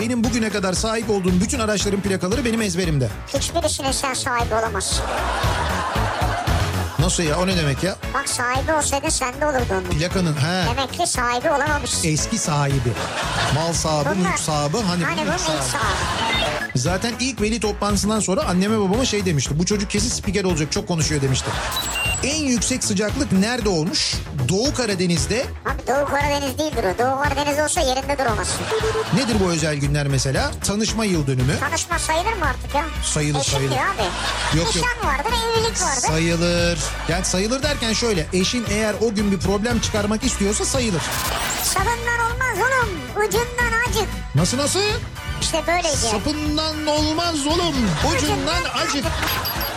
Benim bugüne kadar sahip olduğum bütün araçların plakaları benim ezberimde. Hiçbirisine sen sahibi olamazsın. Nasıl ya o ne demek ya? Bak sahibi olsaydın sende olurdu onun. Plakanın he Demek ki sahibi olamamışsın. eski sahibi. Mal sahibi, Bunlar- mülk sahibi E, hani, hani mülk bunun ilk sahibi. sahibi. Zaten ilk veli toplantısından sonra anneme babama şey demişti. Bu çocuk kesin spiker olacak çok konuşuyor demişti. En yüksek sıcaklık nerede olmuş? Doğu Karadeniz'de Abi Doğu Karadeniz değildir o. Doğu Karadeniz olsa yerinde duramazsın. nedir bu özel günler mesela? Tanışma yıl dönümü. Tanışma sayılır mı artık ya? Sayılır, Eşit sayılır. diyor abi. Yok, yok. Nişan vardır, evlilik vardır. Sayılır. Yani sayılır derken şöyle eşin eğer o gün bir problem çıkarmak istiyorsa sayılır. Sabından olmaz oğlum. Ucundan acık. Nasıl nasıl? İşte böyleydi. yani. Sapından olmaz oğlum. Ucundan acık.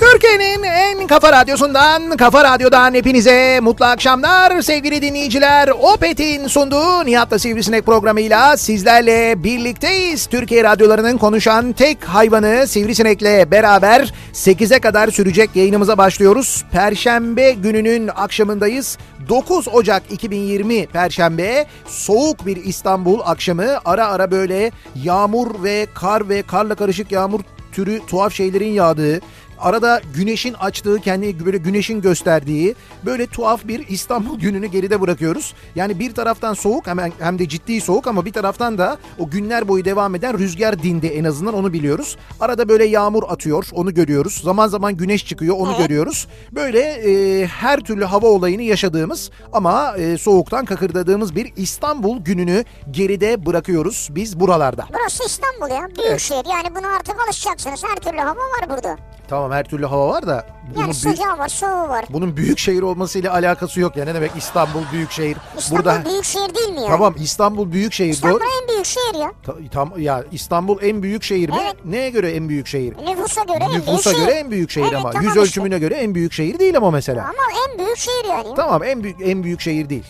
Türkiye'nin en kafa radyosundan, kafa radyodan hepinize mutlu akşamlar sevgili dinleyiciler. Opet'in sunduğu Nihat'la Sivrisinek programıyla sizlerle birlikteyiz. Türkiye radyolarının konuşan tek hayvanı Sivrisinek'le beraber 8'e kadar sürecek yayınımıza başlıyoruz. Perşembe gününün akşamındayız. 9 Ocak 2020 Perşembe soğuk bir İstanbul akşamı ara ara böyle yağmur ve kar ve karla karışık yağmur türü tuhaf şeylerin yağdığı arada güneşin açtığı kendi böyle güneşin gösterdiği böyle tuhaf bir İstanbul gününü geride bırakıyoruz. Yani bir taraftan soğuk hemen hem de ciddi soğuk ama bir taraftan da o günler boyu devam eden rüzgar dindi en azından onu biliyoruz. Arada böyle yağmur atıyor onu görüyoruz. Zaman zaman güneş çıkıyor onu görüyoruz. Böyle e, her türlü hava olayını yaşadığımız ama e, soğuktan kakırdadığımız bir İstanbul gününü geride bırakıyoruz biz buralarda. Burası İstanbul ya. Büyük şehir. Yani buna artık alışacaksınız. Her türlü hava var burada. Tamam her türlü hava var da bunu Yani büyük- sıcağı var, soğuğu var. Bunun büyük şehir olmasıyla alakası yok. Yani ne demek İstanbul büyük şehir. İstanbul Burada büyük şehir değil mi ya? tamam İstanbul büyük şehir. İstanbul doğru. en büyük şehir ya. Ta- tam ya İstanbul en büyük şehir mi? Evet. Neye göre en büyük şehir? Nüfusa göre en büyük Nüfusa şehir. göre en büyük şehir Evet, ama tamam yüz işte. ölçümüne göre en büyük şehir değil ama mesela. Ama en büyük şehir yani. Tamam en büyük en büyük şehir değil.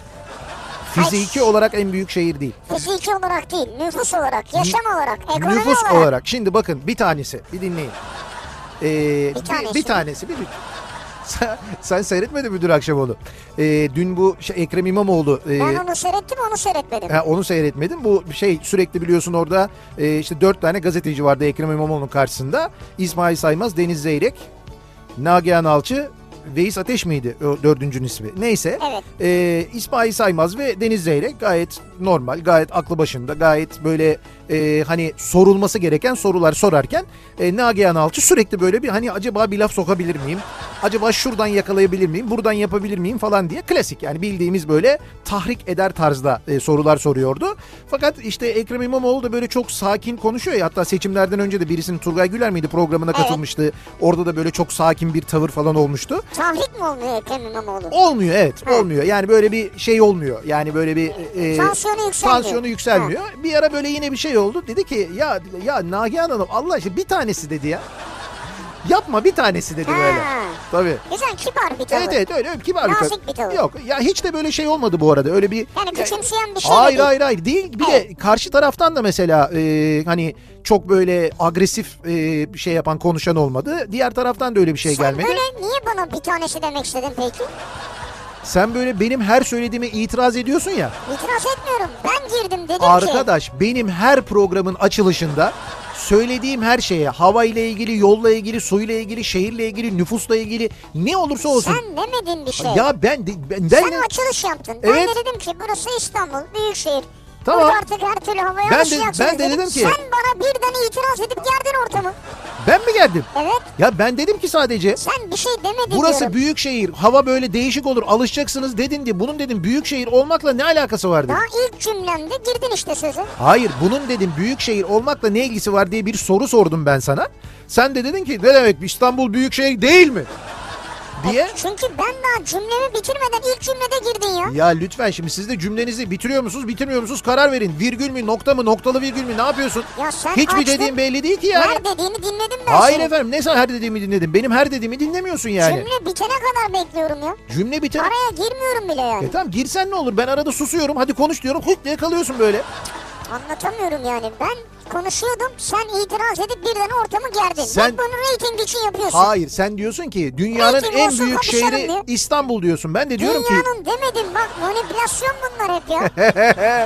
Fiziki olarak en büyük şehir değil. Fiziki olarak değil, nüfus olarak, yaşam olarak, ekonomi Nüfus olarak. olarak şimdi bakın bir tanesi bir dinleyin. Ee, bir, tanesi. bir tanesi bir sen, sen seyretmedin mi dün akşam onu? Ee, dün bu şey, Ekrem İmamoğlu e, Ben onu seyrettim, onu seyretmedim. Ha, onu seyretmedim. Bu şey sürekli biliyorsun orada e, işte dört tane gazeteci vardı Ekrem İmamoğlu'nun karşısında. İsmail Saymaz, Deniz Zeyrek, Nagihan Alçı, Veys Ateş miydi o dördüncünün ismi? Neyse. Evet. E, İsmail Saymaz ve Deniz Zeyrek gayet normal, gayet aklı başında, gayet böyle e, hani sorulması gereken sorular sorarken e, Nagihan Alçı sürekli böyle bir hani acaba bir laf sokabilir miyim? Acaba şuradan yakalayabilir miyim? Buradan yapabilir miyim falan diye klasik yani bildiğimiz böyle tahrik eder tarzda e, sorular soruyordu. Fakat işte Ekrem İmamoğlu da böyle çok sakin konuşuyor ya hatta seçimlerden önce de birisinin Turgay Güler miydi programına Evet. katılmıştı. Orada da böyle çok sakin bir tavır falan olmuştu. Tahrik mi olmuyor Ekrem İmamoğlu? Olmuyor evet olmuyor. Yani böyle bir şey olmuyor. Yani böyle bir e, Tansiyonu yükselmiyor. tansiyonu yükselmiyor. Bir ara böyle yine bir şey oldu. Dedi ki ya ya Nagihan Hanım Allah aşkına bir tanesi dedi ya. Yapma bir tanesi dedi Ha. böyle. Tabii. Güzel, kibar bir tavır. Evet evet öyle kibar bir Nazik tavır. bir tavır. Yok ya hiç de böyle şey olmadı bu arada. Öyle bir Yani küçümseyen bir şey de Hayır değil. hayır hayır değil. Bir de Evet. karşı taraftan da mesela e, hani çok böyle agresif e, bir şey yapan konuşan olmadı. Diğer taraftan da öyle bir şey Sen gelmedi. böyle niye bana bir tanesi demek istedin peki? Sen böyle benim her söylediğime itiraz ediyorsun ya. İtiraz etmiyorum. Ben girdim dedim ki. Arkadaş benim her programın açılışında söylediğim her şeye hava ile ilgili, yolla ilgili, suyla ilgili, şehirle ilgili, nüfusla ilgili ne olursa olsun. Sen demedin bir şey. Ya ben de- ben, ben Sen açılış yaptın. Evet. Ben de dedim ki burası İstanbul, Büyükşehir. Tamam. Burada artık her türlü havaya Ben de- alışacaksınız ben de dedim ki- Sen bana birden itiraz edip gerdin ortamı. ben mi geldim? Evet. Ya ben dedim ki sadece Sen bir şey demedin burası diyorum. büyük şehir, hava böyle değişik olur, alışacaksınız dedin diye. Bunun dedim büyük şehir olmakla ne alakası vardı? Daha ilk cümlemde girdin işte sözü. Hayır bunun dedim büyük şehir olmakla ne ilgisi var diye bir soru sordum ben sana. Sen de dedin ki ne demek İstanbul büyük şehir değil mi? Diye. Çünkü ben daha cümlemi bitirmeden ilk cümlede girdin ya. Ya lütfen şimdi siz de cümlenizi bitiriyor musunuz bitirmiyor musunuz karar verin. Virgül mü nokta mı noktalı virgül mü ne yapıyorsun? Ya sen Hiçbir açtın, dediğin belli değil ki yani. Ver dediğini dinledim ben Hayır senin. efendim ne sen her dediğimi dinledin. Benim her dediğimi dinlemiyorsun yani. Cümle, Cümle bitene kadar bekliyorum ya. biter. Araya girmiyorum bile yani. E tamam girsen ne olur ben arada susuyorum hadi konuş diyorum hık diye kalıyorsun böyle. Anlatamıyorum yani. Ben konuşuyordum. Sen itiraz edip birden ortamı gerdin. Sen- Sen... bunu reyting için yapıyorsun. Hayır sen diyorsun ki dünyanın Belki en olsun, büyük konuşalım şehri diyor. İstanbul diyorsun. Ben de diyorum ki Dünyanın demedim bak manipülasyon bunlar hep ya.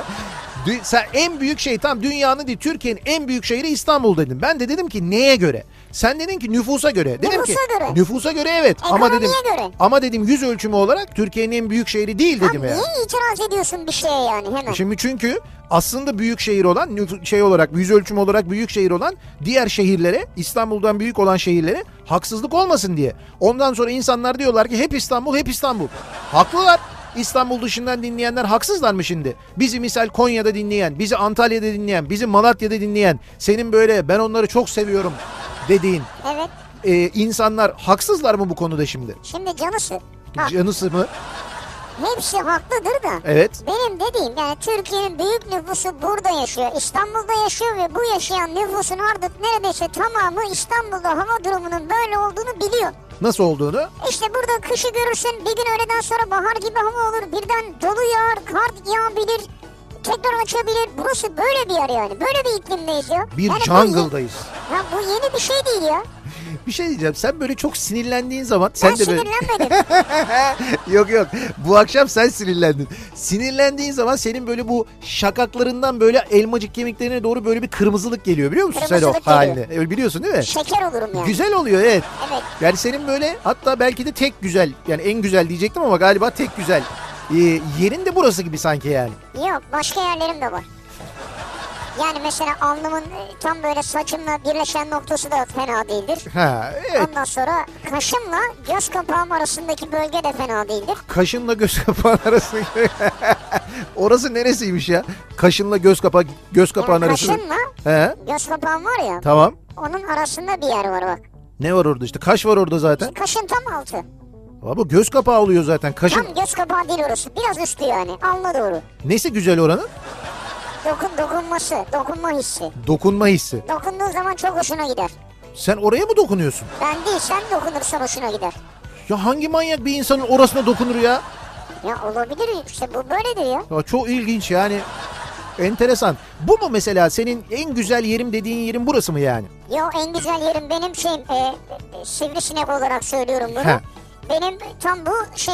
Dü- sen en büyük şey tam dünyanın değil Türkiye'nin en büyük şehri İstanbul dedin. Ben de dedim ki neye göre? Sen dedin ki nüfusa göre. Dedim Nüfusa ki göre. nüfusa göre evet ama Ekonomiye dedim göre. ama dedim yüz ölçümü olarak Türkiye'nin en büyük şehri değil Lan dedim niye yani. itiraz ediyorsun bir şeye yani hemen? Şimdi çünkü aslında büyük şehir olan nüf- şey olarak yüz ölçümü olarak büyük şehir olan diğer şehirlere İstanbul'dan büyük olan şehirlere haksızlık olmasın diye. Ondan sonra insanlar diyorlar ki hep İstanbul hep İstanbul. Haklılar. İstanbul dışından dinleyenler haksızlar mı şimdi? Bizi misal Konya'da dinleyen, bizi Antalya'da dinleyen, bizi Malatya'da dinleyen, senin böyle ben onları çok seviyorum dediğin Evet. e, insanlar haksızlar mı bu konuda şimdi? Şimdi canısı. Bak Canısı mı? hepsi haklıdır da. Evet. Benim dediğim yani Türkiye'nin büyük nüfusu burada yaşıyor. İstanbul'da yaşıyor ve bu yaşayan nüfusun artık neredeyse tamamı İstanbul'da hava durumunun böyle olduğunu biliyor. Nasıl olduğunu? İşte burada kışı görürsün bir gün öğleden sonra bahar gibi hava olur birden dolu yağar kar yağabilir tekrar açabilir. Burası böyle bir yer yani böyle bir iklimdeyiz ya. Bir yani bu jungle'dayız. ye- Ya bu yeni bir şey değil ya. Bir şey diyeceğim. Sen böyle çok sinirlendiğin zaman sen Ben de böyle sinirlenmedim. yok yok. Bu akşam sen sinirlendin. Sinirlendiğin zaman senin böyle bu şakaklarından böyle elmacık kemiklerine doğru böyle bir kırmızılık geliyor biliyor musun sen o Kırmızılık halini? E, Biliyorsun değil mi? Şeker olurum yani. Güzel oluyor evet. Evet. Yani senin böyle hatta belki de tek güzel yani en güzel diyecektim ama galiba tek güzel. e, yerin de burası gibi sanki yani. Yok başka yerlerim de var. Yani mesela alnımın e, tam böyle saçımla birleşen noktası da fena değildir. Ha evet. Ondan sonra kaşımla göz kapağım arasındaki bölge de fena değildir. Kaşınla göz kapağın arası. Orası neresiymiş ya? Kaşınla göz kapağı göz kapağın Yani arası. kaşımla He. göz kapağım var ya Tamam. onun arasında bir yer var bak. Ne var orada işte? Kaş var orada zaten. Kaşın tam altı. Abi göz kapağı oluyor zaten. Kaşın Tam göz kapağı değil orası. Biraz üstü yani. Alnına doğru. nesi güzel oranın? Dokun dokunması. Dokunma hissi. Dokunma hissi. Dokunduğun zaman çok hoşuna gider. Sen oraya mı dokunuyorsun? Ben değil sen dokunursan hoşuna gider. Ya hangi manyak bir insanın orasına dokunur ya? Ya olabilir işte bu böyledir ya. Ya çok ilginç yani. Enteresan. Bu mu mesela senin en güzel yerim dediğin yerin burası mı yani? Yo en güzel yerim benim şeyim e, e, sivrisinek olarak söylüyorum bunu. He. Benim tam bu şey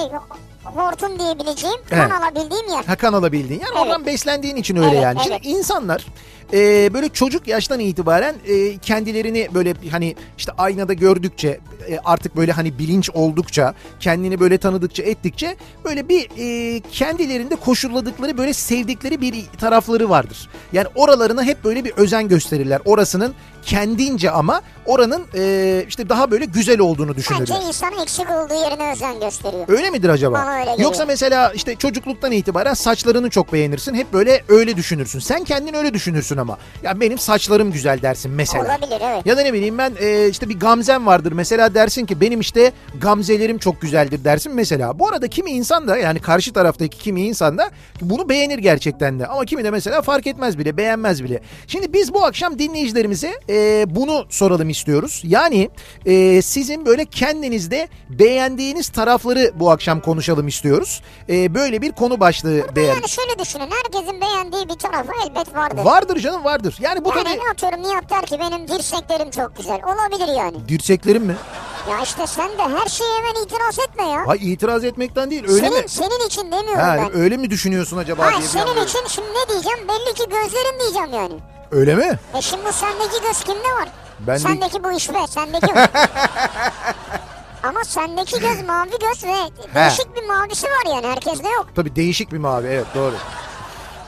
hortum diyebileceğim He. kan alabildiğim yer. Hakan alabildiğin yani Evet. oradan beslendiğin için öyle Evet, yani. evet. Şimdi insanlar e, böyle çocuk yaştan itibaren e, kendilerini böyle hani işte aynada gördükçe e, artık böyle hani bilinç oldukça kendini böyle tanıdıkça ettikçe böyle bir e, kendilerinde koşulladıkları böyle sevdikleri bir tarafları vardır. Yani oralarına hep böyle bir özen gösterirler. Orasının kendince ama oranın e, işte daha böyle güzel olduğunu Bence düşünürler. insan eksik olduğu yerine özen gösteriyor. Öyle midir acaba? Bana öyle geliyor. Yoksa mesela işte çocukluktan itibaren saçlarını çok beğenirsin. Hep böyle öyle düşünürsün. Sen kendin öyle düşünürsün ama. Ya benim saçlarım güzel dersin mesela. Olabilir evet. Ya da ne bileyim ben e, işte bir gamzem vardır mesela dersin ki benim işte gamzelerim çok güzeldir dersin mesela. Bu arada kimi insan da yani karşı taraftaki kimi insan da bunu beğenir gerçekten de ama kimi de mesela fark etmez bile beğenmez bile. Şimdi biz bu akşam dinleyicilerimize e, bunu soralım istiyoruz. Yani e, sizin böyle kendinizde beğendiğiniz tarafları bu akşam konuşalım istiyoruz. E, böyle bir konu başlığı değer. Yani şöyle düşünün herkesin beğendiği bir tarafı elbet vardır. Vardır canım vardır. Yani bu Yani tabii ne atıyorum Nihat der ki benim dirseklerim çok güzel. Olabilir yani. dirseklerim mi? Ya işte sen de her şeye hemen itiraz etme ya. Ay itiraz etmekten değil öyle senin, mi? senin için demiyorum Ha, ben. öyle mi düşünüyorsun acaba Hayır diye bir şey senin yandan- için şimdi ne diyeceğim belli ki gözlerin diyeceğim yani. Öyle mi? E şimdi bu sendeki göz kimde var? Ben de- sendeki bu iş be sendeki var. Ama sendeki göz mavi göz ve değişik bir mavisi var yani herkeste yok. Tabii değişik bir mavi evet doğru.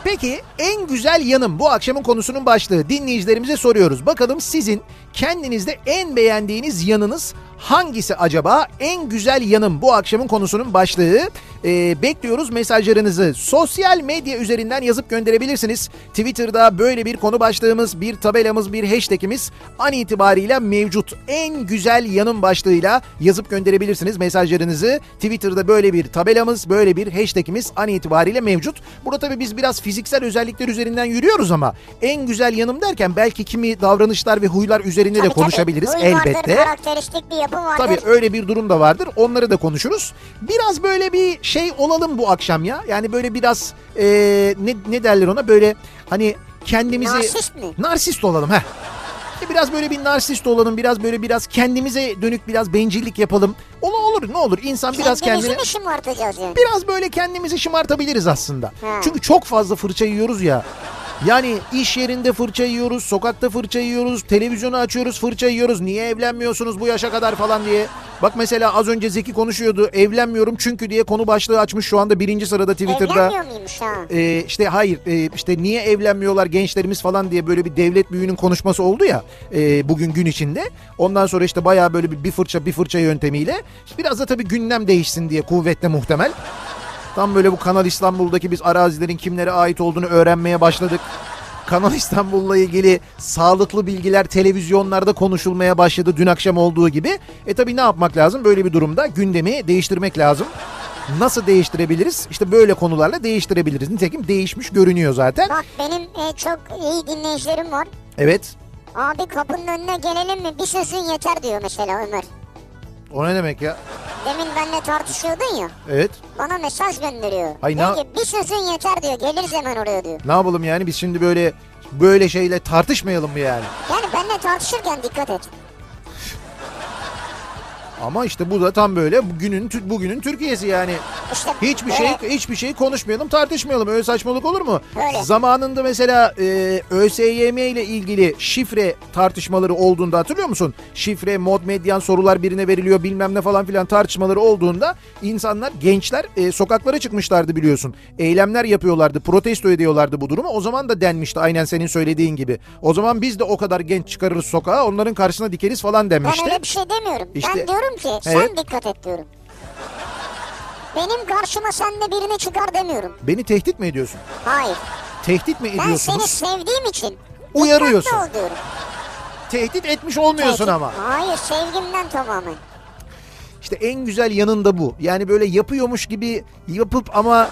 Peki en güzel yanım bu akşamın konusunun başlığı. Dinleyicilerimize soruyoruz. Bakalım sizin kendinizde en beğendiğiniz yanınız hangisi acaba? En güzel yanım bu akşamın konusunun başlığı. Ee, bekliyoruz mesajlarınızı. Sosyal medya üzerinden yazıp gönderebilirsiniz. Twitter'da böyle bir konu başlığımız, bir tabelamız, bir hashtagimiz an itibariyle mevcut. En güzel yanım başlığıyla yazıp gönderebilirsiniz mesajlarınızı. Twitter'da böyle bir tabelamız, böyle bir hashtagimiz an itibariyle mevcut. Burada tabii biz biraz fiziksel özellikler üzerinden yürüyoruz ama en güzel yanım derken belki kimi davranışlar ve huylar üzerinde de Tabii, tabii. konuşabiliriz Huy elbette. Vardır, karakteristik bir yapı vardır. Tabii öyle bir durum da vardır. Onları da konuşuruz. Biraz böyle bir şey olalım bu akşam ya. Yani böyle biraz e, ne, ne derler ona böyle hani kendimizi... Narsist mi? Narsist olalım heh. İşte Biraz böyle bir narsist olalım. Biraz böyle biraz kendimize dönük biraz bencillik yapalım. Ola olur ne olur. İnsan biraz Kendimizi kendini... mi şımartacağız yani? Biraz böyle kendimizi şımartabiliriz aslında. Ha. Çünkü çok fazla fırça yiyoruz ya. Yani iş yerinde fırça yiyoruz, sokakta fırça yiyoruz, televizyonu açıyoruz fırça yiyoruz. Niye evlenmiyorsunuz bu yaşa kadar falan diye. Bak mesela az önce Zeki konuşuyordu. Evlenmiyorum çünkü diye konu başlığı açmış şu anda birinci sırada Twitter'da. Evlenmiyor muymuş ha? Ee, işte hayır e, işte niye evlenmiyorlar gençlerimiz falan diye böyle bir devlet büyüğünün konuşması oldu ya e, bugün gün içinde. Ondan sonra işte bayağı böyle bir, bir fırça bir fırça yöntemiyle biraz da tabii gündem değişsin diye kuvvetle muhtemel. Tam böyle bu Kanal İstanbul'daki biz arazilerin kimlere ait olduğunu öğrenmeye başladık. Kanal İstanbul'la ilgili sağlıklı bilgiler televizyonlarda konuşulmaya başladı dün akşam olduğu gibi. E tabii ne yapmak lazım böyle bir durumda? Gündemi değiştirmek lazım. Nasıl değiştirebiliriz? İşte böyle konularla değiştirebiliriz. Nitekim değişmiş görünüyor zaten. Bak benim e, çok iyi dinleyicilerim var. Evet. Abi kapının önüne gelelim mi? Bir sözün yeter diyor mesela Ömer. O ne demek ya? Demin benimle tartışıyordun ya. Evet. Bana mesaj gönderiyor. Ay, diyor ne- ki bir sözün yeter diyor. Geliriz hemen oraya diyor. Ne yapalım yani biz şimdi böyle böyle şeyle tartışmayalım mı yani? Yani benimle tartışırken dikkat et. Ama işte bu da tam böyle bugünün bugünün Türkiye'si yani. İşte Hiçbir böyle- şey hiçbir şey konuşmayalım, tartışmayalım. Öyle saçmalık olur mu? Öyle. Zamanında mesela e, ÖSYM ile ilgili şifre tartışmaları olduğunda hatırlıyor musun? Şifre, mod, medyan sorular birine veriliyor bilmem ne falan filan tartışmaları olduğunda insanlar, gençler e, sokaklara çıkmışlardı biliyorsun. Eylemler yapıyorlardı, protesto ediyorlardı bu durumu. O zaman da denmişti aynen senin söylediğin gibi. O zaman biz de o kadar genç çıkarırız sokağa, onların karşısına dikeriz falan Ben denmişti. öyle bir şey demiyorum. İşte- Ben diyorum ki sen Evet. dikkat et diyorum. Benim karşıma sen de birini çıkar demiyorum. Beni tehdit mi ediyorsun? Hayır. Tehdit mi şey- Ben seni ediyorsunuz? sevdiğim için Uyarıyorsun. dikkatli ol diyorum. Tehdit etmiş olmuyorsun Peki. ama. Hayır sevgimden tamamen. İşte en güzel yanında bu. Yani böyle yapıyormuş gibi yapıp ama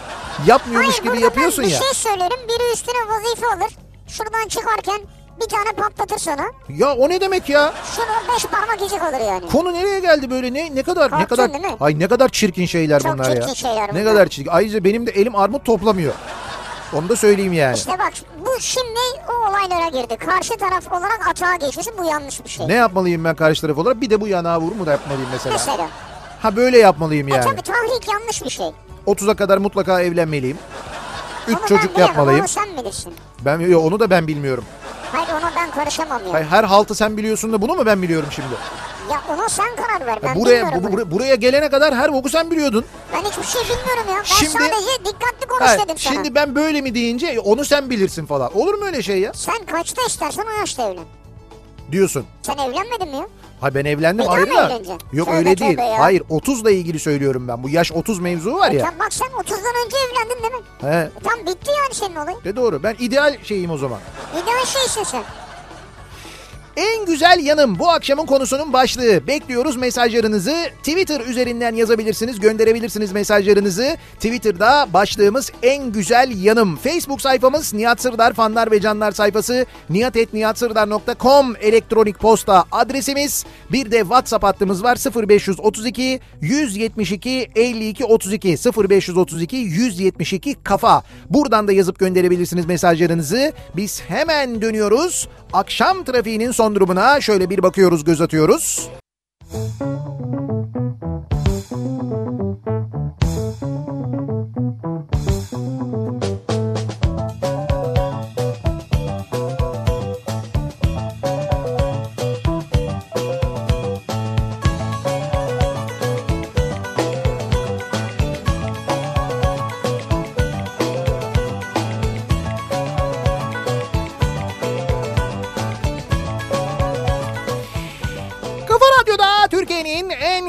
yapmıyormuş Hayır, gibi burada yapıyorsun ben ya. bir şey söylerim biri üstüne vazife alır. Şuradan çıkarken bir tane patlatır sana. Ya o ne demek ya? Şunu beş parmak izik olur yani. Konu nereye geldi böyle? Ne ne kadar ne Korktun kadar değil mi? Ay ne kadar çirkin şeyler Çok bunlar ya. çirkin şeyler ne bunlar. kadar çirkin. Ayrıca benim de elim armut toplamıyor. Onu da söyleyeyim yani. İşte bak bu şimdi o olaylara girdi. Karşı taraf olarak atağa geçmesi bu yanlış bir şey. Ne yapmalıyım ben karşı taraf olarak? Bir de bu yanağı vurur mu da yapmalıyım mesela? Mesela. Ha böyle yapmalıyım E yani. tabii tahrik yanlış bir şey. 30'a kadar mutlaka evlenmeliyim. Üç Onu ben çocuk bilemem, yapmalıyım. Onu sen bilirsin. Ben yo, onu da ben bilmiyorum. Hayır onu ben karışamam ya. Hayır, her haltı sen biliyorsun da bunu mu ben biliyorum şimdi? Ya ona sen karar ver. Ben buraya bilmiyorum. bu- bu- onu. buraya gelene kadar her boku sen biliyordun. Ben hiçbir şey bilmiyorum ya. Ben Şimdi- sadece dikkatli konuş Hayır, dedim sana. Şimdi ben böyle mi deyince "E, onu sen bilirsin falan. Olur mu öyle şey ya? Sen kaçta istersen o yaşta evlen. Diyorsun. Sen evlenmedin mi ya? Ha ben evlendim Bir daha hayır mı da. evleneceksin? Yok E, Tövbe, öyle tövbe değil. ya. E, Hayır 30'la ilgili söylüyorum ben. Bu yaş 30 mevzu var ya. Tam bak sen 30'dan önce evlendin değil mi? He. E tam bitti yani senin olay. De E, doğru. Ben ideal şeyim o zaman. İdeal şeysin sen. En güzel yanım bu akşamın konusunun başlığı. Bekliyoruz mesajlarınızı. Twitter üzerinden yazabilirsiniz, gönderebilirsiniz mesajlarınızı. Twitter'da başlığımız en güzel yanım. Facebook sayfamız Nihat Sırdar fanlar ve canlar sayfası nihatetnihatsırdar.com elektronik posta adresimiz. Bir de WhatsApp hattımız var 0532 172 52 32 0532 172 kafa. Buradan da yazıp gönderebilirsiniz mesajlarınızı. Biz hemen dönüyoruz. Akşam trafiğinin son durumuna şöyle bir bakıyoruz, göz atıyoruz.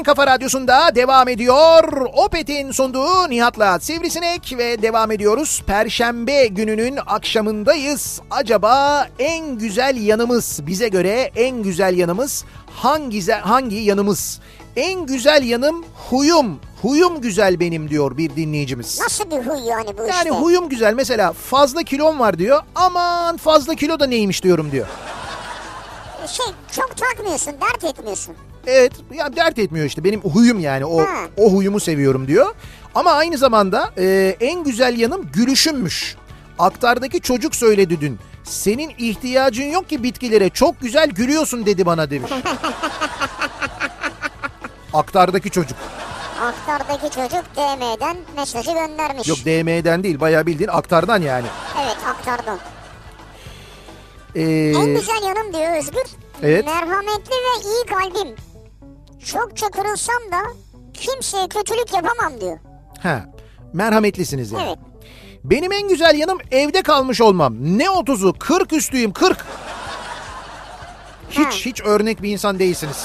Kafa Radyosu'nda devam ediyor. Opet'in sunduğu Nihat'la Sivrisinek ve devam ediyoruz. Perşembe gününün akşamındayız. Acaba en güzel yanımız, bize göre en güzel yanımız hangi, hangi yanımız? En güzel yanım huyum. Huyum güzel benim diyor bir dinleyicimiz. Nasıl bir huy yani bu Yani işte? huyum güzel mesela fazla kilom var diyor. Aman fazla kilo da neymiş diyorum diyor. Şey çok takmıyorsun, dert etmiyorsun. Evet ya dert etmiyor işte benim huyum yani o Ha. o huyumu seviyorum diyor. Ama aynı zamanda e, en güzel yanım gülüşümmüş. Aktardaki çocuk söyledi dün. Senin ihtiyacın yok ki bitkilere çok güzel gülüyorsun dedi bana demiş. Aktardaki çocuk. Aktardaki çocuk DM'den mesajı göndermiş. Yok DM'den değil bayağı bildiğin aktardan yani. Evet aktardım. Ee, En güzel yanım diyor Özgür. Evet. Merhametli ve iyi kalbim. Çokça kırılsam da kimseye kötülük yapamam diyor. ha, merhametlisiniz yani. Evet. Benim en güzel yanım evde kalmış olmam. Ne 30'u 40 üstüyüm 40. Hiç Ha. hiç örnek bir insan değilsiniz.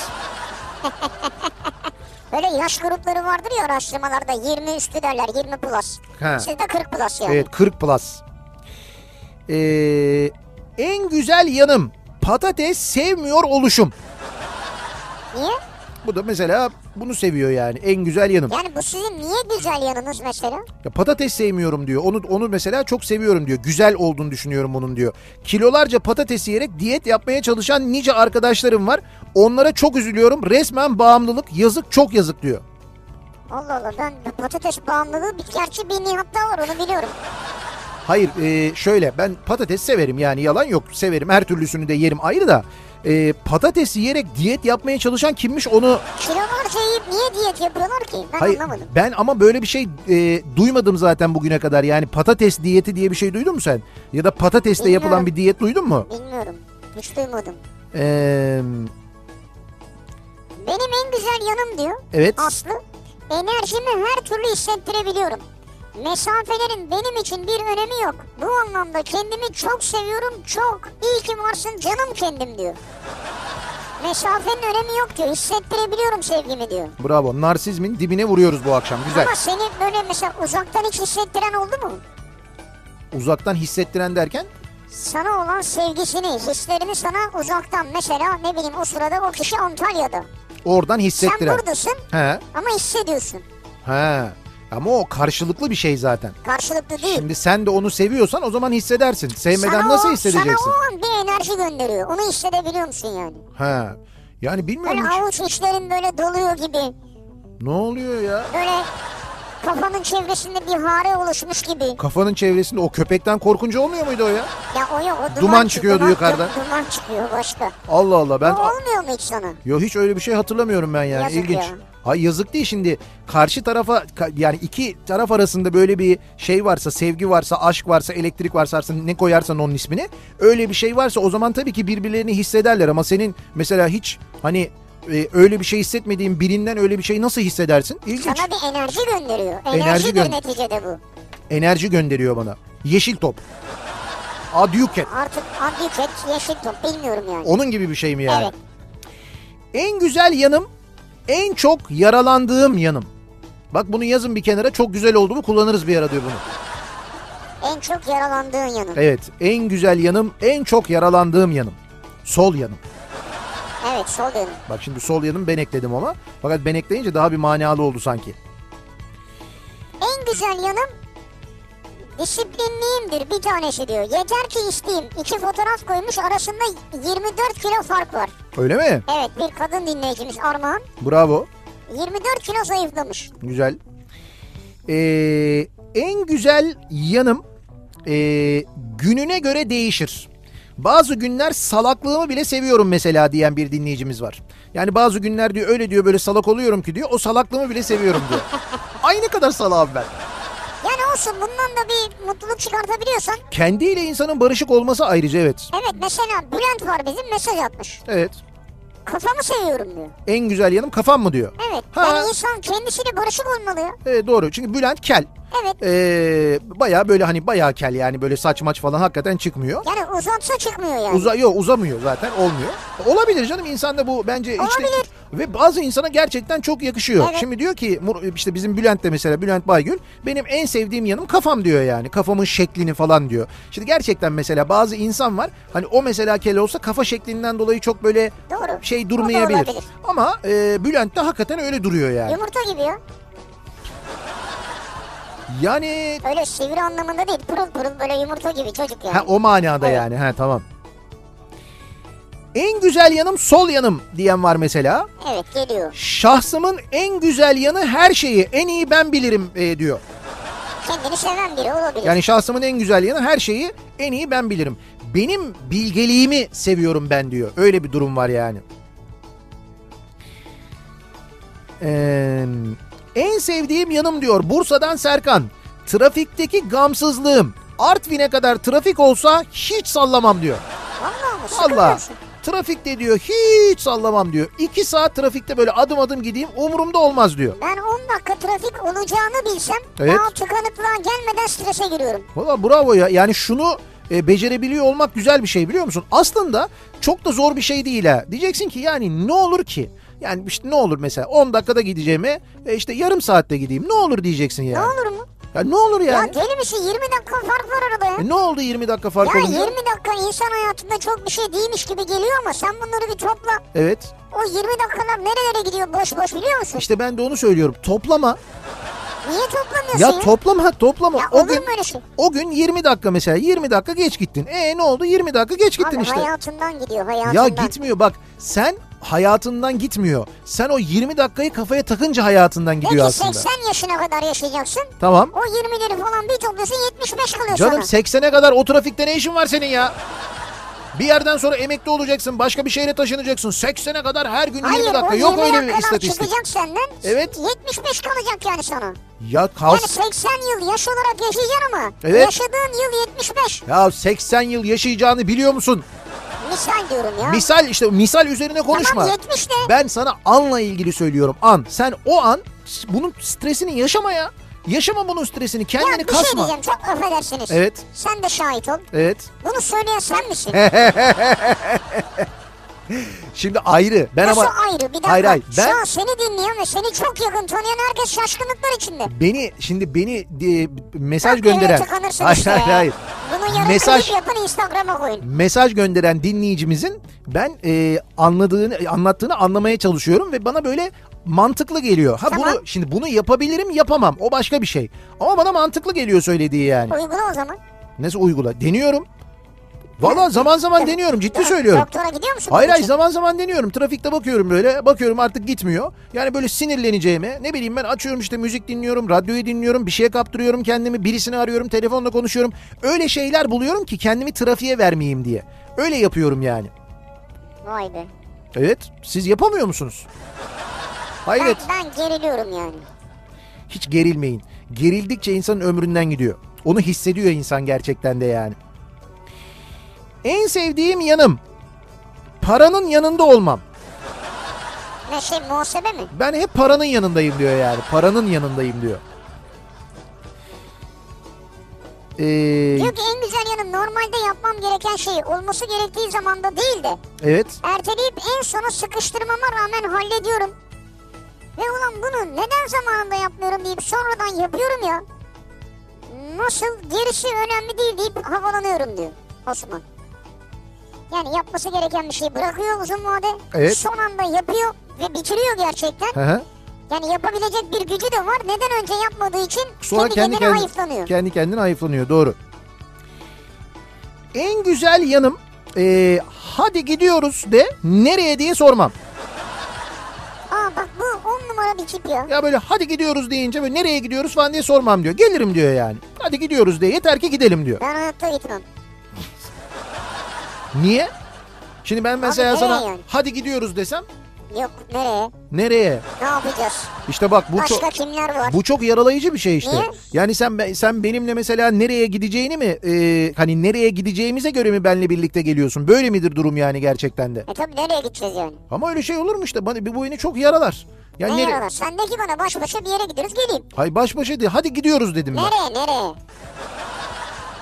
Böyle yaş grupları vardır ya araştırmalarda 20 üstü derler 20 plus. Ha. Sizde 40 plus yani. Evet 40 plus. Ee, en güzel yanım patates sevmiyor oluşum. Niye? Bu da mesela bunu seviyor yani en güzel yanım. Yani bu sizin niye güzel yanınız mesela? Ya patates sevmiyorum diyor. Onu onu mesela çok seviyorum diyor. Güzel olduğunu düşünüyorum bunun diyor. Kilolarca patates yiyerek diyet yapmaya çalışan nice arkadaşlarım var. Onlara çok üzülüyorum. Resmen bağımlılık. Yazık çok yazık diyor. Allah Allah ben patates bağımlılığı bir gerçi bir nihatta var onu biliyorum. Hayır e, şöyle ben patates severim yani yalan yok severim her türlüsünü de yerim ayrı da e, patates yiyerek diyet yapmaya çalışan kimmiş onu Kilolarca yiyip niye diyet yapıyorlar ki? Ben hayır anlamadım. ben ama böyle bir şey e, duymadım zaten bugüne kadar yani patates diyeti diye bir şey duydun mu sen ya da patatesle yapılan Bilmiyorum. bir diyet duydun mu? Bilmiyorum. Hiç duymadım. Eee, Benim en güzel yanım diyor. evet Aslı. Enerjimi her türlü hissettirebiliyorum. Mesafelerin benim için bir önemi yok. Bu anlamda kendimi çok seviyorum çok. İyi ki varsın canım kendim diyor. Mesafenin önemi yok diyor. Hissettirebiliyorum sevgimi diyor. bravo narsizmin dibine vuruyoruz bu akşam güzel Ama seni böyle mesela uzaktan hiç hissettiren oldu mu? uzaktan hissettiren derken Sana olan sevgisini, hislerini sana uzaktan mesela ne bileyim o sırada o kişi Antalya'da. oradan Sen hissettiren. buradasın He ama hissediyorsun. he ama o karşılıklı bir şey zaten. Karşılıklı değil. Şimdi sen de onu seviyorsan o zaman hissedersin. Sevmeden Sana nasıl o- hissedeceksin? Sana o an bir enerji gönderiyor. Onu hissedebiliyor musun yani? Ha. Yani bilmiyorum Böyle hiç. avuç içlerin böyle doluyor gibi. Ne oluyor ya? Böyle kafanın çevresinde bir hare oluşmuş gibi. Kafanın çevresinde o köpekten korkunca olmuyor muydu o ya? Ya o yok o duman, Duman çıkıyordu duman- yukarıdan. Duman çıkıyor başka. Allah Allah ben O olmuyor mu hiç sana? Yo hiç öyle bir şey hatırlamıyorum ben yani Yazık ilginç. ya. Ay yazık değil şimdi karşı tarafa ka- yani iki taraf arasında böyle bir şey varsa sevgi varsa aşk varsa elektrik varsa ne koyarsan onun ismini öyle bir şey varsa o zaman tabii ki birbirlerini hissederler ama senin mesela hiç hani e, öyle bir şey hissetmediğin birinden öyle bir şey nasıl hissedersin? İlginç. Sana bir enerji gönderiyor. Enerji Enerjidir gönder- neticede bu. Enerji gönderiyor bana. Yeşil top. Adyuket. Artık antiket, yeşil top bilmiyorum yani. Onun gibi bir şey mi yani? Evet. En güzel yanım, en çok yaralandığım yanım. Bak bunu yazın bir kenara çok güzel oldu mu kullanırız bir ara diyor bunu. En çok yaralandığın yanı. Evet en güzel yanım, en çok yaralandığım yanım. Sol yanım. Evet sol yanı. Bak şimdi sol yanım ben ekledim ama. Fakat ben ekleyince daha bir manalı oldu sanki. En güzel yanım disiplinliyimdir bir tanesi diyor. Yeter ki isteyeyim. İki fotoğraf koymuş arasında 24 kilo fark var. Öyle mi? Evet bir kadın dinleyicimiz Armağan. Bravo. 24 kilo zayıflamış. Güzel. Ee, en güzel yanım ee, gününe göre değişir. Bazı günler salaklığımı bile seviyorum mesela diyen bir dinleyicimiz var. Yani bazı günler diyor öyle diyor böyle salak oluyorum ki diyor o salaklığımı bile seviyorum diyor. Aynı kadar salağım ben. Yani olsun bundan da bir mutluluk çıkartabiliyorsan. Kendiyle insanın barışık olması ayrıca evet. Evet mesela Bülent var bizim mesaj atmış. Evet. Kafamı seviyorum diyor. En güzel yanım kafam mı diyor. Evet. Ha. Yani insan kendisiyle barışık olmalı ya. Evet doğru çünkü Bülent kel. Evet. Ee, baya böyle hani baya kel yani böyle saç maç falan hakikaten çıkmıyor. Yani uzatsa çıkmıyor yani. Uza yok uzamıyor zaten olmuyor. Olabilir canım insanda bu bence içte- Olabilir. ve bazı insana gerçekten çok yakışıyor. Evet. Şimdi diyor ki Mur- işte bizim Bülent de mesela Bülent Baygül benim en sevdiğim yanım kafam diyor yani. Kafamın şeklini falan diyor. Şimdi gerçekten mesela bazı insan var hani o mesela kel olsa kafa şeklinden dolayı çok böyle Doğru. O şey da durmayabilir. olabilir. Ama e, Bülent de hakikaten öyle duruyor yani. Yumurta gibi ya. Yani Öyle sivri anlamında değil. Pırıl pırıl böyle yumurta gibi çocuk yani. Ha o manada Evet. yani. Ha tamam. En güzel yanım sol yanım diyen var mesela. Evet geliyor. Şahsımın en güzel yanı her şeyi. En iyi ben bilirim e, diyor. Kendini seven biri olabilir. Yani şahsımın en güzel yanı her şeyi. En iyi ben bilirim. Benim bilgeliğimi seviyorum ben diyor. Öyle bir durum var yani. Ee, en sevdiğim yanım diyor Bursa'dan Serkan. Trafikteki gamsızlığım. Artvin'e kadar trafik olsa hiç sallamam diyor. Vallahi mı? Allah. Sıkılmıyorsun. Trafikte diyor hiç sallamam diyor. İki saat trafikte böyle adım adım gideyim umurumda olmaz diyor. Ben 10 dakika trafik olacağını bilsem Evet. daha tıkanıklığa gelmeden strese giriyorum. Valla bravo ya yani şunu e, becerebiliyor olmak güzel bir şey biliyor musun? Aslında çok da zor bir şey değil ha. Diyeceksin ki yani ne olur ki? Yani işte ne olur mesela 10 dakikada gideceğime e, işte yarım saatte gideyim ne olur diyeceksin yani. Ne olur mu? Ya ne olur Ya yani? deli misin? 20 dakika fark var arada ya. E, ne oldu 20 dakika fark Ya olunca? 20 dakika insan hayatında çok bir şey değilmiş gibi geliyor ama sen bunları bir topla. Evet. O 20 dakikalar nerelere gidiyor boş boş biliyor musun? İşte ben de onu söylüyorum. Toplama. Niye toplamıyorsun ya? Ya toplama, toplama. Ya o olur gün mu öyle şey? O gün 20 dakika mesela 20 dakika geç gittin. E ne oldu? 20 dakika geç gittin Abi işte. hayatından gidiyor hayatından. Ya gitmiyor bak. Sen hayatından gitmiyor. Sen o 20 dakikayı kafaya takınca hayatından gidiyor Peki aslında. 80 yaşına kadar yaşayacaksın. Tamam. O 20'leri falan bir topluyorsun 75 kalıyor Canım sana. 80'e kadar o trafikte ne işin var senin ya? Bir yerden sonra emekli olacaksın, başka bir şehre taşınacaksın. 80'e kadar her gün 20 dakika. o Yok 20 öyle bir dakikadan istatistik. çıkacak senden. Evet. 75 kalacak yani sana. Ya Yani kalsın. 80 yıl yaş olarak yaşayacaksın ama Evet. yaşadığın yıl 75. Ya 80 yıl yaşayacağını biliyor musun? Misal diyorum ya. Misal işte misal üzerine konuşma. Tamam 70 de. Ben sana anla ilgili söylüyorum an. Sen o an s- bunun stresini yaşama ya. Yaşama bunun stresini kendini Ya bir şey kasma. diyeceğim çok affedersiniz. Evet. Sen de şahit ol. evet. Bunu söyleyen sen misin? Şimdi ayrı. Ben Nasıl ama ayrı? Bir dakika. Hayır, hayır. Ben- Şu an seni dinleyen ve seni çok yakın tanıyan herkes şaşkınlıklar içinde. beni şimdi beni e, mesaj Bak, gönderen evet, tıkanırsın hayır, işte hayır ya. hayır. Bunu yarın Mesaj- klip yapın Instagram'a koyun. Mesaj gönderen dinleyicimizin ben e, anladığını anlattığını anlamaya çalışıyorum ve bana böyle mantıklı geliyor. Ha Tamam. bunu şimdi bunu yapabilirim yapamam o başka bir şey. Ama bana mantıklı geliyor söylediği yani. Uygula o zaman. Nasıl uygula? Deniyorum. Valla zaman zaman deniyorum ciddi söylüyorum. Doktora gidiyor musun? Hayır bunun hayır için? zaman zaman deniyorum. Trafikte bakıyorum böyle. Bakıyorum artık gitmiyor. Yani böyle sinirleneceğime ne bileyim ben açıyorum işte müzik dinliyorum, radyoyu dinliyorum, bir şeye kaptırıyorum kendimi, birisini arıyorum, telefonla konuşuyorum. Öyle şeyler buluyorum ki kendimi trafiğe vermeyeyim diye. Öyle yapıyorum yani. Vay be. Evet, siz yapamıyor musunuz? Hayır, evet. Ah, Ben, ben geriliyorum yani. hiç gerilmeyin. Gerildikçe insanın ömründen gidiyor. Onu hissediyor insan gerçekten de yani. En sevdiğim yanım paranın yanında olmam. Ne şey muhasebe mi? Ben hep paranın yanındayım diyor yani. Paranın yanındayım diyor. Ee, Diyor ki en güzel yanım normalde yapmam gereken şeyi olması gerektiği zamanda değil de evet. erteleyip en sona sıkıştırmama rağmen hallediyorum. Ve ulan bunu neden zamanında yapmıyorum deyip sonradan yapıyorum ya. Nasıl gerisi önemli değil deyip havalanıyorum diyor Osman. Yani yapması gereken bir şeyi bırakıyor uzun vade. Evet. Son anda yapıyor ve bitiriyor gerçekten. Hı hı. Yani yapabilecek bir gücü de var. Neden önce yapmadığı için Sonra kendi kendi, kendine kendine hayıflanıyor. Kendi kendine hayıflanıyor. Doğru. En güzel yanım ee, hadi gidiyoruz de nereye diye sormam. Aa bak bu on numara bir tip ya. Ya böyle hadi gidiyoruz deyince böyle nereye gidiyoruz falan diye sormam diyor. Gelirim diyor yani. Hadi gidiyoruz diye yeter ki gidelim diyor. Ben hayatta gitmem. Niye? Şimdi ben mesela nereye sana yani? hadi gidiyoruz desem Yok nereye? nereye? Ne yapacağız? İşte bak bu çok- Başka kimler var? Bu çok yaralayıcı bir şey işte. Niye? Yani sen be- sen benimle mesela nereye gideceğini mi e, hani nereye gideceğimize göre mi benle birlikte geliyorsun? Böyle midir durum yani gerçekten de? E tabii nereye gideceğiz yani? Ama öyle şey olur mu işte? Bana bu beni çok yaralar. Ya Ne nere- yaralar? Sen de ki bana baş başa bir yere gidiyoruz geleyim. Hay baş başa diye hadi gidiyoruz dedim ben. Nereye nereye?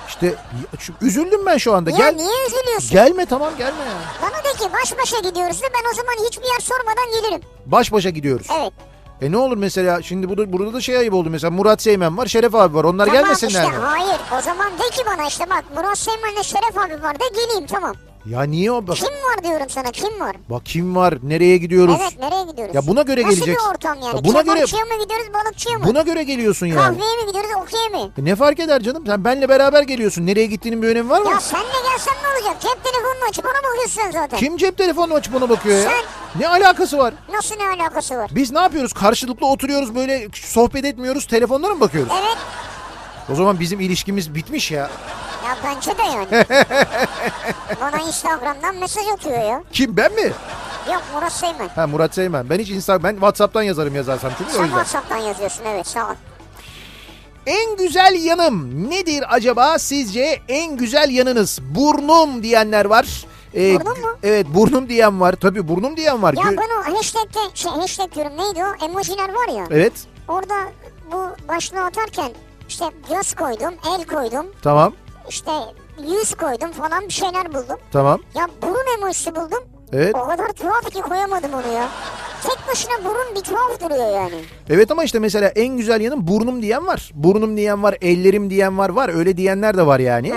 İşte ya şu- üzüldüm ben şu anda. Ya Gel niye üzülüyorsun? gelme tamam gelme ya. Bana de ki baş başa gidiyoruz da ben o zaman hiçbir yer sormadan gelirim. Baş başa gidiyoruz. Evet. E ne olur mesela şimdi burada, burada da şey ayıp oldu mesela Murat Seymen var Şeref abi var onlar Tamam gelmesinler işte mi? hayır. O zaman de ki bana işte bak Murat Seymen'le Şeref abi var da geleyim tamam. Ya niye o bak, Kim var diyorum sana kim var? bak kim var nereye gidiyoruz? Evet nereye gidiyoruz? Ya buna göre Nasıl geleceksin. bir ortam yani? Ya buna göre- Kebapçıya mı gidiyoruz balıkçıya mı? Buna göre geliyorsun yani. Kahveye mi gidiyoruz okey mi? E ne fark eder canım sen benle beraber geliyorsun nereye gittiğinin bir önemi var mı? Ya sen de gelsen ne olacak? Cep telefonunu açıp ona bakıyorsun zaten. Kim cep telefonunu açıp ona bakıyor ya? Sen- Ne alakası var? Nasıl ne alakası var? Biz ne yapıyoruz? Karşılıklı oturuyoruz böyle sohbet etmiyoruz telefonlara mı bakıyoruz? Evet. O zaman bizim ilişkimiz bitmiş ya. Ya bence de yani. Bana Instagram'dan mesaj atıyor ya. Kim ben mi? Yok Murat Seymen. Ha Murat Seymen. Ben hiç Insta ben WhatsApp'tan yazarım yazarsam çünkü o Sen yüzden. WhatsApp'tan yazıyorsun evet sağ ol. En güzel yanım nedir acaba sizce en güzel yanınız? Burnum diyenler var. Ee, Burnum mu? Evet burnum diyen var. Tabii burnum diyen var. Ya Gö- ben o hashtag'te şey hashtag diyorum neydi o emojiler var ya. Evet Orada bu başlığı atarken işte göz koydum, el koydum, tamam işte yüz koydum falan bir şeyler buldum. tamam. Ya burun emojisi buldum. Evet. O kadar tuhaf ki koyamadım onu ya. Tek başına burun bir tuhaf duruyor yani. Evet ama işte mesela en güzel yanım burnum diyen var. Burnum diyen var, ellerim diyen var, var. Öyle diyenler de var yani.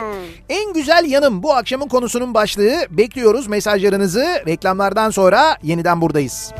En güzel yanım bu akşamın konusunun başlığı. Bekliyoruz mesajlarınızı. Reklamlardan sonra yeniden buradayız.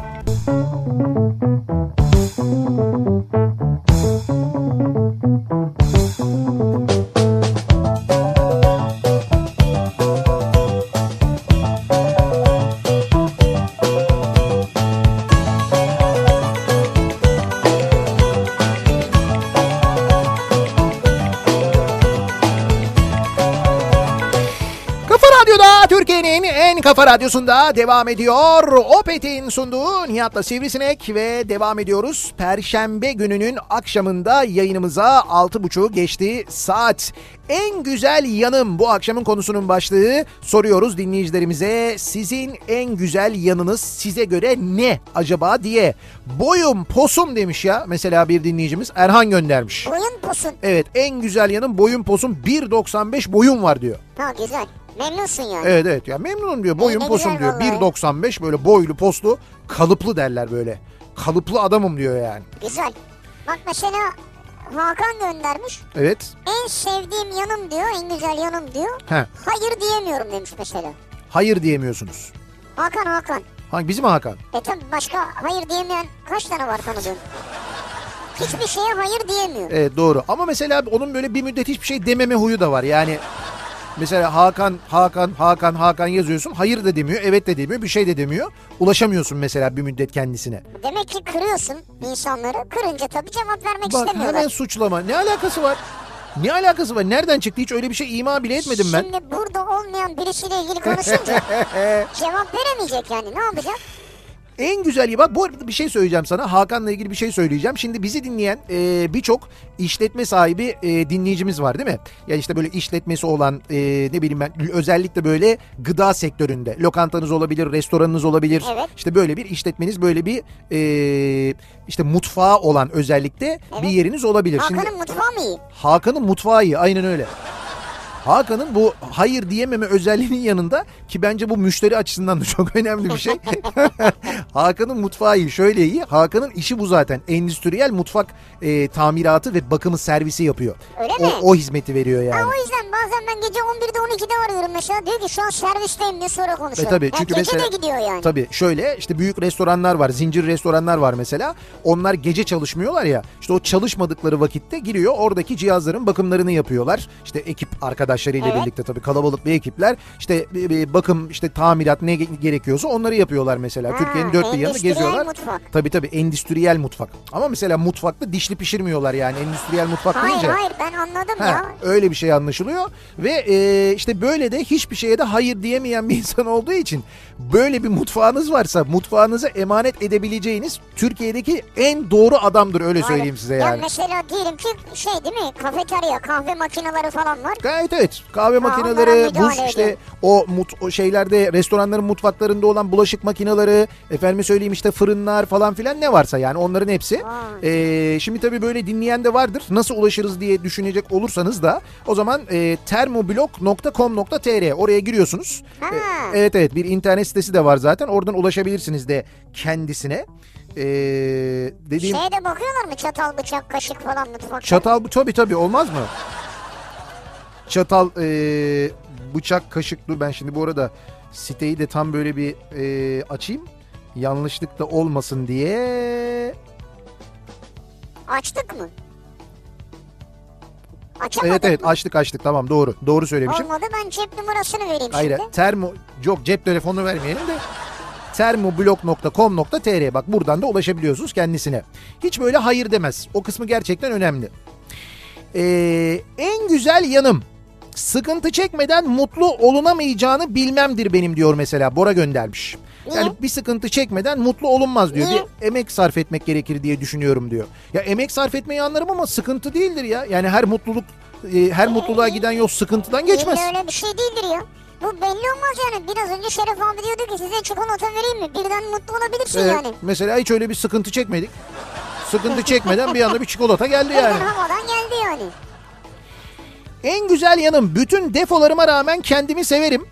Kafa Radyo'da Türkiye'nin en kafa radyosunda devam ediyor. Opet'in sunduğu Nihat'la Sivrisinek ve devam ediyoruz. Perşembe gününün akşamında yayınımıza 6.30 geçti saat. En güzel yanım bu akşamın konusunun başlığı. Soruyoruz dinleyicilerimize sizin en güzel yanınız size göre ne acaba diye. Boyum posum demiş ya mesela bir dinleyicimiz Erhan göndermiş. Boyun posun. Evet en güzel yanım boyum posum 1.95 boyum var diyor. Ha güzel. Memnunsun yani. Evet evet ya memnunum diyor. Boyum Ee, ne posum güzel diyor. vallahi. 1.95 böyle boylu poslu kalıplı derler böyle. Kalıplı adamım diyor yani. Güzel. Bak mesela Hakan göndermiş. Evet. En sevdiğim yanım diyor, en güzel yanım diyor. He. Hayır diyemiyorum demiş mesela. Hayır diyemiyorsunuz. Hakan Hakan. Hangi bizim Hakan? E tabi başka hayır diyemeyen kaç tane var tanıdığın? Hiçbir şeye hayır diyemiyor. Evet doğru. Ama mesela onun böyle bir müddet hiçbir şey dememe huyu da var. Yani mesela Hakan, Hakan, Hakan, Hakan yazıyorsun. Hayır da demiyor, evet de demiyor, bir şey de demiyor. Ulaşamıyorsun mesela bir müddet kendisine. Demek ki kırıyorsun insanları. Kırınca tabii cevap Bak vermek istemiyorlar. hemen suçlama. Ne alakası var? Ne alakası var? Nereden çıktı? Hiç öyle bir şey ima bile etmedim ben. Şimdi burada olmayan birisiyle ilgili konuşunca cevap veremeyecek yani ne yapacak? E En güzel bak bu arada bir şey söyleyeceğim sana Hakan'la ilgili bir şey söyleyeceğim. Şimdi bizi dinleyen e, birçok işletme sahibi e, dinleyicimiz var değil mi? Yani işte böyle işletmesi olan e, ne bileyim ben özellikle böyle gıda sektöründe lokantanız olabilir, restoranınız olabilir. Evet. İşte böyle bir işletmeniz böyle bir e, işte mutfağı olan özellikle bir yeriniz olabilir. Şimdi Hakan'ın mutfağı mı iyi? Hakan'ın mutfağı iyi aynen öyle. Hakan'ın bu hayır diyememe özelliğinin yanında ki bence bu müşteri açısından da çok önemli bir şey. Hakan'ın mutfağı iyi şöyle iyi. Hakan'ın işi bu zaten. Endüstriyel mutfak e, tamiratı ve bakımı servisi yapıyor. Öyle o, mi? o hizmeti veriyor yani. Ha, o yüzden bazen ben gece 11'de 12'de arıyorum mesela. Diyor ki şu an servisteyim diyor sonra E konuşuyor. tabii Ya çünkü gece mesela de gidiyor yani. Tabii şöyle işte büyük restoranlar var, zincir restoranlar var mesela. Onlar gece çalışmıyorlar ya. İşte o çalışmadıkları vakitte giriyor oradaki cihazların bakımlarını yapıyorlar. İşte ekip arkadaşlarıyla Evet. birlikte tabii kalabalık bir ekipler. İşte bir- bir bakım, işte tamirat ne ge- gerekiyorsa onları yapıyorlar mesela. Ha, Türkiye'nin dört bir yanını endüstriyel geziyorlar. mutfak. Tabii tabii endüstriyel mutfak. Ama mesela mutfakta dişli pişirmiyorlar yani endüstriyel mutfak hayır deyince. hayır ben anladım Ha, ya. öyle bir şey anlaşılıyor Ve e, işte böyle de hiçbir şeye de hayır diyemeyen bir insan olduğu için böyle bir mutfağınız varsa mutfağınıza emanet edebileceğiniz Türkiye'deki en doğru adamdır öyle şey söyleyeyim size Ya yani. mesela diyelim ki şey değil mi kafeterya kahve makineleri falan var. Gayet evet. Kahve onlara makineleri, müdahale buz işte edin. o, mut, o şeylerde restoranların mutfaklarında olan bulaşık makineleri, efendime söyleyeyim işte fırınlar falan filan ne varsa yani onların hepsi. Ee, şimdi tabii böyle dinleyen de vardır. Nasıl ulaşırız diye düşünecek olursanız da o zaman e, termoblog.com.tr oraya giriyorsunuz. Ha. E, evet evet bir internet sitesi de var zaten. Oradan ulaşabilirsiniz de kendisine. Ee, dediğim Şeye de bakıyorlar mı çatal bıçak kaşık falan mutfakta? Çatal bu tabii tabii olmaz mı? Çatal e, bıçak kaşık dur ben şimdi bu arada siteyi de tam böyle bir e, açayım. Yanlışlık da olmasın diye. Açtık mı? Açamadık Evet evet mı? açtık açtık tamam doğru. Doğru söylemişim. Olmadı ben cep numarasını vereyim Hayır şimdi. termo yok cep telefonunu vermeyelim de termoblog.com.tr bak buradan da ulaşabiliyorsunuz kendisine. Hiç böyle hayır demez. O kısmı gerçekten önemli. Ee, en güzel yanım sıkıntı çekmeden mutlu olunamayacağını bilmemdir benim diyor mesela Bora göndermiş. Yani bir sıkıntı çekmeden mutlu olunmaz diyor. Niye? Bir emek sarf etmek gerekir diye düşünüyorum diyor. Ya emek sarf etmeyi anlarım ama sıkıntı değildir ya. Yani her mutluluk e, her mutluluğa giden yol sıkıntıdan geçmez. İlla öyle bir şey değildir ya. Bu belli olmaz yani. Biraz önce Şeref abi diyordu ki size çikolata vereyim mi? Birden mutlu olabilirsin Ee, yani. Mesela hiç öyle bir sıkıntı çekmedik. Sıkıntı çekmeden bir anda bir çikolata geldi yani. Birden havadan geldi yani. En güzel yanım bütün defolarıma rağmen kendimi severim.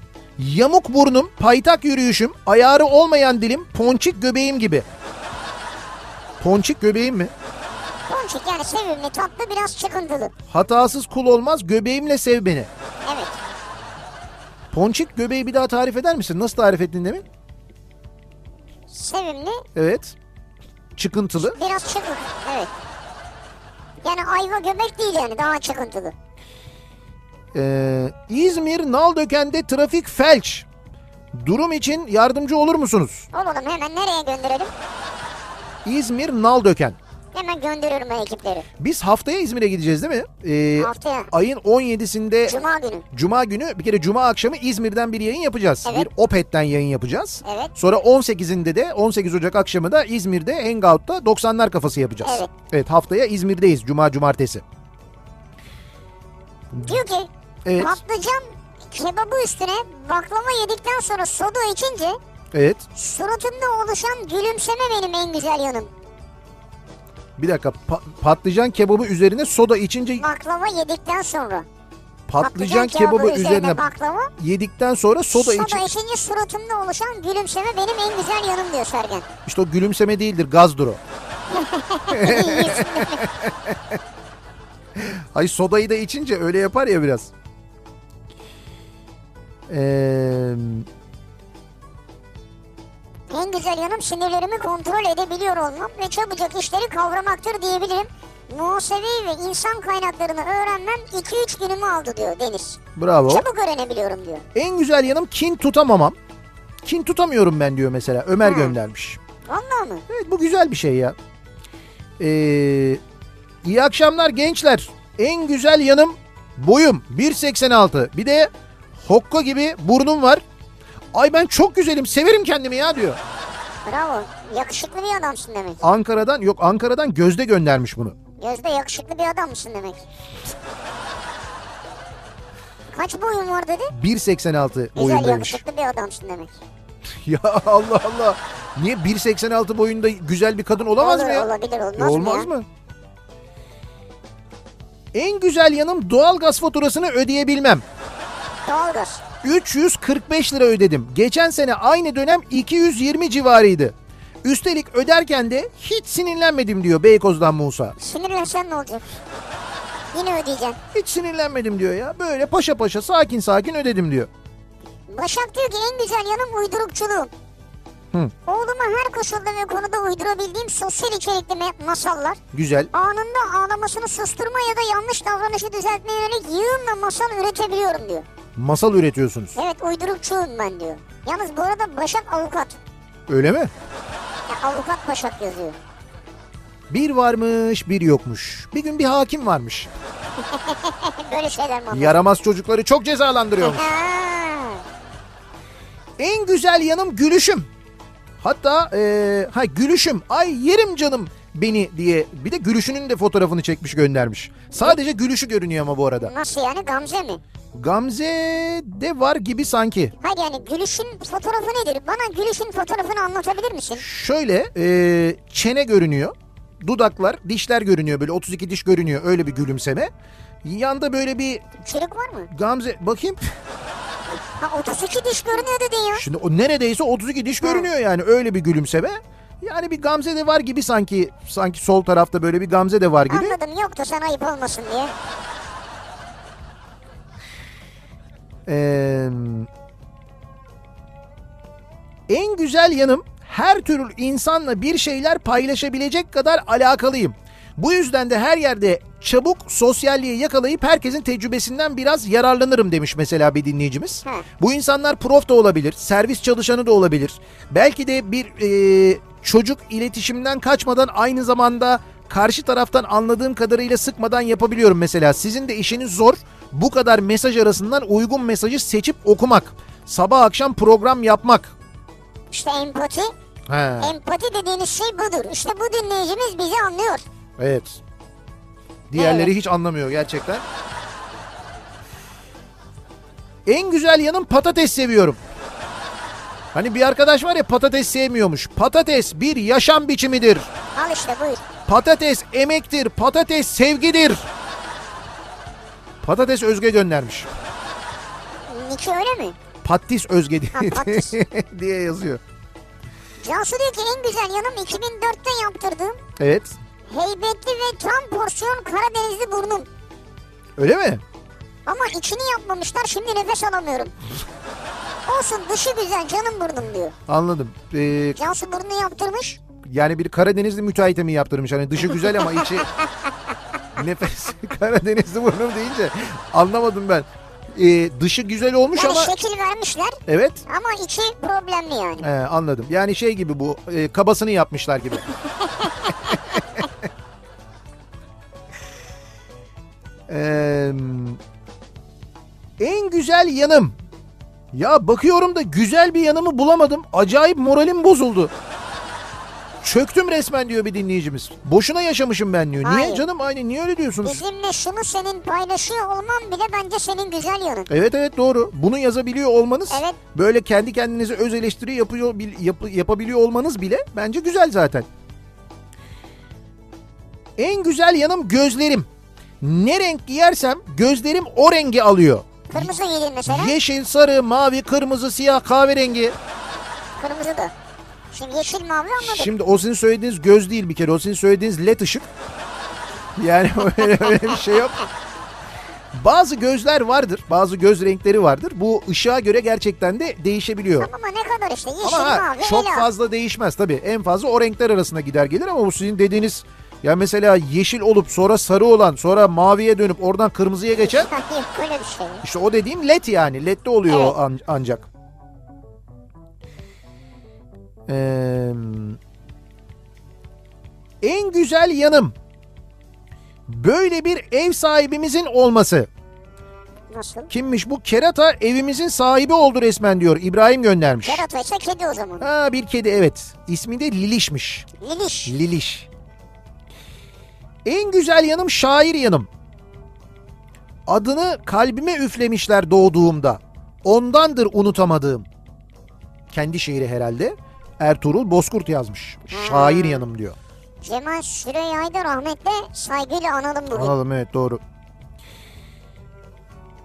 Yamuk burnum, paytak yürüyüşüm, ayarı olmayan dilim, ponçik göbeğim gibi. Ponçik göbeğim mi? Ponçik yani sevimli, tatlı, biraz çıkıntılı. Hatasız kul olmaz göbeğimle sev beni. Evet. Ponçik göbeği bir daha tarif eder misin? Nasıl tarif ettin demin? Sevimli, Evet. Çıkıntılı. biraz çıkık. Evet. Yani ayva göbek değil yani daha çıkıntılı. Ee, İzmir Naldöken'de trafik felç. Durum için yardımcı olur musunuz? Olalım hemen nereye gönderelim? İzmir Naldöken. Hemen gönderiyorum ben ekipleri. Biz haftaya İzmir'e gideceğiz değil mi? Ee, Haftaya. Ayın 17'sinde Cuma. Cuma günü. günü bir kere Cuma akşamı İzmir'den bir yayın yapacağız. Evet. Bir Opet'ten yayın yapacağız. Evet. Sonra 18'inde de 18 Ocak akşamı da İzmir'de Hangout'ta 90'lar kafası yapacağız. Evet. evet haftaya İzmir'deyiz Cuma Cumartesi. Diyor ki Evet. patlıcan kebabı üstüne baklava yedikten sonra soda içince Evet. suratımda oluşan gülümseme benim en güzel yanım. Bir dakika pa- patlıcan kebabı üzerine soda içince Baklava yedikten sonra. patlıcan kebabı üzerine baklava. yedikten sonra soda, Soda için içince suratımda oluşan gülümseme benim en güzel yanım diyor Sergen. işte o gülümseme değildir gazdır o. Ay sodayı da içince öyle yapar ya biraz. Ee, en güzel yanım sinirlerimi kontrol edebiliyor olmam ve çabucak işleri kavramaktır diyebilirim. Muhasebeyi ve insan kaynaklarını öğrenmem 2-3 günümü aldı diyor Deniz. bravo. Çabuk öğrenebiliyorum diyor. En güzel yanım kin tutamamam. Kin tutamıyorum ben diyor mesela. Ömer göndermiş. Vallahi mı? Evet bu güzel bir şey ya. Ee, iyi akşamlar gençler. En güzel yanım boyum 1.86. Bir de hokka gibi burnum var. Ay ben çok güzelim severim kendimi ya diyor. Bravo. Yakışıklı bir adamsın demek. Ankara'dan yok Ankara'dan Gözde göndermiş bunu. Gözde yakışıklı bir adamsın demek. Kaç boyun var dedi? 1.86 Güzel boyundaymış. yakışıklı bir adamsın demek. Ya Allah Allah. Niye 1.86 boyunda güzel bir kadın olamaz mı Olur, ya? Olabilir olmaz, E, mı ya? olmaz mı? En güzel yanım doğalgaz faturasını ödeyebilmem. Doğalgaz. 345 lira ödedim. Geçen sene aynı dönem 220 civarıydı. Üstelik öderken de hiç sinirlenmedim diyor Beykoz'dan Musa. Sinirlensen ne olacak? Yine ödeyeceksin. Hiç sinirlenmedim diyor ya. Böyle paşa paşa sakin sakin ödedim diyor. Başak diyor ki en güzel yanım uydurukçuluğum. Hı. Oğluma her koşulda ve konuda uydurabildiğim sosyal içerikli me- masallar, Güzel. anında ağlamasını susturma ya da yanlış davranışı düzeltmeye yönelik yığınla masal üretebiliyorum diyor. Masal üretiyorsunuz. Evet uydurukçuyum ben diyor. Yalnız bu arada Başak avukat. Öyle mi? Ya, avukat Başak yazıyor. Bir varmış bir yokmuş. Bir gün bir hakim varmış. Böyle şeyler mi? olur? Yaramaz çocukları çok cezalandırıyor. Ha. En güzel yanım gülüşüm. Hatta e, ha gülüşüm ay yerim canım beni diye bir de gülüşünün de fotoğrafını çekmiş göndermiş. Sadece gülüşü görünüyor ama bu arada. Nasıl yani Gamze mi? Gamze de var gibi sanki. Hayır yani gülüşün fotoğrafı nedir? Bana gülüşün fotoğrafını anlatabilir misin? Şöyle e, çene görünüyor. Dudaklar, dişler görünüyor böyle 32 diş görünüyor öyle bir gülümseme. Yanda böyle bir Çürük var mı? Gamze bakayım. Ha 32 diş görünüyor dedin ya. Şimdi o neredeyse 32 diş görünüyor yani öyle bir gülümseme. Yani bir Gamze de var gibi sanki sanki sol tarafta böyle bir Gamze de var gibi. Anladım yok da sana ayıp olmasın diye. Ee, en güzel yanım her tür insanla bir şeyler paylaşabilecek kadar alakalıyım. Bu yüzden de her yerde çabuk sosyalliği yakalayıp herkesin tecrübesinden biraz yararlanırım demiş mesela bir dinleyicimiz. Hı. Bu insanlar prof da olabilir, servis çalışanı da olabilir. Belki de bir e, çocuk iletişimden kaçmadan aynı zamanda karşı taraftan anladığım kadarıyla sıkmadan yapabiliyorum mesela. Sizin de işiniz zor. Bu kadar mesaj arasından uygun mesajı seçip okumak. Sabah akşam program yapmak. İşte empati. He, Empati dediğiniz şey budur. İşte bu dinleyicimiz bizi anlıyor. evet. Diğerleri hiç anlamıyor gerçekten. En güzel yanım patates seviyorum. Hani bir arkadaş var ya patates sevmiyormuş. Patates bir yaşam biçimidir. Al işte buyur. Patates emektir, patates sevgidir. Patates Özge göndermiş. Niki öyle mi? Pattis Özge diye, Ha, pattis. diye yazıyor. Cansu diyor ki en güzel yanım 2004'te yaptırdığım Evet. heybetli ve tam porsiyon Karadenizli burnum. Öyle mi? Ama içini yapmamışlar şimdi nefes alamıyorum. Olsun dışı güzel canım burnum diyor. Anladım. Ee, Cansu burnu yaptırmış. yani bir Karadenizli müteahhite mi yaptırmış? Hani dışı güzel ama içi... Nefes Karadenizli burnum deyince anlamadım ben. Ee, dışı güzel olmuş Yani ama... şekil vermişler Evet. ama içi problemli yani. He, anladım. Yani şey gibi bu e, kabasını yapmışlar gibi. Eee, en güzel yanım. Ya bakıyorum da güzel bir yanımı bulamadım. Acayip moralim bozuldu. Çöktüm resmen diyor bir dinleyicimiz. Boşuna yaşamışım ben diyor. Niye Hayır. canım aynı niye öyle diyorsunuz? Bizimle şunu senin paylaşıyor olman bile bence senin güzel yanın. Evet evet doğru. Bunu yazabiliyor olmanız Evet. böyle kendi kendinize öz eleştiri yapıyor bil- yap- yapabiliyor olmanız bile bence güzel zaten. En güzel yanım gözlerim. Ne renk giyersem gözlerim o rengi alıyor. Kırmızı yedin mesela. Yeşil, sarı, mavi, kırmızı, siyah, kahverengi. Kırmızı da. Şimdi yeşil mavi anladık. Şimdi o sizin söylediğiniz göz değil bir kere. O sizin söylediğiniz led ışık. Yani öyle, öyle bir şey yok. Bazı gözler vardır. Bazı göz renkleri vardır. Bu ışığa göre gerçekten de değişebiliyor. Ama ne kadar işte yeşil Ama ha, mavi çok helal. fazla değişmez tabii. En fazla o renkler arasında gider gelir ama bu sizin dediğiniz ya mesela yeşil olup sonra sarı olan sonra maviye dönüp oradan kırmızıya geçen Yok öyle bir şey. işte o dediğim led yani ledde oluyor o an- ancak. Ee, en güzel yanım böyle bir ev sahibimizin olması. Nasıl? Kimmiş bu? Kerata evimizin sahibi oldu resmen diyor. İbrahim göndermiş. Kerata ise kedi o zaman. Ha bir kedi evet. İsmi de Liliş'miş. Liliş. Liliş. En güzel yanım şair yanım. Adını kalbime üflemişler doğduğumda. Ondandır unutamadığım. Kendi şiiri herhalde. Ertuğrul Bozkurt yazmış. Şair yanım diyor. Cemal Süreyya'yı da rahmetle saygıyla analım bugün. Anladım evet doğru.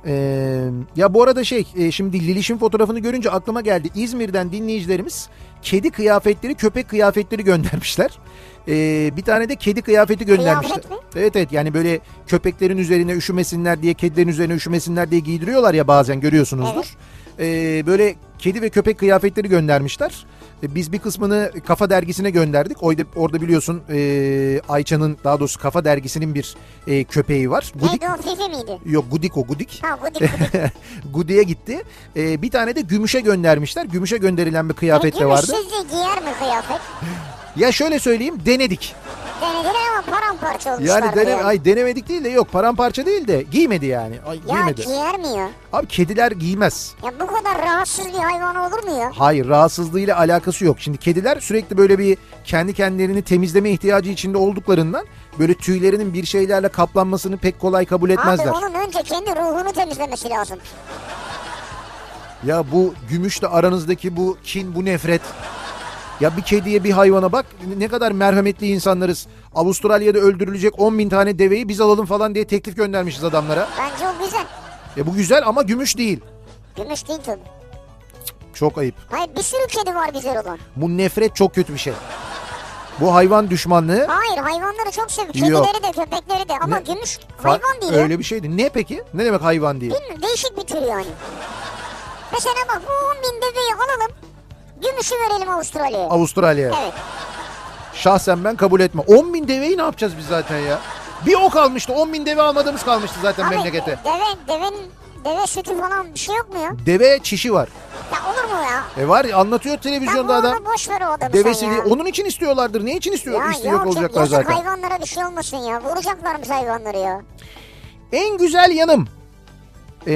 Ee, ya bu arada şey e, şimdi Liliş'in fotoğrafını görünce aklıma geldi. İzmir'den dinleyicilerimiz kedi kıyafetleri köpek kıyafetleri göndermişler. Ee, bir tane de kedi kıyafeti göndermişler. Kıyafet mi? Evet evet yani böyle köpeklerin üzerine üşümesinler diye kedilerin üzerine üşümesinler diye giydiriyorlar ya bazen görüyorsunuzdur. Ee, böyle kedi ve köpek kıyafetleri göndermişler. Ee, Biz bir kısmını Kafa Dergisi'ne gönderdik. Orada, orada biliyorsun e, Ayça'nın daha doğrusu Kafa Dergisi'nin bir e, köpeği var. Gudik. Neydi o Fifi miydi? Yok Gudik o Gudik. Ha bu dik bu dik. Gudi'ye gitti. Ee, bir tane de Gümüş'e göndermişler. Gümüş'e gönderilen bir kıyafet de Gümüş vardı. sizce giyer mi kıyafet? Ya şöyle söyleyeyim denedik. denediler ama paramparça olmuşlar. Yani dene, ay denemedik değil de yok paramparça değil de giymedi yani. Ay, Ya giymedi. giyer mi ya? Abi kediler giymez. Ya bu kadar rahatsız bir hayvan olur mu ya? Hayır rahatsızlığıyla alakası yok. Şimdi kediler sürekli böyle bir kendi kendilerini temizleme ihtiyacı içinde olduklarından böyle tüylerinin bir şeylerle kaplanmasını pek kolay kabul etmezler. Abi onun önce kendi ruhunu temizlemesi lazım. Ya bu gümüşle aranızdaki bu kin, bu nefret. Ya bir kediye bir hayvana bak ne kadar merhametli insanlarız. Avustralya'da öldürülecek 10 bin tane deveyi biz alalım falan diye teklif göndermişiz adamlara. Bence o güzel. Ya bu güzel ama gümüş değil. Gümüş değil tabii. Çok ayıp. Hayır bir sürü kedi var güzel olan. Bu nefret çok kötü bir şey. Bu hayvan düşmanlığı Hayır hayvanları çok seviyorum. Yok. Kedileri de köpekleri de ama Ne? gümüş fa- hayvan değil. ya. öyle bir şeydi. Ne peki? Ne demek hayvan değil? Değil mi? Değişik bir tür yani. Mesela bak bu 10 bin deveyi alalım. Gümüşü verelim Avustralya'ya. Avustralya'ya. evet. Şahsen ben kabul etmem. 10 bin deveyi ne yapacağız biz zaten ya? Bir o kalmıştı. 10 bin deve almadığımız kalmıştı zaten Abi memlekete. deve, devenin deve sütü falan bir şey yok mu ya? Deve çişi var. Ya olur mu ya? E var ya, anlatıyor Tamam televizyonda adam. onu boş ver o adamı Devesi sen ya. diye. Onun için istiyorlardır. Ne için istiyor? ya istiyor yok, olacaklar yazık zaten. hayvanlara bir şey olmasın ya. Vuracaklarmış hayvanları ya. En güzel yanım. Ee,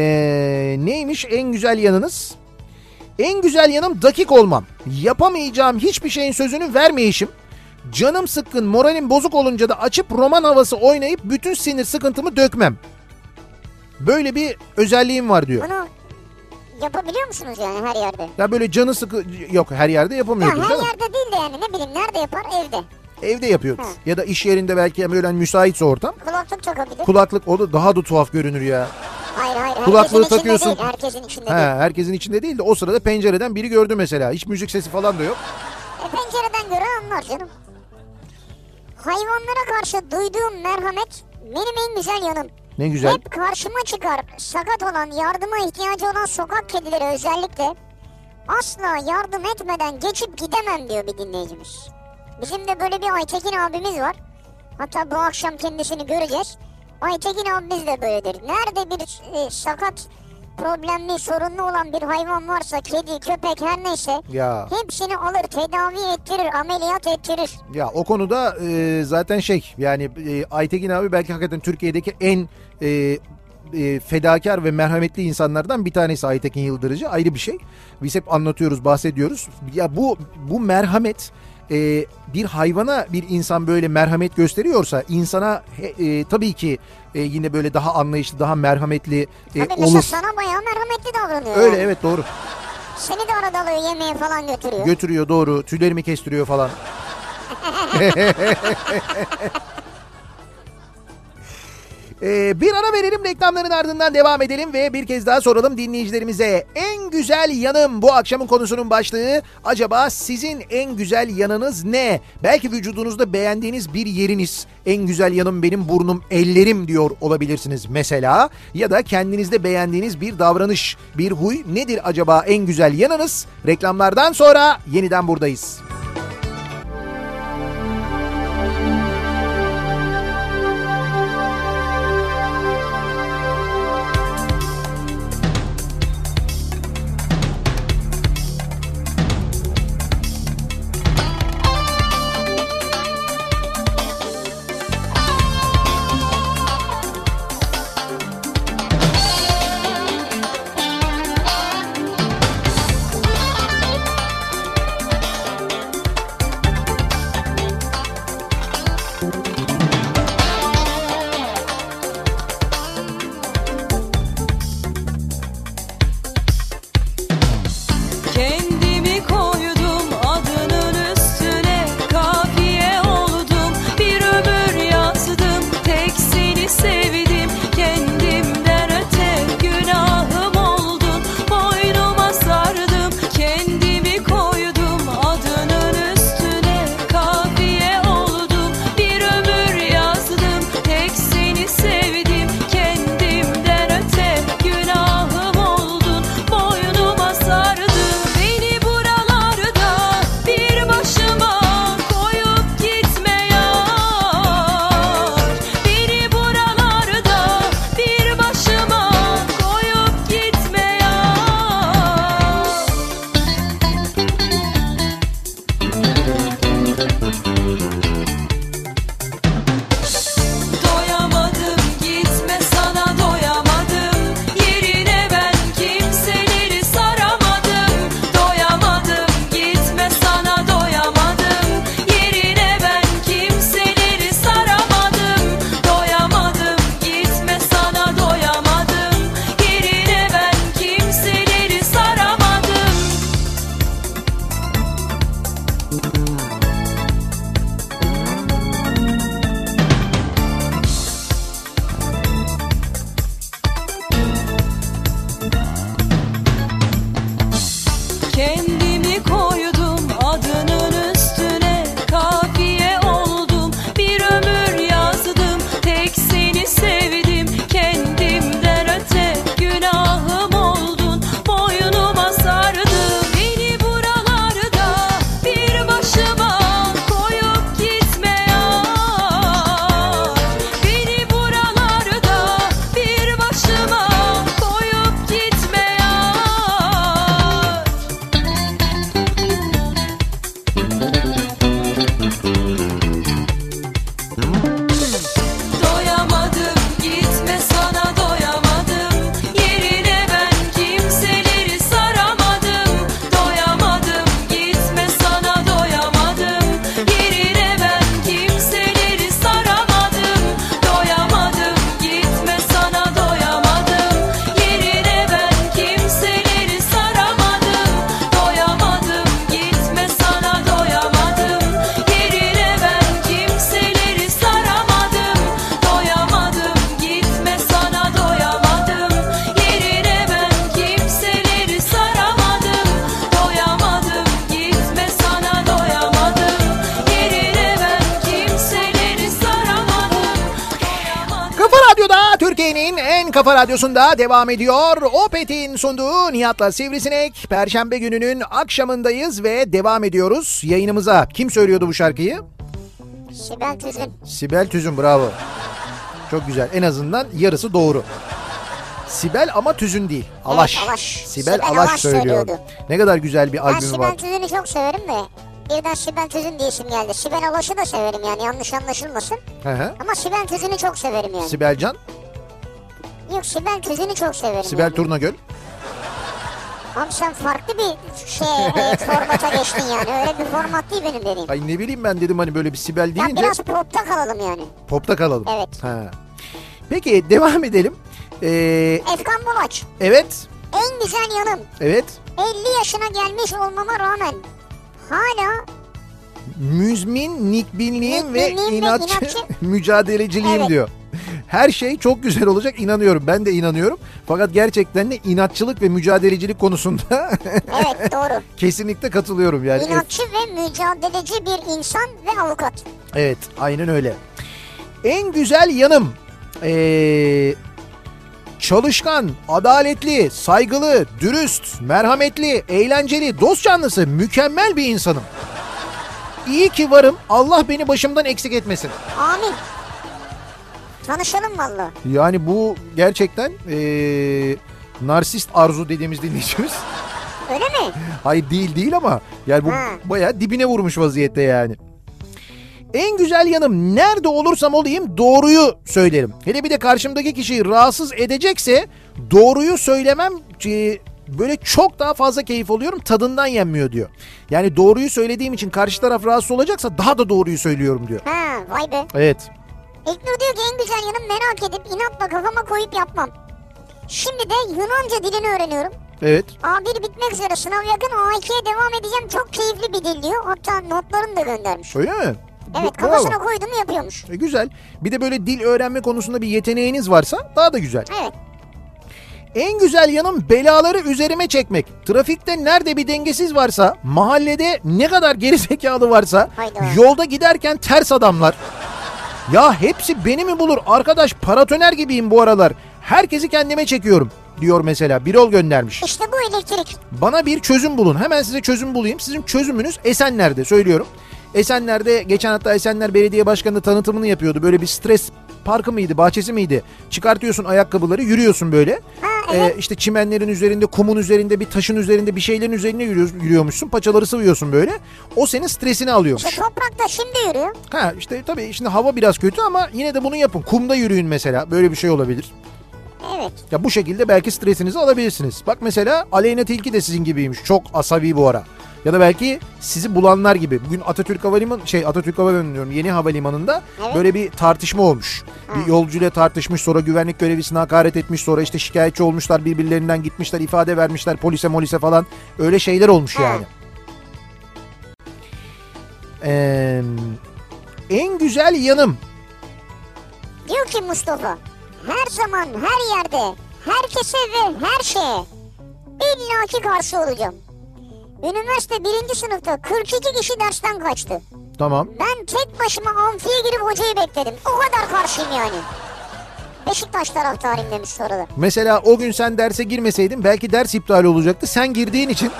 neymiş en güzel yanınız? En güzel yanım dakik olmam. Yapamayacağım hiçbir şeyin sözünü vermeyişim. Canım sıkkın, moralim bozuk olunca da açıp roman havası oynayıp bütün sinir sıkıntımı dökmem. Böyle bir özelliğim var diyor. Bunu yapabiliyor musunuz yani her yerde? Ya böyle canı sıkı yok her yerde Ya yapamıyordur her değil mi? yerde değil de yani ne bileyim nerede yapar evde. Evde yapıyordur. Ya da iş yerinde belki böyle müsaitse ortam. Kulaklık takabilir. Kulaklık o da daha da tuhaf görünür ya. hayır hayır herkesin Kulaklığı içinde takıyorsun. değil. Herkesin içinde He, değil. herkesin içinde değil de o sırada pencereden biri gördü mesela. Hiç müzik sesi falan da yok. E, pencereden gören anlar canım. Hayvanlara karşı duyduğum merhamet benim en güzel yanım. Ne güzel. Hep karşıma çıkar sakat olan yardıma ihtiyacı olan sokak kedileri özellikle asla yardım etmeden geçip gidemem diyor bir dinleyicimiz. Bizim de böyle bir Aytekin abimiz var. Hatta bu akşam kendisini göreceğiz. Aytekin abimiz de böyledir. Nerede bir e, sakat problemli sorunlu olan bir hayvan varsa kedi köpek her neyse Ya. hepsini alır tedavi ettirir ameliyat ettirir. Ya o konuda e, zaten şey yani e, Aytekin abi belki hakikaten Türkiye'deki en e, e, fedakar ve merhametli insanlardan bir tanesi Aytekin Yıldırıcı ayrı bir şey. Biz hep anlatıyoruz, bahsediyoruz. Ya bu bu merhamet e, bir hayvana bir insan böyle merhamet gösteriyorsa insana he- e, tabii ki e, yine böyle daha anlayışlı, daha merhametli e, Abi Hani mesela olur. sana bayağı merhametli davranıyor. Öyle yani. evet doğru. Seni de arada alıyor yemeğe falan götürüyor. Götürüyor doğru. Tüylerimi kestiriyor falan. Ee, bir ara verelim reklamların ardından devam edelim ve bir kez daha soralım dinleyicilerimize. En güzel yanım bu akşamın konusunun başlığı. Acaba sizin en güzel yanınız ne? Belki vücudunuzda beğendiğiniz bir yeriniz. En güzel yanım benim burnum ellerim diyor olabilirsiniz mesela. Ya da kendinizde beğendiğiniz bir davranış, bir huy nedir acaba en güzel yanınız? Reklamlardan sonra yeniden buradayız. Kafa Radyosu'nda devam ediyor. Opet'in sunduğu Nihat'la Sivrisinek. Perşembe gününün akşamındayız ve devam ediyoruz yayınımıza. Kim söylüyordu bu şarkıyı? Sibel Tüzün. Sibel Tüzün bravo. Çok güzel. En azından yarısı doğru. Sibel ama Tüzün değil. Alaş. Evet, Alaş. Sibel, Sibel Alaş, Alaş söylüyordu. söylüyordu. Ne kadar güzel bir Ben albümü var. Sibel Tüzün'ü çok severim de. Birden Sibel Tüzün diye isim geldi. Sibel Alaş'ı da severim yani yanlış anlaşılmasın. Hı hı. Ama Sibel Tüzün'ü çok severim yani. Sibel Can, Yok Sibel Tüzün'ü çok severim. Sibel yani. Turnagöl. Abi sen farklı bir şey e, formata geçtin yani. Öyle bir format değil benim dediğim. Ay ne bileyim ben dedim hani böyle bir Sibel Ya deyince biraz popta kalalım yani. popta kalalım. Evet. Ha. Peki devam edelim. Ee, Efkan Bulaç. evet, En güzel yanım. evet. 50 yaşına gelmiş olmama rağmen hala Müzmin, nikbinliğim ve Nikbinliğim ve inatçı, inatçı. mücadeleciliğim Evet. diyor. Her şey çok güzel olacak inanıyorum. Ben de inanıyorum. Fakat gerçekten de inatçılık ve mücadelecilik konusunda evet doğru. kesinlikle katılıyorum yani. İnatçı ve mücadeleci bir insan ve avukat. Evet aynen öyle. En güzel yanım ee, çalışkan, adaletli, saygılı, dürüst, merhametli, eğlenceli, dost canlısı, mükemmel bir insanım. İyi ki varım Allah beni başımdan eksik etmesin. Amin. Tanışalım valla. Yani bu gerçekten ee, narsist arzu dediğimiz dinleyicimiz. Öyle mi? Hayır değil değil ama yani bu Ha. bayağı dibine vurmuş vaziyette yani. En güzel yanım nerede olursam olayım doğruyu söylerim. Hele bir de karşımdaki kişiyi rahatsız edecekse doğruyu söylemem e, böyle çok daha fazla keyif oluyorum tadından yenmiyor diyor. Yani doğruyu söylediğim için karşı taraf rahatsız olacaksa daha da doğruyu söylüyorum diyor. Ha vay be. Evet. İlknur diyor ki en güzel yanım merak edip inatla kafama koyup yapmam. Şimdi de Yunanca dilini öğreniyorum. Evet. A1 bitmek üzere sınav yakın A2'ye devam edeceğim. Çok keyifli bir dil diyor. Hatta notlarını da göndermiş. Öyle mi? Evet Bu- bravo. kafasına koydu mu yapıyormuş. E, güzel. Bir de böyle dil öğrenme konusunda bir yeteneğiniz varsa daha da güzel. Evet. En güzel yanım belaları üzerime çekmek. Trafikte nerede bir dengesiz varsa, mahallede ne kadar gerizekalı varsa, Hayda. yolda giderken ters adamlar. Ya hepsi beni mi bulur? Arkadaş paratoner gibiyim bu aralar. Herkesi kendime çekiyorum diyor mesela. Birol göndermiş. İşte bu elektrik. Bana bir çözüm bulun. Hemen size çözüm bulayım. Sizin çözümünüz Esenler'de söylüyorum. Esenler'de geçen hatta Esenler Belediye Başkanı tanıtımını yapıyordu. Böyle bir stres parkı mıydı, bahçesi miydi? Çıkartıyorsun ayakkabıları, yürüyorsun böyle. Ee, evet. işte çimenlerin üzerinde, kumun üzerinde, bir taşın üzerinde, bir şeylerin üzerine yürüyor- yürüyormuşsun. Paçaları sıvıyorsun böyle. O senin stresini alıyormuş. İşte toprakta şimdi yürüyor. Ha işte tabii şimdi hava biraz kötü ama yine de bunu yapın. Kumda yürüyün mesela. Böyle bir şey olabilir. Evet. Ya bu şekilde belki stresinizi alabilirsiniz. Bak mesela Aleyna Tilki de sizin gibiymiş. Çok asabi bu ara. Ya da belki sizi bulanlar gibi. Bugün Atatürk Havalimanı şey Atatürk Havalimanı diyorum yeni havalimanında Evet. böyle bir tartışma olmuş. Bir yolcuyla tartışmış sonra güvenlik görevlisine hakaret etmiş sonra işte şikayetçi olmuşlar birbirlerinden gitmişler ifade vermişler polise molise falan öyle şeyler olmuş Ha. yani. Ee, en güzel yanım Diyor ki Mustafa. Her zaman her yerde herkese ve her şeye illaki karşı olacağım. Üniversite birinci sınıfta 42 kişi dersten kaçtı. tamam Ben tek başıma amfiye girip hocayı bekledim. O kadar karşıyım yani. Beşiktaş taraftarıyım demiş soruda. Mesela o gün sen derse girmeseydin belki ders iptal olacaktı. Sen girdiğin için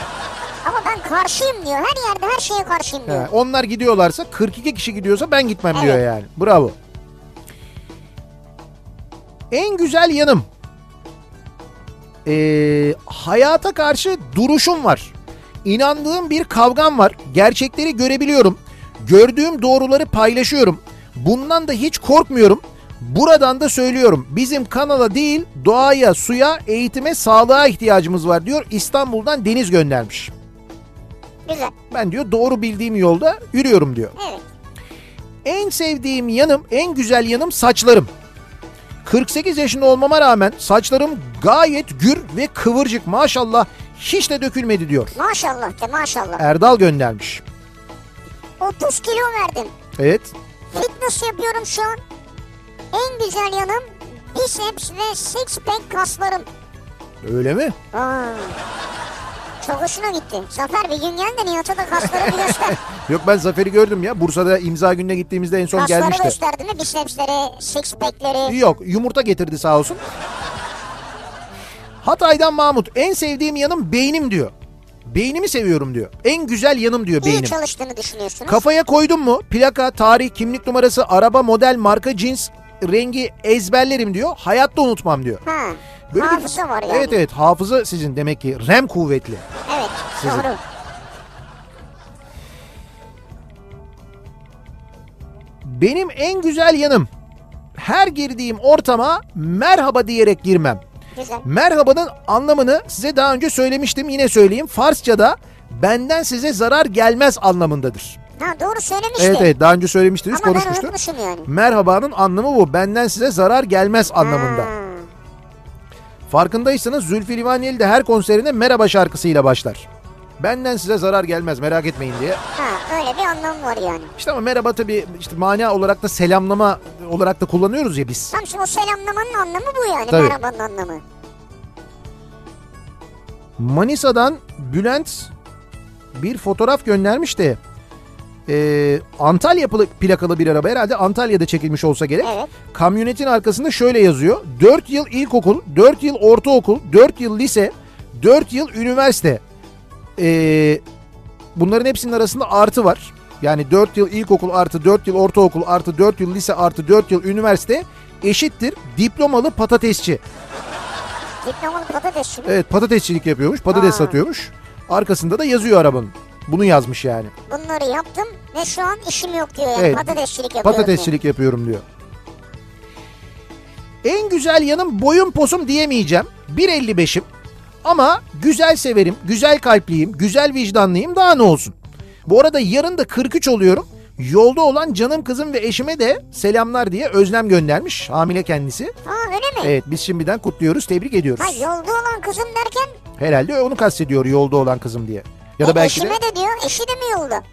Ama ben karşıyım diyor. Her yerde her şeye karşıyım diyor. he, onlar gidiyorlarsa 42 kişi gidiyorsa ben gitmem Evet. diyor yani. Bravo. En güzel yanım. Ee, hayata karşı duruşum var. İnandığım bir kavgam var. Gerçekleri görebiliyorum. Gördüğüm doğruları paylaşıyorum. Bundan da hiç korkmuyorum. Buradan da söylüyorum. Bizim kanala değil doğaya, suya, eğitime, sağlığa ihtiyacımız var diyor. İstanbul'dan Deniz göndermiş. Güzel. Ben diyor doğru bildiğim yolda yürüyorum diyor. Evet. En sevdiğim yanım, en güzel yanım saçlarım. 48 yaşında olmama rağmen saçlarım gayet gür ve kıvırcık maşallah hiç de dökülmedi diyor. Maşallah de maşallah. Erdal göndermiş. 30 kilo verdim. Evet. Fitness yapıyorum şu an. En güzel yanım biceps ve six pack kaslarım. Öyle mi? Aa, çok hoşuna gitti. Zafer bir gün gel de Nihat'a da kasları bir göster. Yok ben Zafer'i gördüm ya. Bursa'da imza gününe gittiğimizde en son kasları gelmişti. gösterdi mi bicepsleri, six packleri. Yok yumurta getirdi sağ olsun. Hatay'dan Mahmut en sevdiğim yanım beynim diyor. Beynimi seviyorum diyor. En güzel yanım diyor İyi beynim. çalıştığını düşünüyorsunuz. Kafaya koydum mu plaka, tarih, kimlik numarası, araba, model, marka, cins, rengi ezberlerim diyor. Hayatta unutmam diyor. ha. Böyle bir- Hafıza var yani. Evet evet hafıza sizin demek ki RAM kuvvetli. Evet, Sizin. doğru. Benim en güzel yanım her girdiğim ortama merhaba diyerek girmem. Güzel. Merhabanın anlamını size daha önce söylemiştim yine söyleyeyim. Farsça'da benden size zarar gelmez anlamındadır. Ha doğru söylemişti. Evet evet daha önce söylemiştiniz Ama ben konuşmuştuk. unutmuşum yani. Merhabanın anlamı bu. Benden size zarar gelmez anlamında. Ha. Farkındaysanız Zülfü Livaneli de her konserine merhaba şarkısıyla başlar. Benden size zarar gelmez merak etmeyin diye. Ha öyle bir anlamı var yani. İşte ama merhaba tabii işte mana olarak da selamlama olarak da kullanıyoruz ya biz. Tam şimdi o selamlamanın anlamı bu yani. Tabii. Merhabanın anlamı. Manisa'dan Bülent bir fotoğraf göndermiş de e, Antalya pla- plakalı bir araba herhalde Antalya'da çekilmiş olsa gerek. Evet. Kamyonetin arkasında şöyle yazıyor. 4 yıl ilkokul, 4 yıl ortaokul, 4 yıl lise, 4 yıl üniversite. E, bunların hepsinin arasında artı var. Yani 4 yıl ilkokul artı 4 yıl ortaokul artı 4 yıl lise artı 4 yıl üniversite eşittir diplomalı patatesçi. Diplomalı patates şimdi. Evet patatesçilik yapıyormuş. Patates Aa. satıyormuş. Arkasında da yazıyor arabanın. Bunu yazmış yani. Bunları yaptım ve şu an işim yok diyor yani. Evet. Patatesçilik yapıyorum. Patatesçilik yapıyorum diyor. En güzel yanım boyum posum diyemeyeceğim. 1.55'im. Ama güzel severim, güzel kalpliyim, güzel vicdanlıyım daha ne olsun. Bu arada yarın da 43 oluyorum. Yolda olan canım kızım ve eşime de selamlar diye özlem göndermiş hamile kendisi. diyor. Ha öyle mi? Evet biz şimdiden kutluyoruz, tebrik ediyoruz. Ha yolda olan kızım derken Herhalde onu kastediyor yolda olan kızım diye. Ya da e, belki de eşime de diyor. Eşi de mi yolda?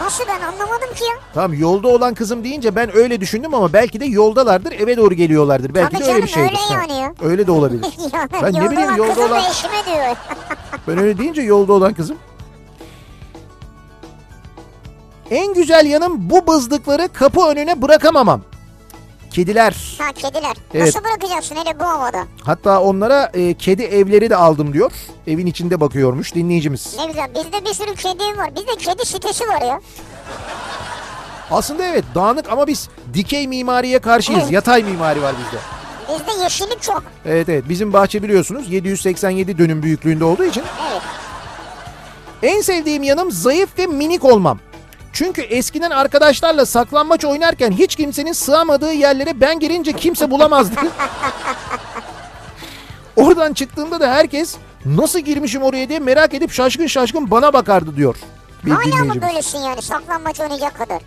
Nasıl ben anlamadım ki ya. Tamam yolda olan kızım deyince ben öyle düşündüm ama belki de yoldalardır eve doğru geliyorlardır. Belki Tabii de öyle canım, bir şeydir. Ha, öyle yani ya. Öyle de olabilir. Ya, Ben ne yolda bileyim, olan yolda kızım olan- da eşime diyor. ben öyle deyince yolda olan kızım. En güzel yanım bu bızdıkları kapı önüne bırakamamam. Kediler. Ha kediler. Evet. Nasıl bırakacaksın hele bu havada? Hatta onlara e, kedi evleri de aldım diyor. Evin içinde bakıyormuş dinleyicimiz. Ne güzel. Bizde bir sürü kedi var. Bizde kedi sitesi var ya. Aslında evet dağınık ama biz dikey mimariye karşıyız. Evet. Yatay mimari var bizde. Bizde yeşillik çok. Evet evet bizim bahçe biliyorsunuz 787 dönüm büyüklüğünde olduğu için Evet. En sevdiğim yanım zayıf ve minik olmam. Çünkü eskiden arkadaşlarla saklanmaç oynarken hiç kimsenin sığamadığı yerlere ben girince kimse bulamazdı. Oradan çıktığımda da herkes nasıl girmişim oraya diye merak edip şaşkın şaşkın bana bakardı diyor. Bir Hala mı dinleyicimiz. böylesin yani saklanmaç oynayacak kadar?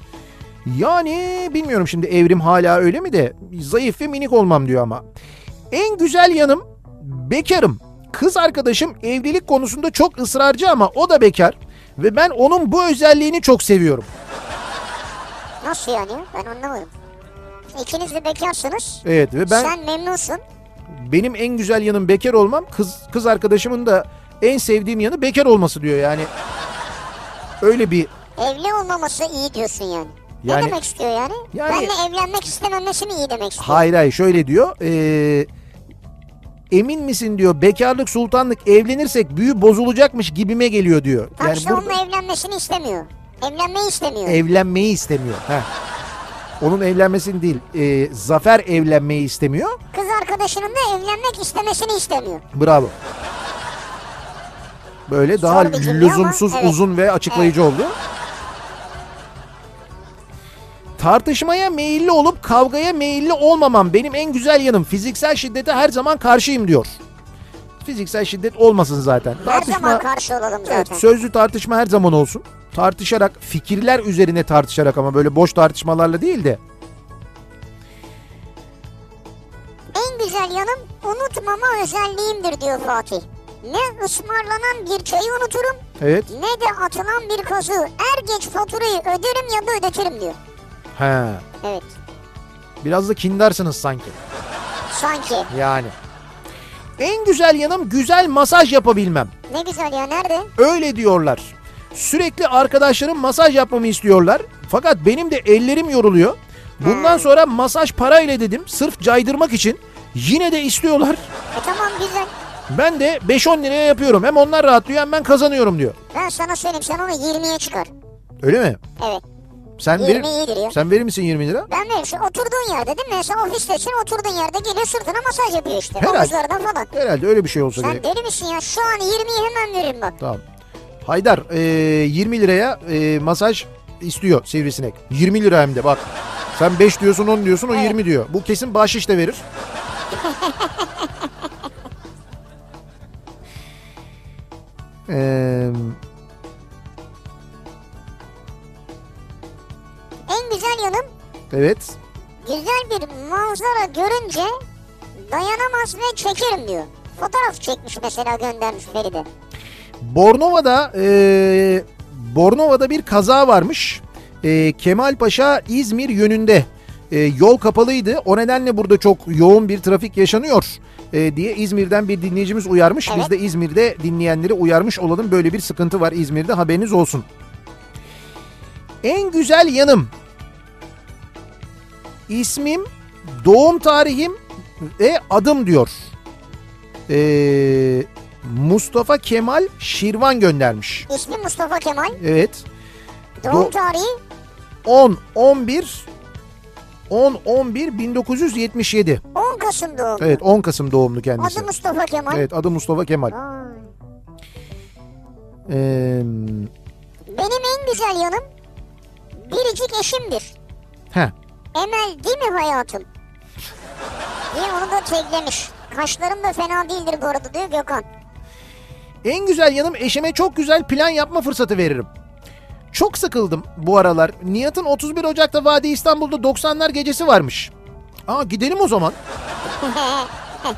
Yani bilmiyorum şimdi evrim hala öyle mi de zayıf ve minik olmam diyor ama. En güzel yanım bekarım. Kız arkadaşım evlilik konusunda çok ısrarcı ama o da bekar ve ben onun bu özelliğini çok seviyorum. Nasıl yani? Ben anlamadım. İkiniz de bekarsınız. Evet ve E, ben Sen memnunsun. benim en güzel yanım bekar olmam. Kız kız arkadaşımın da en sevdiğim yanı bekar olması diyor yani. Öyle bir Evli olmaması iyi diyorsun yani. Yani- ne demek istiyor yani? Yani- Benle evlenmek istememesi mi iyi demek istiyor? Hayır hayır şöyle diyor. eee, emin misin diyor bekarlık sultanlık evlenirsek büyü bozulacakmış gibime geliyor diyor. Tam işte burada onunla evlenmesini istemiyor. Evlenmeyi istemiyor. evlenmeyi istemiyor. Heh. Onun evlenmesini değil eee, Zafer evlenmeyi istemiyor. Kız arkadaşının da evlenmek istemesini istemiyor. Bravo. Böyle daha bir cümle ama, lüzumsuz evet. uzun ve açıklayıcı oldu. Tartışmaya meyilli olup kavgaya meyilli olmamam benim en güzel yanım. Fiziksel şiddete her zaman karşıyım diyor. Fiziksel şiddet olmasın zaten. Her zaman Tartışma karşı olalım zaten. evet, sözlü tartışma her zaman olsun. Tartışarak, fikirler üzerine tartışarak ama böyle boş tartışmalarla değil de. En güzel yanım unutmama özelliğimdir diyor Fatih. Ne ısmarlanan bir çayı unuturum Evet. ne de atılan bir kazığı. Er geç faturayı öderim ya da ödetirim diyor. He. Evet. Biraz da kindarsınız sanki. Sanki. Yani. En güzel yanım güzel masaj yapabilmem. Ne güzel ya nerede? Öyle diyorlar. Sürekli arkadaşlarım masaj yapmamı istiyorlar. Fakat benim de ellerim yoruluyor. Bundan sonra masaj parayla dedim sırf caydırmak için. Yine de istiyorlar. E tamam güzel. Ben de 5-10 liraya yapıyorum. Hem onlar rahatlıyor hem ben kazanıyorum diyor. Ben sana söyleyeyim sen onu 20'ye çıkar. Öyle mi? Evet. Sen 20 verir, iyidir ya. sen verir misin 20 lira? Ben de şu oturduğun yerde değil mi? Mesela ofistesin oturduğun yerde geliyor sırtına masaj yapıyor işte. Herhalde. Omuzlardan falan. Herhalde öyle bir şey olsa Sen gerek. deli misin ya? Şu an 20'yi hemen veririm bak. Tamam. Haydar e, 20 liraya e, masaj istiyor sivrisinek. 20 lira hem de bak. Sen 5 diyorsun 10 diyorsun o 20 diyor. Bu kesin bahşiş de verir. Eee, En güzel yanım evet. güzel bir manzara görünce dayanamaz ve çekerim diyor. Fotoğraf çekmiş mesela göndermiş Feride. Bornova'da e, Bornova'da bir kaza varmış. E, Kemalpaşa İzmir yönünde E, yol kapalıydı. O nedenle burada çok yoğun bir trafik yaşanıyor e, diye İzmir'den bir dinleyicimiz uyarmış. Evet. Biz de İzmir'de dinleyenleri uyarmış olalım. Böyle bir sıkıntı var İzmir'de haberiniz olsun. En güzel yanım. İsmim, doğum tarihim ve adım diyor. Ee, Mustafa Kemal Şirvan göndermiş. İsmi Mustafa Kemal. Evet. Doğum Do- tarihi 10 11 10 11 1977. 10 Kasım doğumlu. Evet 10 Kasım doğumlu kendisi. Adı Mustafa Kemal. Evet adı Mustafa Kemal. Vay. Ee, Benim en güzel yanım biricik eşimdir. heh. Emel değil mi hayatım? diye onu da taglemiş. Kaşlarım da fena değildir bu arada diyor Gökhan. En güzel yanım eşime çok güzel plan yapma fırsatı veririm. Çok sıkıldım bu aralar. Nihat'ın 31 Ocak'ta Vadi İstanbul'da 90'lar gecesi varmış. Aa gidelim o zaman.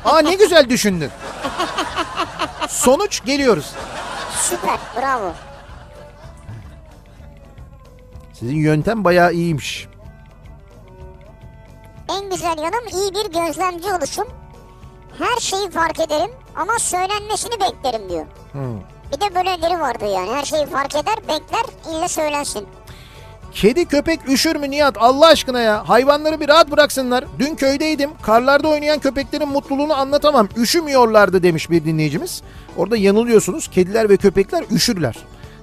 Aa ne güzel düşündün. Sonuç geliyoruz. Süper bravo. Sizin yöntem bayağı iyiymiş. En güzel yanım iyi bir gözlemci oluşum. Her şeyi fark ederim ama söylenmesini beklerim diyor. Hmm. Bir de böyleleri vardı yani. Her şeyi fark eder, bekler, illa söylensin. Kedi köpek üşür mü Nihat Allah aşkına ya? Hayvanları bir rahat bıraksınlar. Dün köydeydim. Karlarda oynayan köpeklerin mutluluğunu anlatamam. Üşümüyorlardı demiş bir dinleyicimiz. Orada yanılıyorsunuz. Kediler ve köpekler üşürler.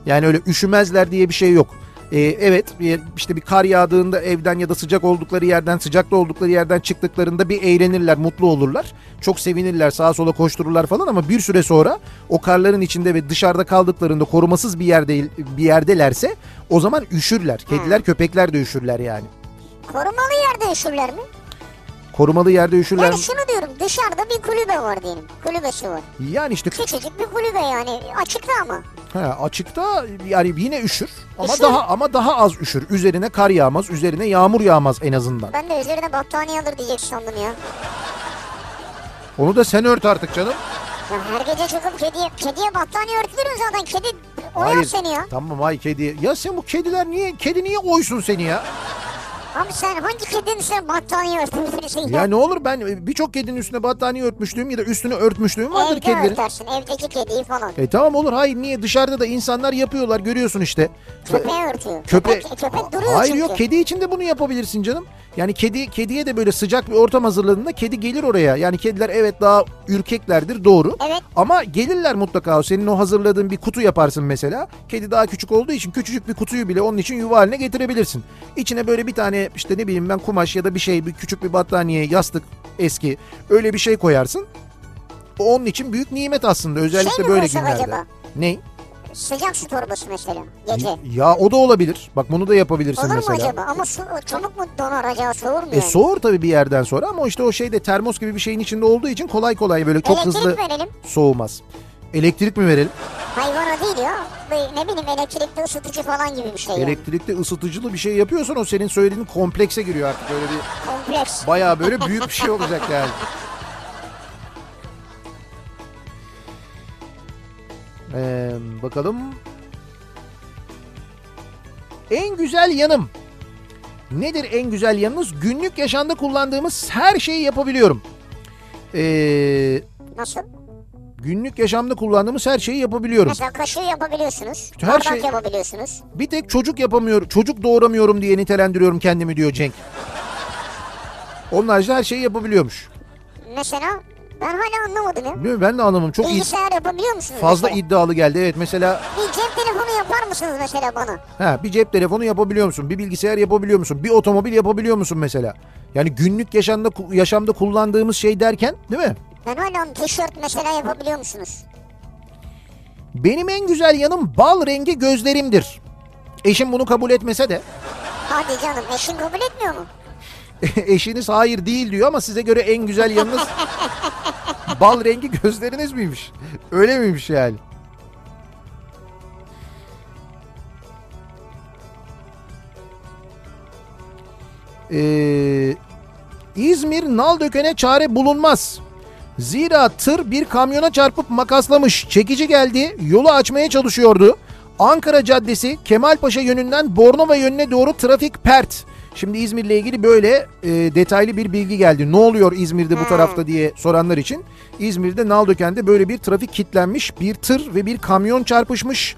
Yani öyle üşümezler diye bir şey yok. Ee, evet bir- işte bir kar yağdığında evden ya da sıcak oldukları yerden sıcakta oldukları yerden çıktıklarında bir eğlenirler mutlu olurlar. Çok sevinirler sağa sola koştururlar falan ama bir süre sonra o karların içinde ve dışarıda kaldıklarında korumasız bir yerde bir yerdelerse o zaman üşürler. Kediler köpekler de üşürler yani. Korumalı yerde üşürler mi? Korumalı yerde üşürler. Yani şunu diyorum dışarıda bir kulübe var diyelim. Kulübesi var. Yani işte Küçücük bir kulübe yani açıkta ama. ha, açıkta yani yine üşür ama Üşür. daha ama daha az üşür. Üzerine kar yağmaz, üzerine yağmur yağmaz en azından. Ben de üzerine battaniye alır diyeceksin sandım ya. Onu da sen ört artık canım. Ya her gece çıkıp kediye, kediye battaniye örtülürüm zaten. Kedi oyar Hayır. seni ya. Tamam ay kedi. Ya sen bu kediler niye kedi niye oysun seni ya? Abi sen hangi kedinin üstüne battaniye şey? örtülürsün ya? Ya ne olur ben e, birçok kedinin üstüne battaniye örtmüşlüğüm ya da üstünü örtmüşlüğüm vardır Evde kedilerin. örtersin evdeki kediyi falan. E tamam olur hayır niye dışarıda da insanlar yapıyorlar görüyorsun işte. E, Köpeğe örtüyor. Köpe köpek, köpek duruyor Hayır çünkü. yok kedi için de bunu yapabilirsin canım. Yani kedi kediye de böyle sıcak bir ortam hazırladığında kedi gelir oraya. Yani kediler evet daha ürkeklerdir doğru. Evet. Ama gelirler mutlaka. Senin o hazırladığın bir kutu yaparsın mesela. Kedi daha küçük olduğu için küçücük bir kutuyu bile onun için yuva haline getirebilirsin. İçine böyle bir tane işte ne bileyim ben kumaş ya da bir şey bir küçük bir battaniye yastık eski öyle bir şey koyarsın. O onun için büyük nimet aslında özellikle Şey mi böyle koysak günlerde. acaba? Ne? Sıcak su torbası mesela gece. Ya o da olabilir. Bak bunu da yapabilirsin Olur mu mesela. acaba? Ama su, çabuk mu donar acaba soğur mu E yani? soğur tabii bir yerden sonra ama işte o şey de termos gibi bir şeyin içinde olduğu için kolay kolay böyle çok Elektrik hızlı verelim. soğumaz. Elektrik mi verelim? Hayvana değil ya. Böyle ne bileyim elektrikli ısıtıcı falan gibi bir şey. yani. Elektrikte ısıtıcılı bir şey yapıyorsan o senin söylediğin komplekse giriyor artık. Böyle bir Kompleks. bayağı böyle büyük bir şey olacak yani. Ee, bakalım. En güzel yanım. Nedir en güzel yanınız? Günlük yaşamda kullandığımız her şeyi yapabiliyorum. Ee, Nasıl? günlük yaşamda kullandığımız her şeyi yapabiliyorum. Mesela kaşığı yapabiliyorsunuz. Her bardak şey- yapabiliyorsunuz. Bir tek çocuk yapamıyorum, çocuk doğuramıyorum diye nitelendiriyorum kendimi diyor Cenk. Onun haricinde her şeyi yapabiliyormuş. mesela? Ben hala anlamadım ya. Bilmiyorum, Ben de anlamam. Çok id- Bilgisayar yapabiliyor musunuz? fazla mesela? iddialı geldi. Evet mesela Bir cep telefonu yapar mısınız mesela bana? ha, bir cep telefonu yapabiliyor musun? Bir bilgisayar yapabiliyor musun? Bir otomobil yapabiliyor musun mesela? Yani günlük yaşamda, yaşamda kullandığımız şey derken değil mi? Ben hala onu tişört mesela yapabiliyor musunuz? Benim en güzel yanım bal rengi gözlerimdir. Eşim bunu kabul etmese de Hadi canım eşin kabul etmiyor mu? eşiniz hayır değil diyor ama size göre en güzel yanınız bal rengi gözleriniz miymiş? Öyle miymiş yani? Ee, İzmir Naldöken'e çare bulunmaz. Zira tır bir kamyona çarpıp makaslamış. Çekici geldi, yolu açmaya çalışıyordu. Ankara Caddesi Kemalpaşa yönünden Bornova yönüne doğru trafik pert. Şimdi İzmir'le ilgili böyle e, detaylı bir bilgi geldi. Ne oluyor İzmir'de bu tarafta diye soranlar için. İzmir'de Naldöken'de böyle bir trafik kitlenmiş. Bir tır ve bir kamyon çarpışmış.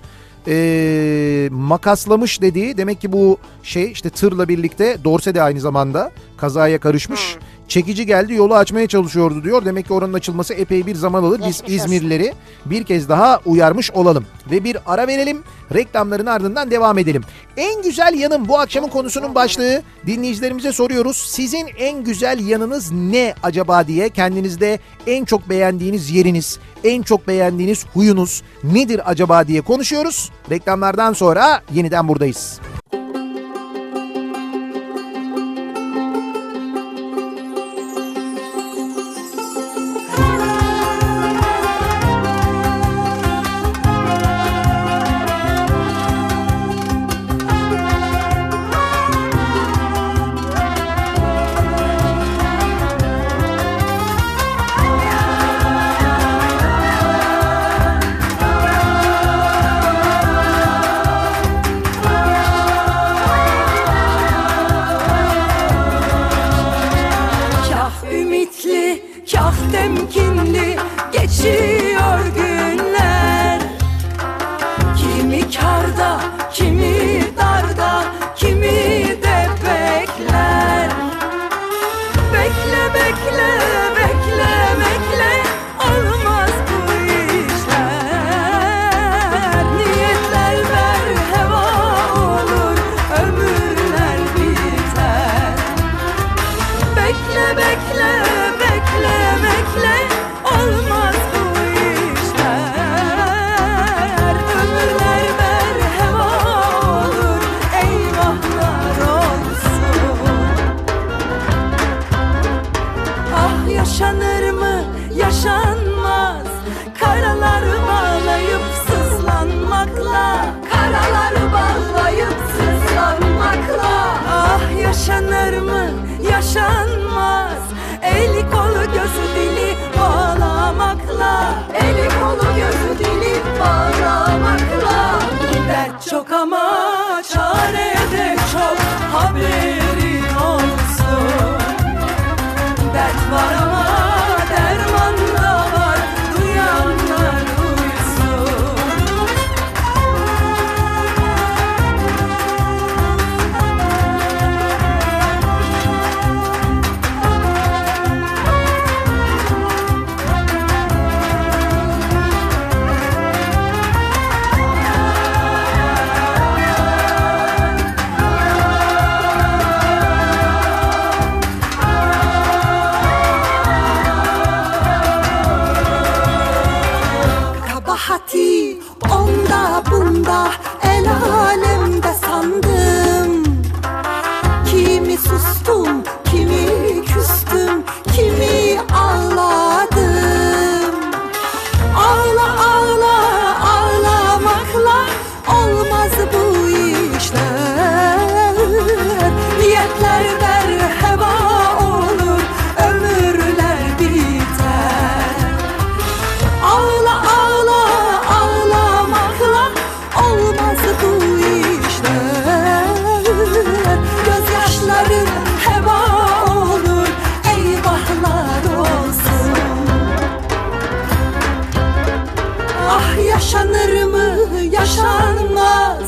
Ee, makaslamış dediği demek ki bu şey işte tırla birlikte Dorse de aynı zamanda kazaya karışmış. Hmm. Çekici geldi yolu açmaya çalışıyordu diyor. Demek ki oranın açılması epey bir zaman alır. Biz Geçmiş olsun. İzmirlileri bir kez daha uyarmış olalım. Ve bir ara verelim. Reklamların ardından devam edelim. En güzel yanım bu akşamın konusunun başlığı. Dinleyicilerimize soruyoruz. Sizin en güzel yanınız ne acaba diye kendinizde en çok beğendiğiniz yeriniz, en çok beğendiğiniz huyunuz nedir acaba diye konuşuyoruz. Reklamlardan sonra yeniden buradayız. Kah ümitli, kah temkinli geçiyor günler Kimi karda, kimi darda, kimi de bekler Bekle, bekle, bekle, bekle olmaz bu işler Niyetler ver, heva olur, ömürler biter Bekle bekle bekle bekle olmaz bu işler Ömürler merhaba olur eyvahlar olsun Ah yaşanır mı yaşanmaz Karalar bağlayıp sızlanmakla Karalar bağlayıp sızlanmakla Ah yaşanır mı yaşanmaz Eli kolu gözü dili bağlamakla Eli kolu gözü dili bağlamakla Dert çok ama çare de çok haberin olsun Dert var ama derman da var Duyanlar duysun Kabahati onda bunda El alemde sandım Kimi sustum, kimi küstüm, kimi ağladım Ağla ağla ağlamakla olmaz bu işler Niyetler ver heva olur ömürler biter Ağla ağla ağlamakla olmaz bu işler Gözyaşların heba olur eyvahlar olsun Ah yaşanır mı yaşanmaz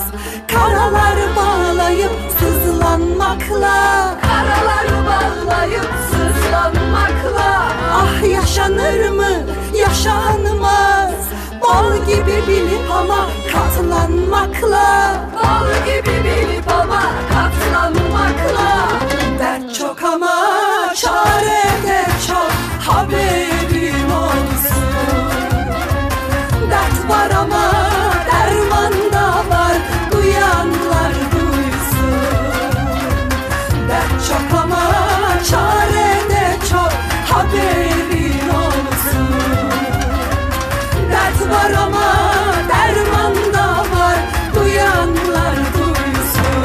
Karalar bağlayıp sızlar Yaslanmakla Karaları bağlayıp sızlanmakla Ah yaşanır mı yaşanmaz Bal gibi bilip ama katlanmakla Bal gibi bilip ama katlanmakla Dert çok ama çare de çok Haberim olsun Dert var ama derman da var Duyanlar duysun Dert çok ama çare de çok Haberin olsun Dert var ama derman da var Duyanlar duysun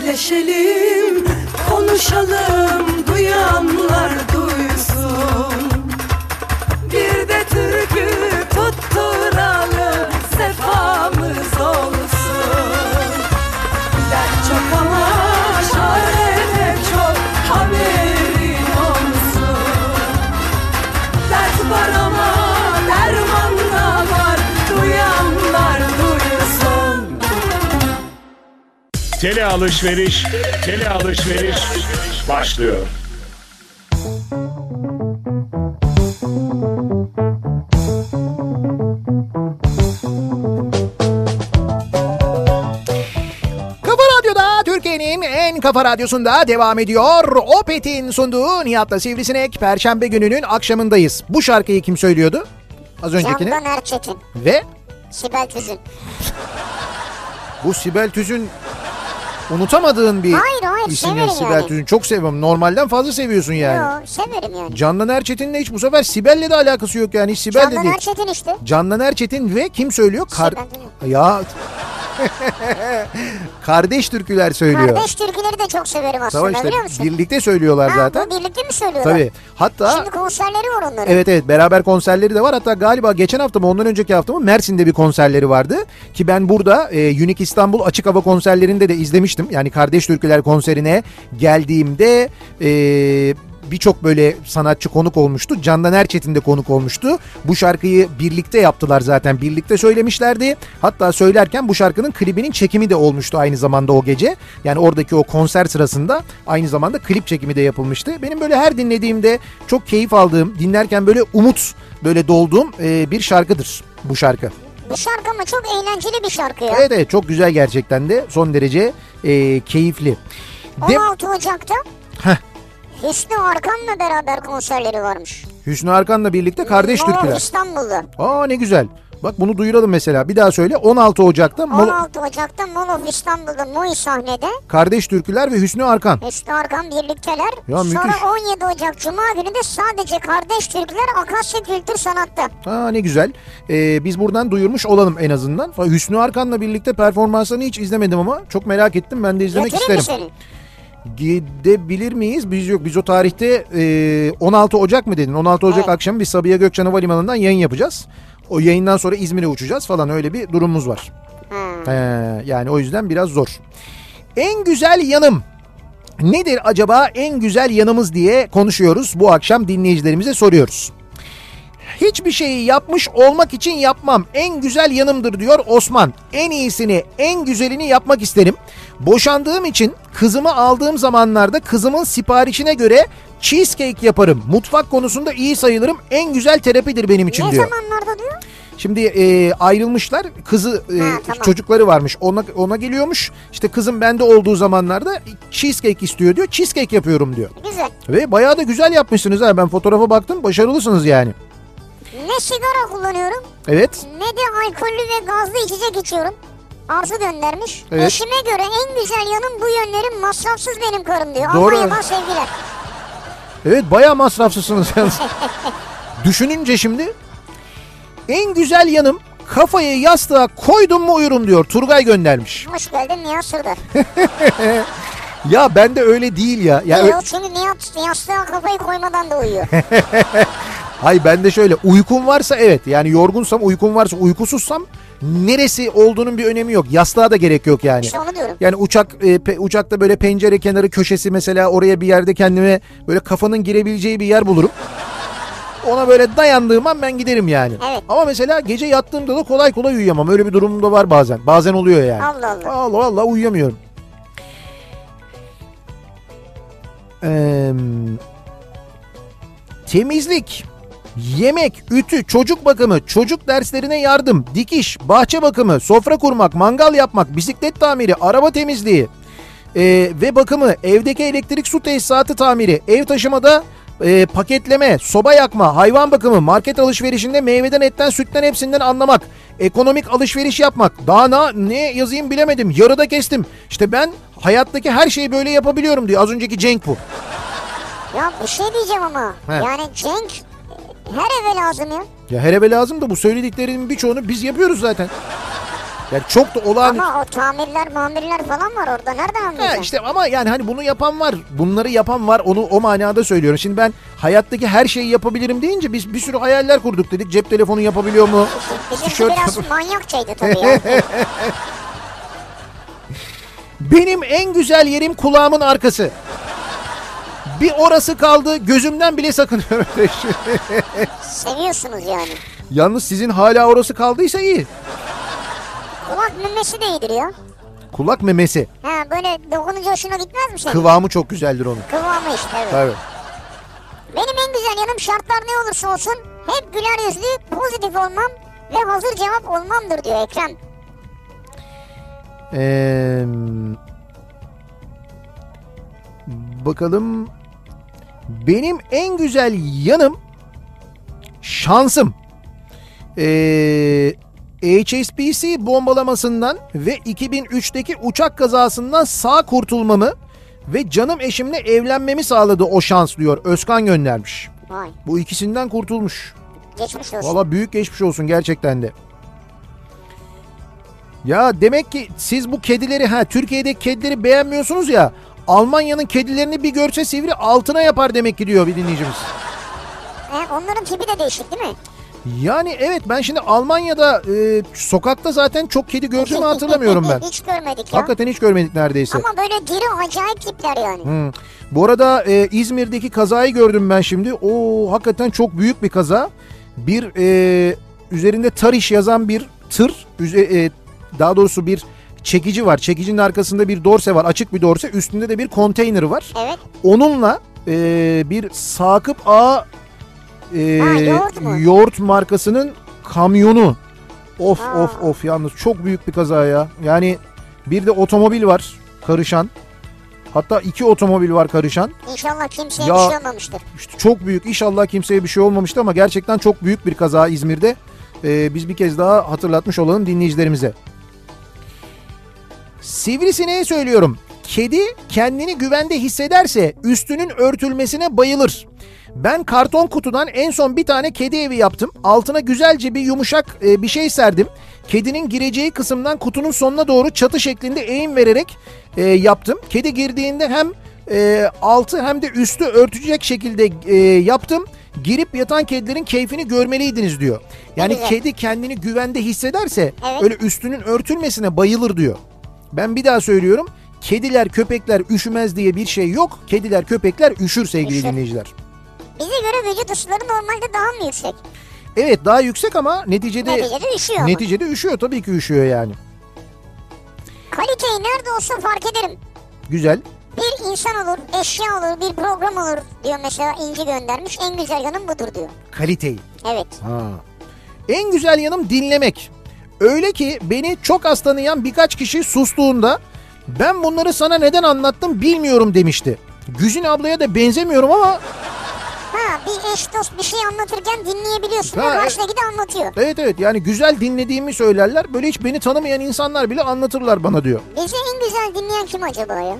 Dertleşelim, konuşalım, duyanlar duysun. Bir de türkü tutturalım, sefamız olsun. Dert çok ama çare de çok, haberin olsun. Dert var ama derman da var, duyanlar duysun. Tele alışveriş, tele alışveriş başlıyor. Kafa Radyo'da Türkiye'nin en kafa radyosunda devam ediyor. Opet'in sunduğu Nihat'la Sivrisinek Perşembe gününün akşamındayız. Bu şarkıyı kim söylüyordu? Az öncekini. Candan Erçetin. Ve Sibel Tüzün. bu Sibel Tüz'ün unutamadığın bir Hayır, hayır, isim ya severim Sibel yani. Tüzün. Çok seviyorum. Normalden fazla seviyorsun yani. Yo, severim yani. Candan Erçetin'le hiç bu sefer Sibel'le de alakası yok yani. Hiç Sibel de Candan değil. Erçetin işte. Candan Erçetin ve kim söylüyor? Kar- Sibel ya kardeş türküler söylüyor. Kardeş türküleri de çok severim aslında Tamam işte biliyor musun? birlikte söylüyorlar Ha, zaten. bu birlikte mi söylüyorlar? Tabii. Hatta Şimdi konserleri var onların. evet evet beraber konserleri de var. Hatta galiba geçen hafta mı ondan önceki hafta mı Mersin'de bir konserleri vardı. Ki ben burada e, Unique İstanbul Açık Hava konserlerinde de izlemiştim. Yani Kardeş Türküler konserine geldiğimde e, birçok böyle sanatçı konuk olmuştu. Candan Erçetin de konuk olmuştu. Bu şarkıyı birlikte yaptılar zaten. Birlikte söylemişlerdi. Hatta söylerken bu şarkının klibinin çekimi de olmuştu aynı zamanda o gece. Yani oradaki o konser sırasında aynı zamanda klip çekimi de yapılmıştı. Benim böyle her dinlediğimde çok keyif aldığım, dinlerken böyle umut böyle dolduğum e, bir şarkıdır bu şarkı. Bu şarkı ama çok eğlenceli bir şarkı ya. Evet evet çok güzel gerçekten de son derece e, keyifli. De- 16 Ocak'ta Hüsnü Arkan'la beraber konserleri varmış. Hüsnü Arkan'la birlikte Kardeş Molo Türküler. İstanbul'da. Aa ne güzel. Bak bunu duyuralım mesela. Bir daha söyle. 16 Ocak'ta Mol- 16 Ocak'ta Molo İstanbul'da Moy sahnede Kardeş Türküler ve Hüsnü Arkan. Hüsnü Arkan birlikteler. Ya Sonra müthiş. 17 Ocak Cuma günü de sadece kardeş türküler Akasya Kültür Sanat'ta. Aa ne güzel. Ee, biz buradan duyurmuş olalım en azından. Fa- Hüsnü Arkan'la birlikte performansını hiç izlemedim ama çok merak ettim. Ben de izlemek Götüreyim mi isterim. seni? Gidebilir miyiz? Biz yok. Biz o tarihte e, 16 Ocak mı dedin? 16 Ocak Evet. akşamı biz Sabiha Gökçen Havalimanı'ndan yayın yapacağız. O yayından sonra İzmir'e uçacağız falan öyle bir durumumuz var. He, Ha. yani o yüzden biraz zor. En güzel yanım nedir acaba en güzel yanımız diye konuşuyoruz. Bu akşam dinleyicilerimize soruyoruz. Hiçbir şeyi yapmış olmak için yapmam. En güzel yanımdır diyor Osman. En iyisini, en güzelini yapmak isterim. Boşandığım için kızımı aldığım zamanlarda kızımın siparişine göre cheesecake yaparım. Mutfak konusunda iyi sayılırım. En güzel terapidir benim için Ne diyor. zamanlarda diyor? Şimdi e, ayrılmışlar. Kızı e, Ha, tamam. çocukları varmış. Ona ona geliyormuş. İşte kızım bende olduğu zamanlarda cheesecake istiyor diyor. Cheesecake yapıyorum diyor. Güzel. Ve bayağı da güzel yapmışsınız ha. Ben fotoğrafa baktım. Başarılısınız yani. Ne sigara kullanıyorum Evet. ne de alkollü ve gazlı içecek içiyorum. Arzu göndermiş. Evet. Eşime göre en güzel yanım bu yönlerim masrafsız benim karım diyor. Doğru. Almanya'dan sevgiler. Evet bayağı masrafsızsınız yalnız. Düşününce şimdi en güzel yanım kafayı yastığa koydum mu uyurum diyor. Turgay göndermiş. Hoş geldin Nihat Sırdar. Ya ben de öyle değil ya. Ya Yok ö- çünkü Nihat yastığa kafayı koymadan da uyuyor. Hay ben de şöyle uykum varsa evet yani yorgunsam uykum varsa uykusuzsam neresi olduğunun bir önemi yok. Yastığa da gerek yok yani. İşte onu diyorum. Yani uçak e, pe- uçakta böyle pencere kenarı köşesi mesela oraya bir yerde kendime böyle kafanın girebileceği bir yer bulurum. Ona böyle dayandığım an ben giderim yani. Evet. Ama mesela gece yattığımda da kolay kolay uyuyamam. Öyle bir durumum da var bazen. Bazen oluyor yani. Allah Allah. Allah Allah uyuyamıyorum. Eee, temizlik, yemek, ütü, çocuk bakımı, çocuk derslerine yardım, dikiş, bahçe bakımı, sofra kurmak, mangal yapmak, bisiklet tamiri, araba temizliği eee, Ee, ve bakımı, evdeki elektrik su tesisatı tamiri, ev taşımada eee, paketleme, soba yakma, hayvan bakımı, market alışverişinde meyveden, etten, sütten hepsinden anlamak, ekonomik alışveriş yapmak, daha na- ne yazayım bilemedim, yarıda kestim. İşte ben hayattaki her şeyi böyle yapabiliyorum diyor. Az önceki Cenk bu. Ya bir şey diyeceğim ama. He. Yani Cenk e, her eve lazım ya. Ya her eve lazım da bu söylediklerimin birçoğunu biz yapıyoruz zaten. Yani çok da olağan... Ama o tamirler mamirler falan var orada. Nereden Ha anlayacaksın? işte ama yani hani bunu yapan var. Bunları yapan var. Onu o manada söylüyorum. Şimdi ben hayattaki her şeyi yapabilirim deyince biz bir sürü hayaller kurduk dedik. Cep telefonu yapabiliyor mu? Bizimki tişört biraz yapıp- manyakçaydı tabii ya. Benim en güzel yerim kulağımın arkası. Bir orası kaldı. Gözümden bile sakınıyorum. Seviyorsunuz yani. Yalnız sizin hala orası kaldıysa iyi. Kulak memesi de iyidir ya. Kulak memesi. Ha böyle dokununca hoşuna gitmez mi senin? Kıvamı çok güzeldir onun. Kıvamı işte evet. Tabii. Benim en güzel yanım şartlar ne olursa olsun hep güler yüzlü, pozitif olmam ve hazır cevap olmamdır diyor Ekrem. Ee, bakalım. Benim en güzel yanım şansım. Ee, HSBC bombalamasından ve 2003'teki uçak kazasından sağ kurtulmamı ve canım eşimle evlenmemi sağladı o şans diyor. Özkan göndermiş. Vay Bu ikisinden kurtulmuş. geçmiş olsun. Valla büyük geçmiş olsun gerçekten de. Ya demek ki siz bu kedileri ha Türkiye'deki kedileri beğenmiyorsunuz ya. Almanya'nın kedilerini bir görse sivri altına yapar demek ki diyor bir dinleyicimiz. He, onların tipi de değişik değil mi? Yani evet ben şimdi Almanya'da e, sokakta zaten çok kedi gördüğümü hatırlamıyorum ben. Hiç görmedik ya. Hakikaten hiç görmedik neredeyse. Ama böyle diri acayip tipler yani. Hı. Bu arada e, İzmir'deki kazayı gördüm ben şimdi. O hakikaten çok büyük bir kaza. Bir e, üzerinde Tariş yazan bir tır, üze- e, daha doğrusu bir çekici var. Çekicinin arkasında bir dorse var, açık bir dorse. Üstünde de bir konteyner var. Evet. Onunla e, bir Sakıp Ağa e, Ha, yoğurt mu? yoğurt markasının kamyonu. Of Ha. of of yalnız çok büyük bir kaza ya. Yani bir de otomobil var karışan. Hatta iki otomobil var karışan. İnşallah kimseye Ya- bir şey olmamıştır. İşte çok büyük. İnşallah kimseye bir şey olmamıştı ama gerçekten çok büyük bir kaza İzmir'de. Ee, biz bir kez daha hatırlatmış olalım dinleyicilerimize. Sivrisineğe söylüyorum. Kedi kendini güvende hissederse üstünün örtülmesine bayılır. Ben karton kutudan en son bir tane kedi evi yaptım. Altına güzelce bir yumuşak e, bir şey serdim. Kedinin gireceği kısımdan kutunun sonuna doğru çatı şeklinde eğim vererek e, yaptım. Kedi girdiğinde hem e, altı hem de üstü örtecek şekilde e, yaptım. Girip yatan kedilerin keyfini görmeliydiniz diyor. Yani güzel. kedi kendini güvende hissederse Evet. öyle üstünün örtülmesine bayılır diyor. Ben bir daha söylüyorum. Kediler köpekler üşümez diye bir şey yok. Kediler köpekler üşür sevgili Üşür. dinleyiciler. Bize göre vücut ısıları normalde daha mı yüksek? Evet daha yüksek ama neticede Neticede üşüyor ama. neticede üşüyor tabii ki üşüyor yani. Kaliteyi nerede olsa fark ederim. Güzel. Bir insan olur, eşya olur, bir program olur diyor mesela İnci göndermiş. En güzel yanım budur diyor. Kaliteyi. Evet. Ha. En güzel yanım dinlemek. Öyle ki beni çok az tanıyan birkaç kişi sustuğunda ben bunları sana neden anlattım bilmiyorum demişti. Güzin ablaya da benzemiyorum ama Ha bir eş dost bir şey anlatırken dinleyebiliyorsun. Ha, e- Ha, evet. Karşıdaki de anlatıyor. evet evet yani güzel dinlediğimi söylerler. Böyle hiç beni tanımayan insanlar bile anlatırlar bana diyor. Bizi en güzel dinleyen kim acaba ya?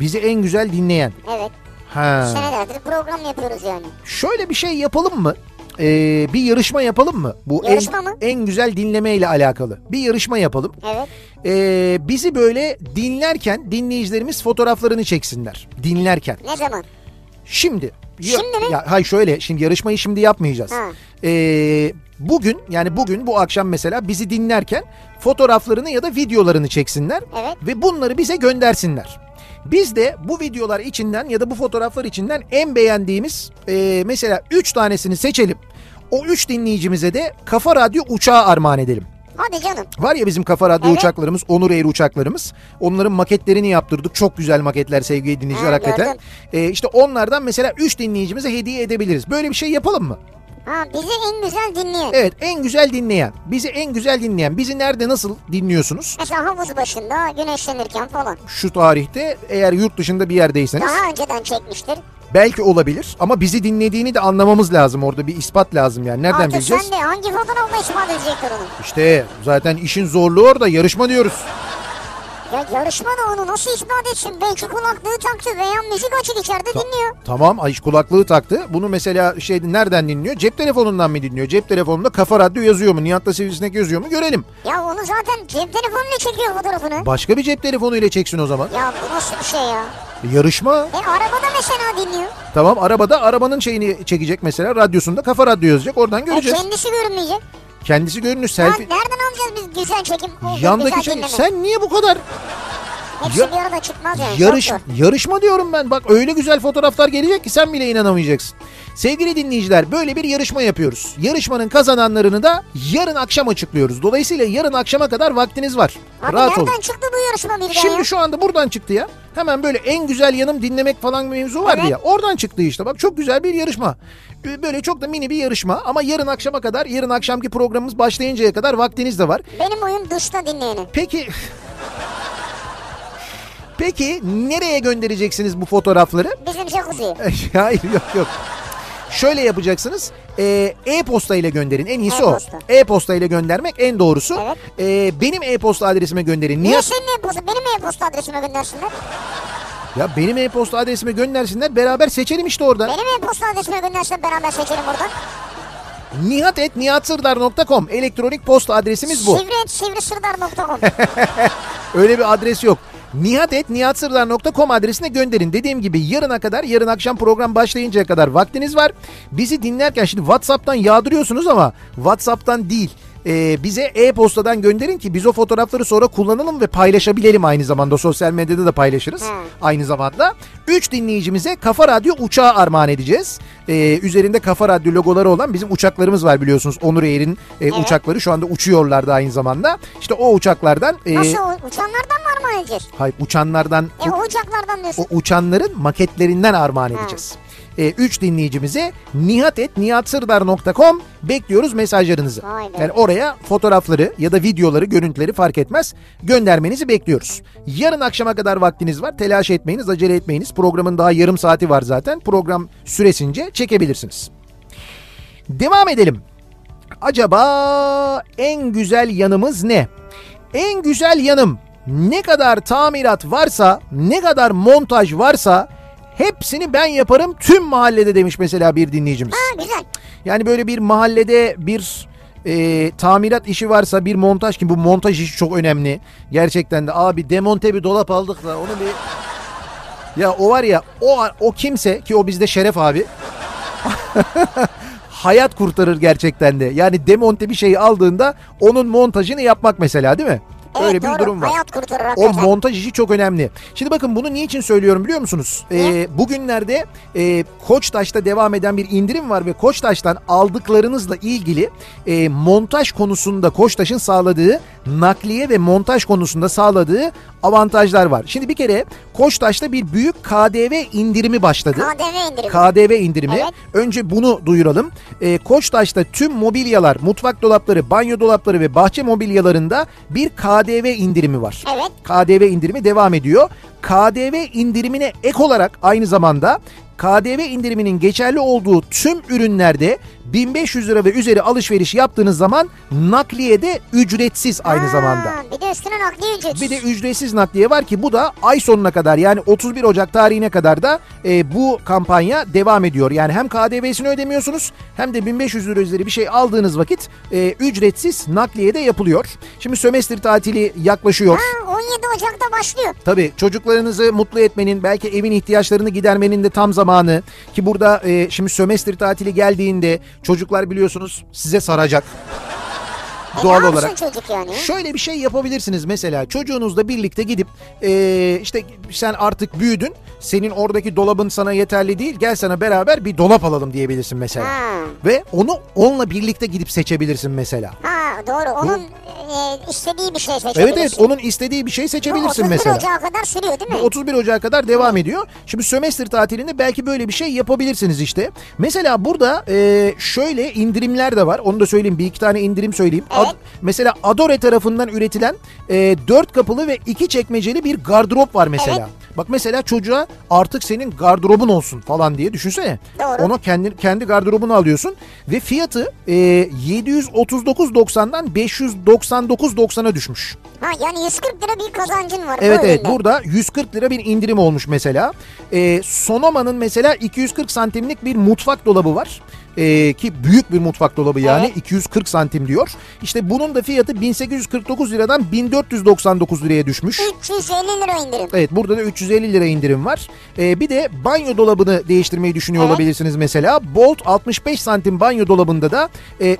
Bizi en güzel dinleyen. Evet. Ha. Senelerdir program yapıyoruz yani. Şöyle bir şey yapalım mı? Ee, bir yarışma yapalım mı? Bu Yarışma en, mı? en güzel dinleme ile alakalı. Bir yarışma yapalım. Evet. Ee, Ee, bizi böyle dinlerken dinleyicilerimiz fotoğraflarını çeksinler. Dinlerken. Ne zaman? Şimdi. Şimdi mi? Ya, hayır şöyle şimdi yarışmayı şimdi yapmayacağız. Ha. Ee, bugün yani bugün bu akşam mesela bizi dinlerken fotoğraflarını ya da videolarını çeksinler. Evet. Ve bunları bize göndersinler. Biz de bu videolar içinden ya da bu fotoğraflar içinden en beğendiğimiz e, mesela 3 tanesini seçelim. O 3 dinleyicimize de Kafa Radyo uçağı armağan edelim. Hadi canım. Var ya bizim kafa radyo Evet. uçaklarımız, Onur Air uçaklarımız. Onların maketlerini yaptırdık. Çok güzel maketler sevgili dinleyiciler Ha, hakikaten. E, gördüm. işte onlardan mesela 3 dinleyicimize hediye edebiliriz. Böyle bir şey yapalım mı? Ha bizi en güzel dinleyen. Evet en güzel dinleyen, bizi en güzel dinleyen, bizi nerede nasıl dinliyorsunuz? Mesela havuz başında güneşlenirken falan. Şu tarihte eğer yurt dışında bir yerdeyseniz Daha önceden çekmiştir. belki olabilir ama bizi dinlediğini de anlamamız lazım orada bir ispat lazım yani nereden Artık bileceğiz? sen de hangi fotoğrafla ispat edecektir onu? İşte zaten işin zorluğu orada yarışma diyoruz. Ya yarışmada onu nasıl ispat etsin? Belki kulaklığı taktı veya müzik açık içeride dinliyor. Tamam ay kulaklığı taktı. Bunu mesela şey nereden dinliyor? Cep telefonundan mı dinliyor? Cep telefonunda kafa radyo yazıyor mu? Nihat'la sivrisinek yazıyor mu? Görelim. Ya onu zaten cep telefonuyla çekiyor fotoğrafını. Başka bir cep telefonuyla çeksin o zaman. Ya bu nasıl bir şey ya? Yarışma. E arabada mesela dinliyor. E, Tamam arabada arabanın şeyini çekecek mesela. Radyosunda kafa radyo yazacak. Oradan E, göreceğiz. kendisi görünmeyecek. Kendisi görünür Ya selfie. nereden alacağız biz güzel çekim? o Yandaki güzel şey dinleme? sen niye bu kadar Hepsi Ya- bir arada çıkmaz yani. Yarış, çok zor. yarışma diyorum ben. Bak öyle güzel fotoğraflar gelecek ki sen bile inanamayacaksın. Sevgili dinleyiciler böyle bir yarışma yapıyoruz. Yarışmanın kazananlarını da yarın akşam açıklıyoruz. Dolayısıyla yarın akşama kadar vaktiniz var. Abi Rahat olun. nereden çıktı bu yarışma birden ya? Şimdi şu anda buradan çıktı ya. Hemen böyle en güzel yanım dinlemek falan mevzu vardı Evet. ya. Oradan çıktı işte bak çok güzel bir yarışma. Böyle çok da mini bir yarışma ama yarın akşama kadar yarın akşamki programımız başlayıncaya kadar vaktiniz de var. Benim oyun dışta dinleyeni. Peki Peki nereye göndereceksiniz bu fotoğrafları? Bizim jacuzzi. E, Hayır yok yok. Şöyle yapacaksınız. ee, E-posta ile gönderin. En iyisi E-posta. o. E-posta ile göndermek en doğrusu. Evet. Ee, benim e-posta adresime gönderin. Niye Nihat senin e-posta? Benim e-posta adresime göndersinler. Ya benim e-posta adresime göndersinler. Beraber seçelim işte orada. Benim e-posta adresime göndersinler beraber seçelim buradan. nihat.nihatsırdar.com elektronik posta adresimiz bu. Sivri et sivrisırdar.com. Öyle bir adres yok. nihat.nihatsırdar.com adresine gönderin. Dediğim gibi yarına kadar, yarın akşam program başlayıncaya kadar vaktiniz var. Bizi dinlerken şimdi WhatsApp'tan yağdırıyorsunuz ama WhatsApp'tan değil. Ee, bize e-postadan gönderin ki biz o fotoğrafları sonra kullanalım ve paylaşabilelim aynı zamanda. Sosyal medyada da paylaşırız aynı zamanda. 3 dinleyicimize Kafa Radyo uçağı armağan edeceğiz. Ee, üzerinde Kafa Radyo logoları olan bizim uçaklarımız var biliyorsunuz. Onur Air'in e, uçakları şu anda uçuyorlar da aynı zamanda. İşte o uçaklardan... e, Nasıl o- uçanlardan mı armağan edeceğiz? Hayır uçanlardan E o, o uçaklardan diyorsun. o uçanların maketlerinden armağan edeceğiz. 3 dinleyicimize nihatetnihatsırdar.com bekliyoruz mesajlarınızı. Vay be. Yani oraya fotoğrafları ya da videoları, görüntüleri fark etmez göndermenizi bekliyoruz. Yarın akşama kadar vaktiniz var. Telaş etmeyiniz, acele etmeyiniz. Programın daha yarım saati var zaten. Program süresince çekebilirsiniz. Devam edelim. Acaba en güzel yanımız ne? En güzel yanım ne kadar tamirat varsa, ne kadar montaj varsa hepsini ben yaparım tüm mahallede demiş mesela bir dinleyicimiz. Ha güzel. Yani böyle bir mahallede bir e, tamirat işi varsa bir montaj ki bu montaj işi çok önemli. Gerçekten de abi demonte bir dolap aldık da onu bir... Ya o var ya o, o kimse ki o bizde Şeref abi hayat kurtarır gerçekten de. Yani demonte bir şeyi aldığında onun montajını yapmak mesela değil mi? Evet, Öyle bir doğru. durum var. Hayat kurtarır O hakikaten. montaj işi çok önemli. Şimdi bakın bunu niçin söylüyorum biliyor musunuz? Ee, bugünlerde e, Koçtaş'ta devam eden bir indirim var ve Koçtaş'tan aldıklarınızla ilgili e, montaj konusunda Koçtaş'ın sağladığı nakliye ve montaj konusunda sağladığı avantajlar var. Şimdi bir kere Koçtaş'ta bir büyük KDV indirimi başladı. KDV indirimi. KDV indirimi. Evet. Önce bunu duyuralım. Ee, Koçtaş'ta tüm mobilyalar, mutfak dolapları, banyo dolapları ve bahçe mobilyalarında bir KDV indirimi var. Evet. KDV indirimi devam ediyor. KDV indirimine ek olarak aynı zamanda KDV indiriminin geçerli olduğu tüm ürünlerde 1500 lira ve üzeri alışveriş yaptığınız zaman nakliyede ücretsiz aynı Ha, zamanda. Tabii bir de üstüne nakliye ücretsiz. Bir de ücretsiz nakliye var ki bu da ay sonuna kadar yani 31 Ocak tarihine kadar da e, bu kampanya devam ediyor. Yani hem KDV'sini ödemiyorsunuz hem de 1500 lira üzeri bir şey aldığınız vakit e, ücretsiz nakliye de yapılıyor. Şimdi sömestr tatili yaklaşıyor. Ha, 17 Ocak'ta başlıyor. Tabii çocuklarınızı mutlu etmenin belki evin ihtiyaçlarını gidermenin de tam zamanı ki burada e, şimdi sömestr tatili geldiğinde çocuklar biliyorsunuz size saracak. Doğal E, ne yapsın olarak. çocuk yani? Şöyle bir şey yapabilirsiniz mesela çocuğunuzla birlikte gidip eee, işte sen artık büyüdün senin oradaki dolabın sana yeterli değil gel sana beraber bir dolap alalım diyebilirsin mesela. Ha. Ve onu onunla birlikte gidip seçebilirsin mesela. Ha doğru onun e, istediği bir şey seçebilirsin. Evet evet onun istediği bir şey seçebilirsin 31 mesela. Ocağı kadar sürüyor değil mi? Bu 31 Ocak'a kadar devam ediyor. Şimdi sömestr tatilinde belki böyle bir şey yapabilirsiniz işte. Mesela burada e, şöyle indirimler de var. Onu da söyleyeyim. Bir iki tane indirim söyleyeyim. Evet. mesela Adore tarafından üretilen e, 4 kapılı ve iki çekmeceli bir gardırop var mesela. Bak mesela çocuğa artık senin gardırobun olsun falan diye düşünsene. Doğru. Onu kendi kendi gardırobunu alıyorsun ve fiyatı e, 739.90'dan 599.90'a düşmüş. Ha yani 140 lira bir kazancın var. Evet bu evet üründe. burada 140 lira bir indirim olmuş mesela. Ee, Sonoma'nın mesela 240 santimlik bir mutfak dolabı var. Ee, ki büyük bir mutfak dolabı yani 240 santim diyor. İşte bunun da fiyatı 1849 liradan 1499 liraya düşmüş. 350 lira indirim. Evet burada da 350 lira indirim var. Ee, bir de banyo dolabını değiştirmeyi düşünüyor Evet. olabilirsiniz mesela. Bolt 65 santim banyo dolabında da e,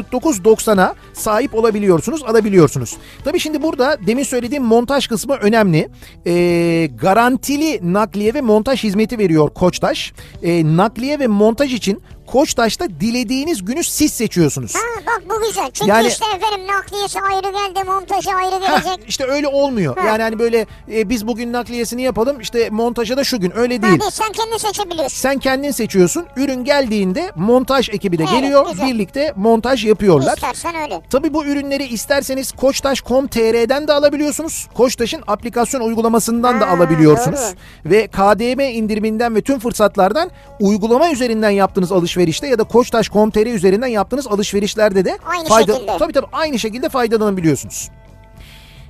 349.90'a sahip olabiliyorsunuz, alabiliyorsunuz. Tabii şimdi burada demin söylediğim montaj kısmı önemli. Ee, garantili nakliye ve montaj hizmeti veriyor Koçtaş. Ee, nakliye ve montaj için Koçtaş'ta dilediğiniz günü siz seçiyorsunuz. Ha bak bu güzel. Çünkü Yani- işte efendim nakliyesi ayrı geldi, montajı ayrı gelecek. işte öyle olmuyor. Ha. Yani hani böyle e, biz bugün nakliyesini yapalım işte montaja da şu gün öyle değil. Hadi sen kendin seçebiliyorsun. Sen kendin seçiyorsun. Ürün geldiğinde montaj ekibi de Evet, geliyor. güzel. Birlikte montaj yapıyorlar. İstersen öyle. Tabii bu ürünleri isterseniz koçtaş.com.tr'den de alabiliyorsunuz. Koçtaş'ın aplikasyon uygulamasından da Ha, alabiliyorsunuz. Ve KDM indiriminden ve tüm fırsatlardan uygulama üzerinden yaptığınız alışverişte ya da koçtaş.com.tr üzerinden yaptığınız alışverişlerde de Aynı fayda- şekilde. Tabii tabii aynı şekilde faydalanabiliyorsunuz.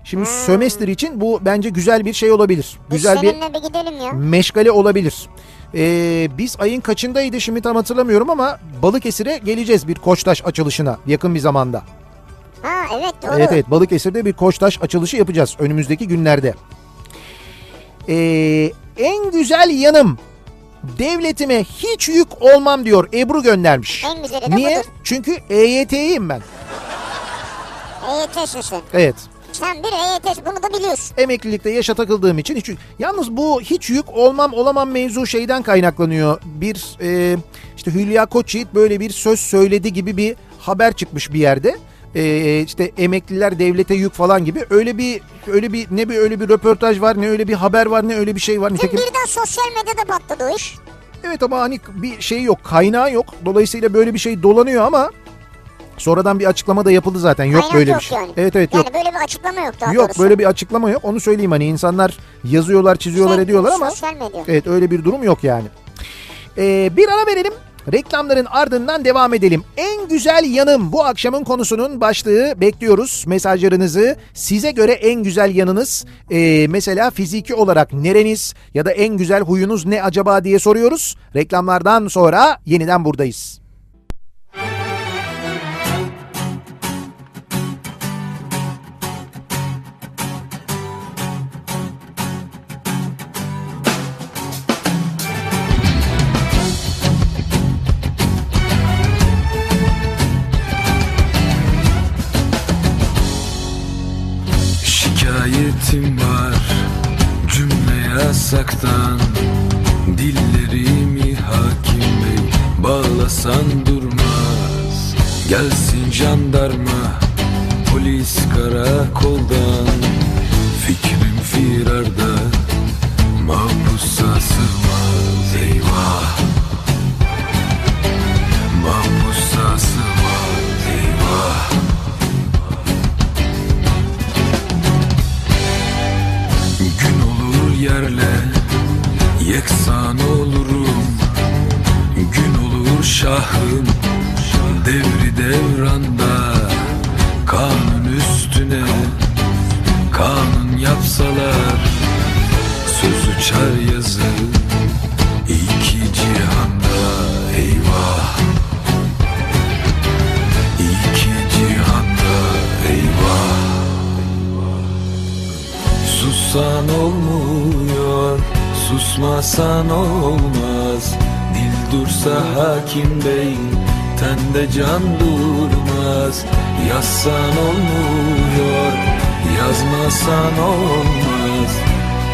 Şimdi Hmm. sömestr için bu bence güzel bir şey olabilir. Biz Güzel bir Hmm. seninle bir gidelim ya. meşgale olabilir. Ee, biz ayın kaçındaydı şimdi tam hatırlamıyorum ama Balıkesir'e geleceğiz bir Koçtaş açılışına yakın bir zamanda. Ha evet doğru. Evet evet Balıkesir'de bir Koçtaş açılışı yapacağız önümüzdeki günlerde. Ee, en güzel yanım devletime hiç yük olmam diyor Ebru göndermiş. En güzeli de Niye? budur. Çünkü EYT'yim ben. EYT'sin sen. Evet. E Sen bir EYT bunu da biliyorsun. emeklilikte yaşa takıldığım için hiç yalnız bu hiç yük olmam olamam mevzu şeyden kaynaklanıyor. Bir e, işte Hülya Koçyiğit böyle bir söz söyledi gibi bir haber çıkmış bir yerde. E, işte emekliler devlete yük falan gibi öyle bir öyle bir ne bir öyle bir röportaj var ne öyle bir haber var ne öyle bir şey var Dün nitekim birden sosyal medyada patladı o iş. evet ama hani bir şey yok kaynağı yok dolayısıyla böyle bir şey dolanıyor ama sonradan bir açıklama da yapıldı zaten yok Kaynak böyle yok bir şey yani. evet evet yani yok böyle bir açıklama yok daha Yok doğrusu. böyle bir açıklama yok. Onu söyleyeyim hani insanlar yazıyorlar, çiziyorlar, Şey, ediyorlar ama E, Sosyal medya. evet öyle bir durum yok yani. Ee, bir ara verelim. Reklamların ardından devam edelim. En güzel yanım bu akşamın konusunun başlığı bekliyoruz. Mesajlarınızı size göre en güzel yanınız ee, mesela fiziki olarak nereniz ya da en güzel huyunuz ne acaba diye soruyoruz. Reklamlardan sonra yeniden buradayız. Şikayetim var cümle yasaktan Dillerimi hakim bey bağlasan durmaz Gelsin jandarma polis karakoldan Fikrim firarda mahpusa sığmaz Eyvah mahpusa sığmaz Eyvah Gün olur yerle yeksan olurum Gün olur şahım devri devranda Kanun üstüne yapsalar Söz uçar yazı iki cihanda eyvah İki cihanda eyvah Sussan olmuyor, susmasan olmaz Dil dursa hakim bey, tende can durmaz Yazsan olmuyor, yazmasan olmaz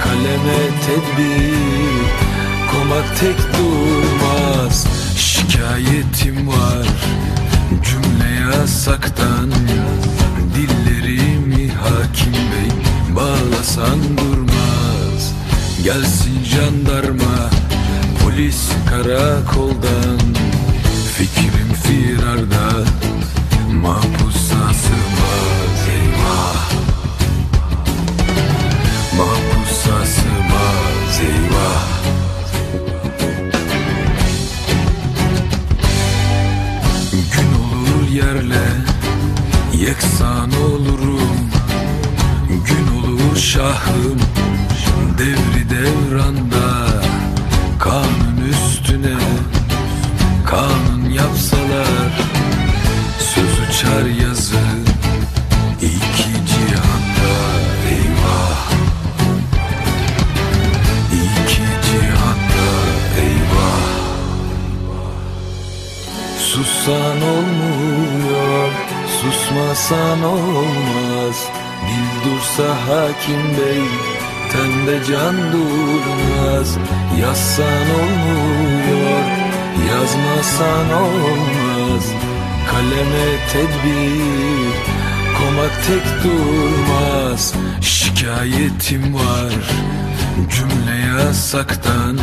Kaleme tedbir, komak tek durmaz Şikayetim var, cümle yasaktan Dillerimi hakim bey bağlasan durmaz Gelsin jandarma polis karakoldan Fikrim firarda mahpusa sığmaz eyvah Mahpusa sığmaz eyvah Gün olur yerle yeksan olurum Gün olur şahım devri devranda Kanun üstüne kanun yapsalar Söz uçar yazı iki cihanda eyvah İki cihanda eyvah Sussan olmuyor, susmasan olmaz Dil dursa hakim bey, tende can durmaz Yazsan olmuyor, yazmasan olmaz Kaleme tedbir, komak tek durmaz Şikayetim var, cümle yasaktan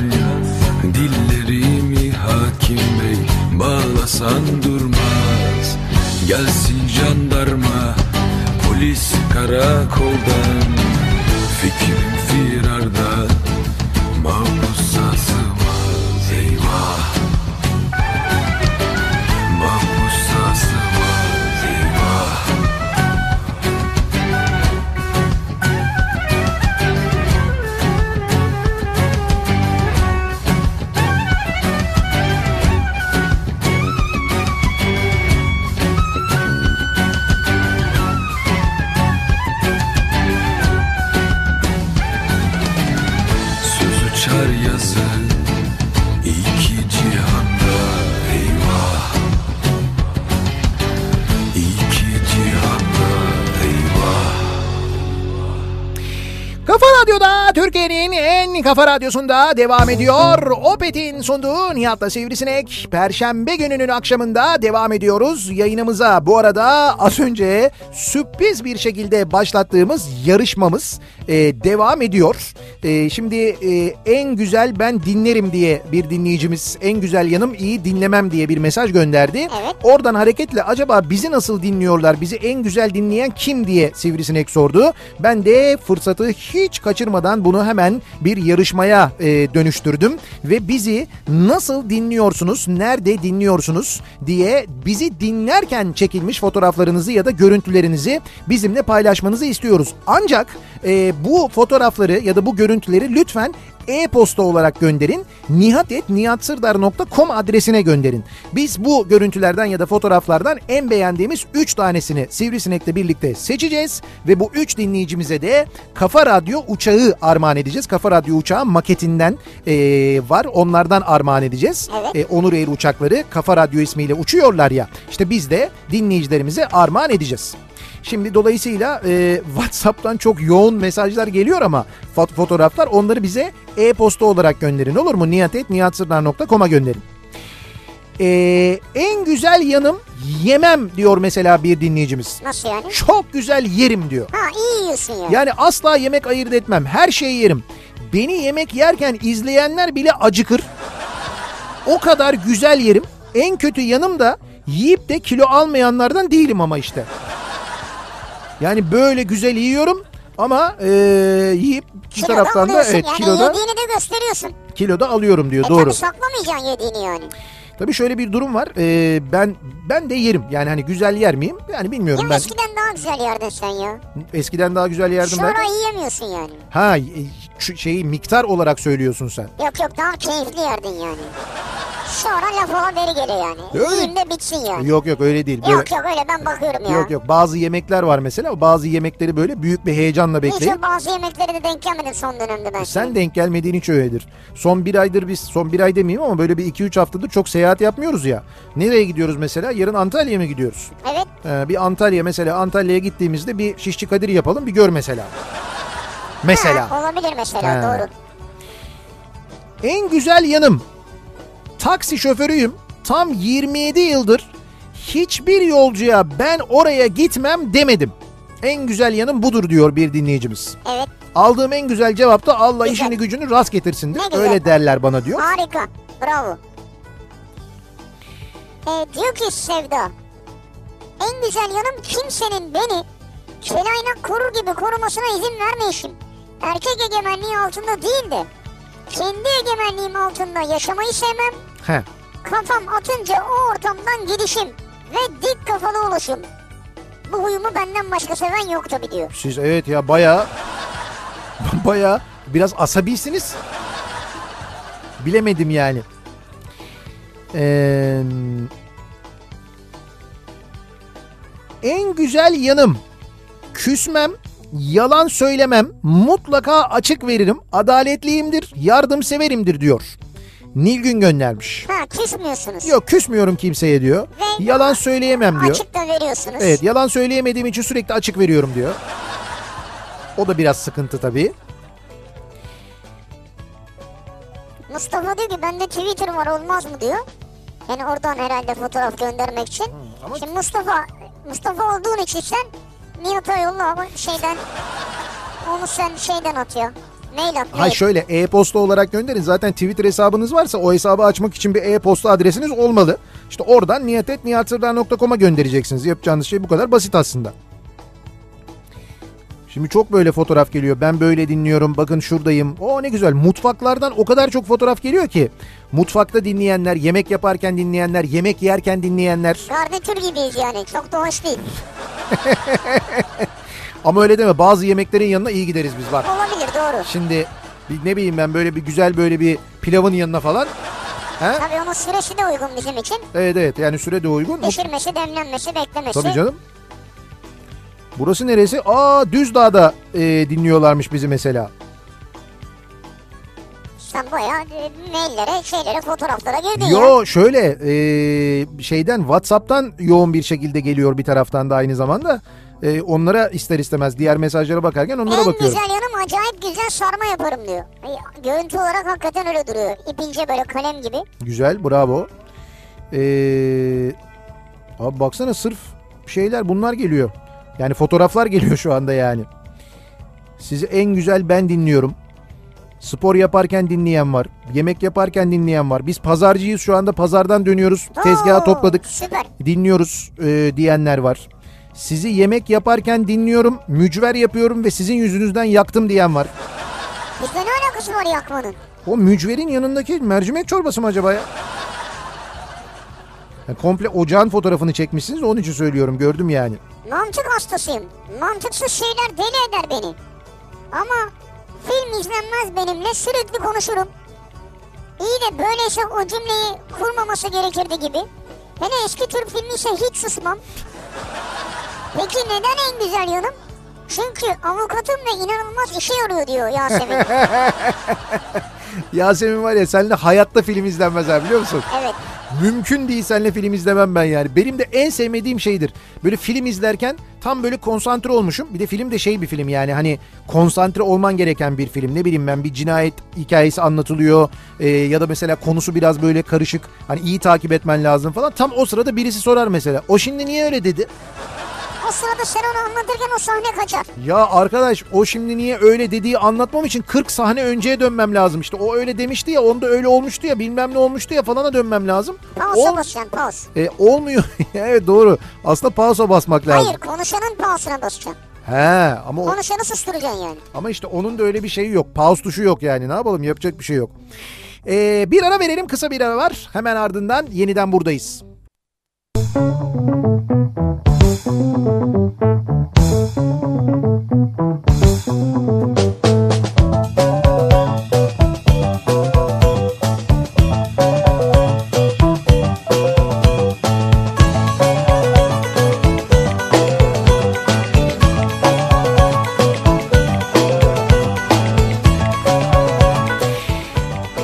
Dillerimi hakim bey bağlasan durmaz Gelsin jandarma polis karakoldan Fikrim firarda mahpusa sığmaz eyvah Mahpusa sığmaz eyvah Söz uçar yazı iki cihanda eyvah İki cihanda eyvah Kafa Radyo'da Türkiye'nin en kafa radyosunda devam ediyor. Opet'in sunduğu Nihat'la Sivrisinek. Perşembe gününün akşamında devam ediyoruz yayınımıza. Bu arada az önce sürpriz bir şekilde başlattığımız yarışmamız e, devam ediyor. E, şimdi e, en güzel ben dinlerim diye bir dinleyicimiz en güzel yanım iyi dinlemem diye bir mesaj gönderdi. Evet. Oradan hareketle acaba bizi nasıl dinliyorlar, bizi en güzel dinleyen kim diye Sivrisinek sordu. Ben de fırsatı hiç kaçırmadan bunu hemen bir yarışmaya e, dönüştürdüm. Ve bizi nasıl dinliyorsunuz, nerede dinliyorsunuz diye bizi dinlerken çekilmiş fotoğraflarınızı ya da görüntülerinizi bizimle paylaşmanızı istiyoruz. Ancak e, bu fotoğrafları ya da bu görüntüleri lütfen e-posta olarak gönderin. nihatetnihatsırdar.com adresine gönderin. Biz bu görüntülerden ya da fotoğraflardan en beğendiğimiz 3 tanesini Sivrisinek'le birlikte seçeceğiz. Ve bu 3 dinleyicimize de Kafa Radyo uçağı armağan edeceğiz. Kafa Radyo uçağı maketinden eee, var. Onlardan armağan edeceğiz. Evet. E, Onur Air uçakları Kafa Radyo ismiyle uçuyorlar ya. İşte biz de dinleyicilerimize armağan edeceğiz. Şimdi dolayısıyla e, WhatsApp'tan çok yoğun mesajlar geliyor ama fot- fotoğraflar onları bize e-posta olarak gönderin olur mu? nihatetnihatsırdar.com'a gönderin. E, en güzel yanım yemem diyor mesela bir dinleyicimiz. Nasıl yani? Çok güzel yerim diyor. Ha iyi yiyorsun ya. Yani asla yemek ayırt etmem. Her şeyi yerim. Beni yemek yerken izleyenler bile acıkır. O kadar güzel yerim. En kötü yanım da yiyip de kilo almayanlardan değilim ama işte. Yani böyle güzel yiyorum ama eee, yiyip iki Kilodan taraftan da alıyorsun. evet, Şey, yani kiloda yediğini de gösteriyorsun. kiloda alıyorum diyor. E Doğru. tabii saklamayacaksın yediğini yani. Tabii şöyle bir durum var. Ee, ben ben de yerim. Yani hani güzel yer miyim? Yani bilmiyorum Ya ben. eskiden daha güzel yerdin sen ya. Eskiden daha güzel yerdim Şu ben. ara yiyemiyorsun yani. Ha e, şu şeyi miktar olarak söylüyorsun sen. Yok yok daha keyifli yerdin yani. Sonra laf olan beri gele yani. Öyle. Yiyeyim de bitsin yani. Yok yok öyle değil. Böyle- Yok yok öyle ben bakıyorum ya. Yok yok bazı yemekler var mesela bazı yemekleri böyle büyük bir heyecanla Hiç bekleyip o bazı yemeklere de denk gelmedim son dönemde ben. sen denk gelmediğin hiç öyledir. Son bir aydır biz son bir ay demeyeyim ama böyle bir iki üç haftadır çok seyahat yapmıyoruz ya. Nereye gidiyoruz mesela yarın Antalya'ya mı gidiyoruz? Evet Ee, bir Antalya mesela Antalya'ya gittiğimizde bir Şişçi Kadir yapalım bir gör mesela. Mesela. Ha, olabilir mesela Ha. doğru. En güzel yanım. Taksi şoförüyüm. Tam 27 yıldır hiçbir yolcuya ben oraya gitmem demedim. En güzel yanım budur diyor bir dinleyicimiz. Evet Aldığım en güzel cevap da Allah Güzel. işini gücünü rast getirsin diyor. Ne güzel. Öyle derler bana diyor. harika bravo. Ee, diyor ki Sevda en güzel yanım kimsenin beni kelaynak korur gibi korumasına izin vermeyişim. Erkek egemenliği altında değil de kendi egemenliğim altında yaşamayı sevmem. He. Kafam atınca o ortamdan gidişim ve dik kafalı oluşum. Bu huyumu benden başka seven yok tabii diyor. Siz evet ya baya baya biraz asabisiniz. Bilemedim yani. Ee, en güzel yanım küsmem, yalan söylemem, mutlaka açık veririm, adaletliyimdir, yardımseverimdir diyor. Nilgün göndermiş. Ha küsmüyorsunuz. Yok küsmüyorum kimseye diyor. Ve- Yalan söyleyemem diyor. Açık da veriyorsunuz. Evet yalan söyleyemediğim için sürekli açık veriyorum diyor. O da biraz sıkıntı tabii. Mustafa diyor ki bende Twitter var olmaz mı diyor. Yani oradan herhalde fotoğraf göndermek için. Hmm, ama- Şimdi Mustafa Mustafa olduğun için sen Nihat'a yolla ama şeyden onu sen şeyden at ya. Mail at. Ha mail. şöyle e-posta olarak gönderin. Zaten Twitter hesabınız varsa o hesabı açmak için bir e-posta adresiniz olmalı. İşte oradan niyatetniyatsırdar.com'a göndereceksiniz. Yapacağınız şey bu kadar basit aslında. Şimdi çok böyle fotoğraf geliyor. Ben böyle dinliyorum. Bakın şuradayım. O ne güzel. Mutfaklardan o kadar çok fotoğraf geliyor ki. Mutfakta dinleyenler, yemek yaparken dinleyenler, yemek yerken dinleyenler. Garnitür gibiyiz yani. Çok da hoş değil. Ama öyle deme. Bazı yemeklerin yanına iyi gideriz biz bak. Olabilir doğru. Şimdi bir- ne bileyim ben böyle bir güzel böyle bir pilavın yanına falan. He? Tabii onun süresi de uygun bizim için. Evet evet yani süre de uygun. Bu- Pişirmesi, demlenmesi, beklemesi. Tabii canım. Burası neresi? Aa Düzdağ'da e, dinliyorlarmış bizi mesela. Sen bayağı e, maillere, şeylere, fotoğraflara girdin ya. Yo şöyle e, şeyden Whatsapp'tan yoğun bir şekilde geliyor bir taraftan da aynı zamanda. E, onlara ister istemez diğer mesajlara bakarken onlara En bakıyorum. güzel yanım acayip güzel sarma yaparım diyor. Ay, Görüntü olarak hakikaten öyle duruyor. İpince böyle kalem gibi. Güzel bravo. Ee, abi baksana sırf şeyler bunlar geliyor. Yani fotoğraflar geliyor şu anda yani. Sizi en güzel ben dinliyorum. Spor yaparken dinleyen var. Yemek yaparken dinleyen var. Biz pazarcıyız şu anda pazardan dönüyoruz. Tezgaha Oo, topladık Süper. dinliyoruz e, diyenler var. Sizi yemek yaparken dinliyorum. Mücver yapıyorum ve sizin yüzünüzden yaktım diyen var. Bizde ne alakası var yakmanın? O mücverin yanındaki mercimek çorbası mı acaba ya? Ya komple ocağın fotoğrafını çekmişsiniz onun için söylüyorum gördüm yani. Mantık hastasıyım. Mantıksız şeyler deli eder beni. Ama film izlenmez benimle sürekli konuşurum. İyi de böyleyse o cümleyi kurmaması gerekirdi gibi. Hele eski Türk filmi ise hiç susmam. Peki neden en güzel yanım? Çünkü avukatım ve inanılmaz işe yarıyor diyor Yasemin. Yasemin var ya seninle hayatta film izlenmez ha biliyor musun? evet. Mümkün değil seninle film izlemem ben yani. Benim de en sevmediğim şeydir. Böyle film izlerken tam böyle konsantre olmuşum. Bir de film de şey bir film yani hani konsantre olman gereken bir film. Ne bileyim ben bir cinayet hikayesi anlatılıyor. Ee, ya da mesela konusu biraz böyle karışık. Hani iyi takip etmen lazım falan. Tam o sırada birisi sorar mesela. O şimdi niye öyle dedi? O sırada sen onu anlatırken o sahne kaçar. Ya arkadaş o şimdi niye öyle dediği anlatmam için 40 sahne önceye dönmem lazım. İşte o öyle demişti ya onda öyle olmuştu ya bilmem ne olmuştu ya falana dönmem lazım. Pausa Ol- basacaksın paus. E, olmuyor. evet doğru. Aslında pausa basmak lazım. Hayır konuşanın pausuna basacaksın. He ama o- Konuşanı susturacaksın yani. ama işte onun da öyle bir şeyi yok. Pause tuşu yok yani. Ne yapalım? Yapacak bir şey yok. Ee, bir ara verelim kısa bir ara var. Hemen ardından yeniden buradayız.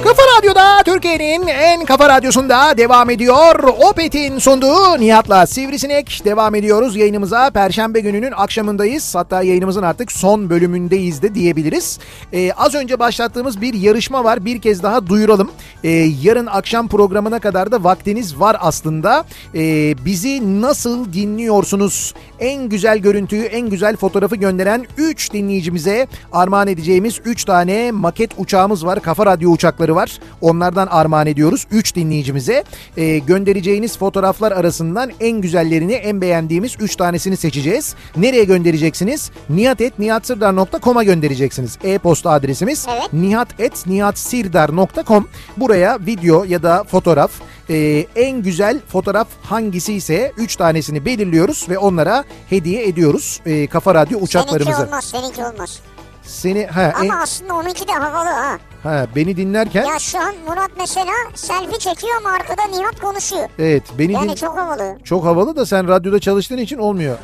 Kafa Radyo'da Türkiye'nin en kafa radyosunda devam ediyor. Opet'in sunduğu Nihat'la Sivrisinek devam ediyoruz. Yayınımıza Perşembe gününün akşamındayız. Hatta yayınımızın artık son bölümündeyiz de diyebiliriz. Ee, az önce başlattığımız bir yarışma var. Bir kez daha duyuralım. Ee, yarın akşam programına kadar da vaktiniz var aslında. Ee, bizi nasıl dinliyorsunuz? En güzel görüntüyü, en güzel fotoğrafı gönderen 3 dinleyicimize armağan edeceğimiz 3 tane maket uçağımız var. Kafa Radyo uçakları var. Onlardan armağan ediyoruz 3 dinleyicimize. Ee, göndereceğiniz fotoğraflar arasından en güzellerini, en beğendiğimiz 3 tanesini seçeceğiz. Nereye göndereceksiniz? nihatetnihatsirdar.com'a göndereceksiniz. E-posta adresimiz Evet. nihatetnihatsirdar.com. Buraya video ya da fotoğraf e, en güzel fotoğraf hangisi ise 3 tanesini belirliyoruz ve onlara hediye ediyoruz e, Kafa Radyo Seninki uçaklarımızı. olmaz seninki olmaz. Seni ha, Ama en- aslında onunki de havalı ha. ha beni dinlerken Ya şu an Murat mesela selfie çekiyor ama arkada Nihat konuşuyor. evet beni din- Yani çok havalı. Çok havalı da sen radyoda çalıştığın için olmuyor.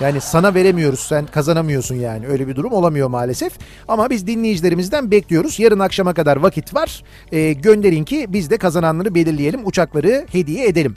Yani sana veremiyoruz sen kazanamıyorsun yani öyle bir durum olamıyor maalesef. Ama biz dinleyicilerimizden bekliyoruz. Yarın akşama kadar vakit var. Ee, gönderin ki biz de kazananları belirleyelim uçakları hediye edelim.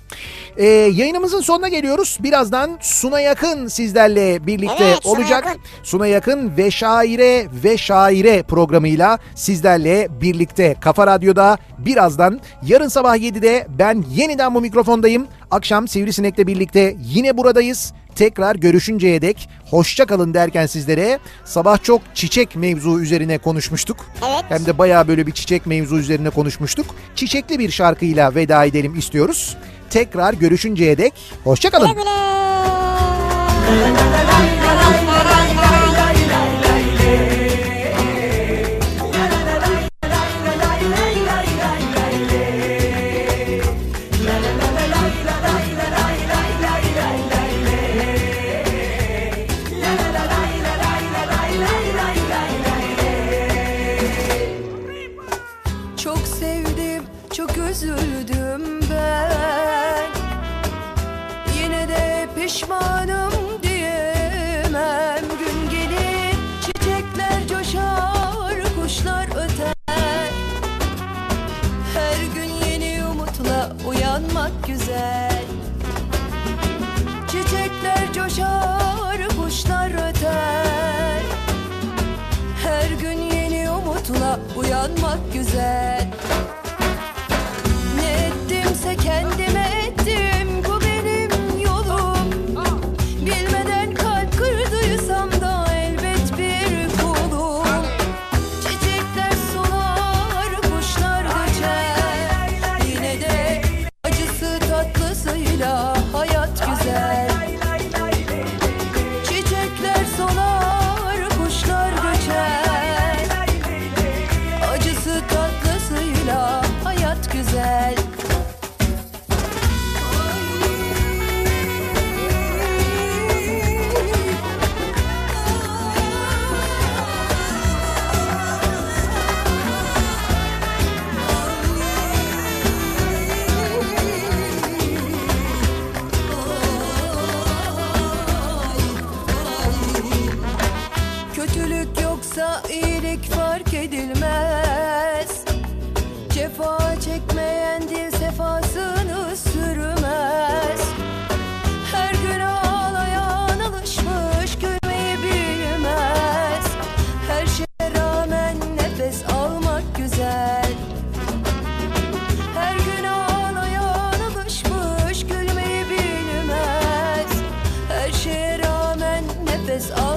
Ee, yayınımızın sonuna geliyoruz. Birazdan Suna Yakın sizlerle birlikte Evet, Suna olacak. Yakın. Suna Yakın ve Şaire ve Şaire programıyla sizlerle birlikte Kafa Radyo'da birazdan yarın sabah 7'de ben yeniden bu mikrofondayım. Akşam Sivrisinek'le birlikte yine buradayız. Tekrar görüşünceye dek hoşça kalın derken sizlere sabah çok çiçek mevzu üzerine konuşmuştuk. Evet. Hem de bayağı böyle bir çiçek mevzu üzerine konuşmuştuk. Çiçekli bir şarkıyla veda edelim istiyoruz. Tekrar görüşünceye dek hoşça kalın. Güle güle. Çok sevdim, çok üzüldüm ben Yine de pişmanım diyemem Gün gelir çiçekler coşar, kuşlar öter Her gün yeni umutla uyanmak güzel Çiçekler coşar, kuşlar öter her gün yeni umutla uyanmak güzel Ne ettimse kendime ettim bu benim yolum Bilmeden kalp kırdıysam da elbet bir kulum Çiçekler solar, kuşlar göçer Yine de acısı tatlısıyla hayat güzel Çiçekler solar, kuşlar göçer Acısı tatlısıyla hayat güzel Kötülük yoksa iyilik fark edilmez Cefa çekmeyen dil sefasını sürmez Her gün ağlayan alışmış gülmeyi bilmez Her şeye rağmen nefes almak güzel her gün ağlayan alışmış gülmeyi bilmez Her şeye rağmen nefes almak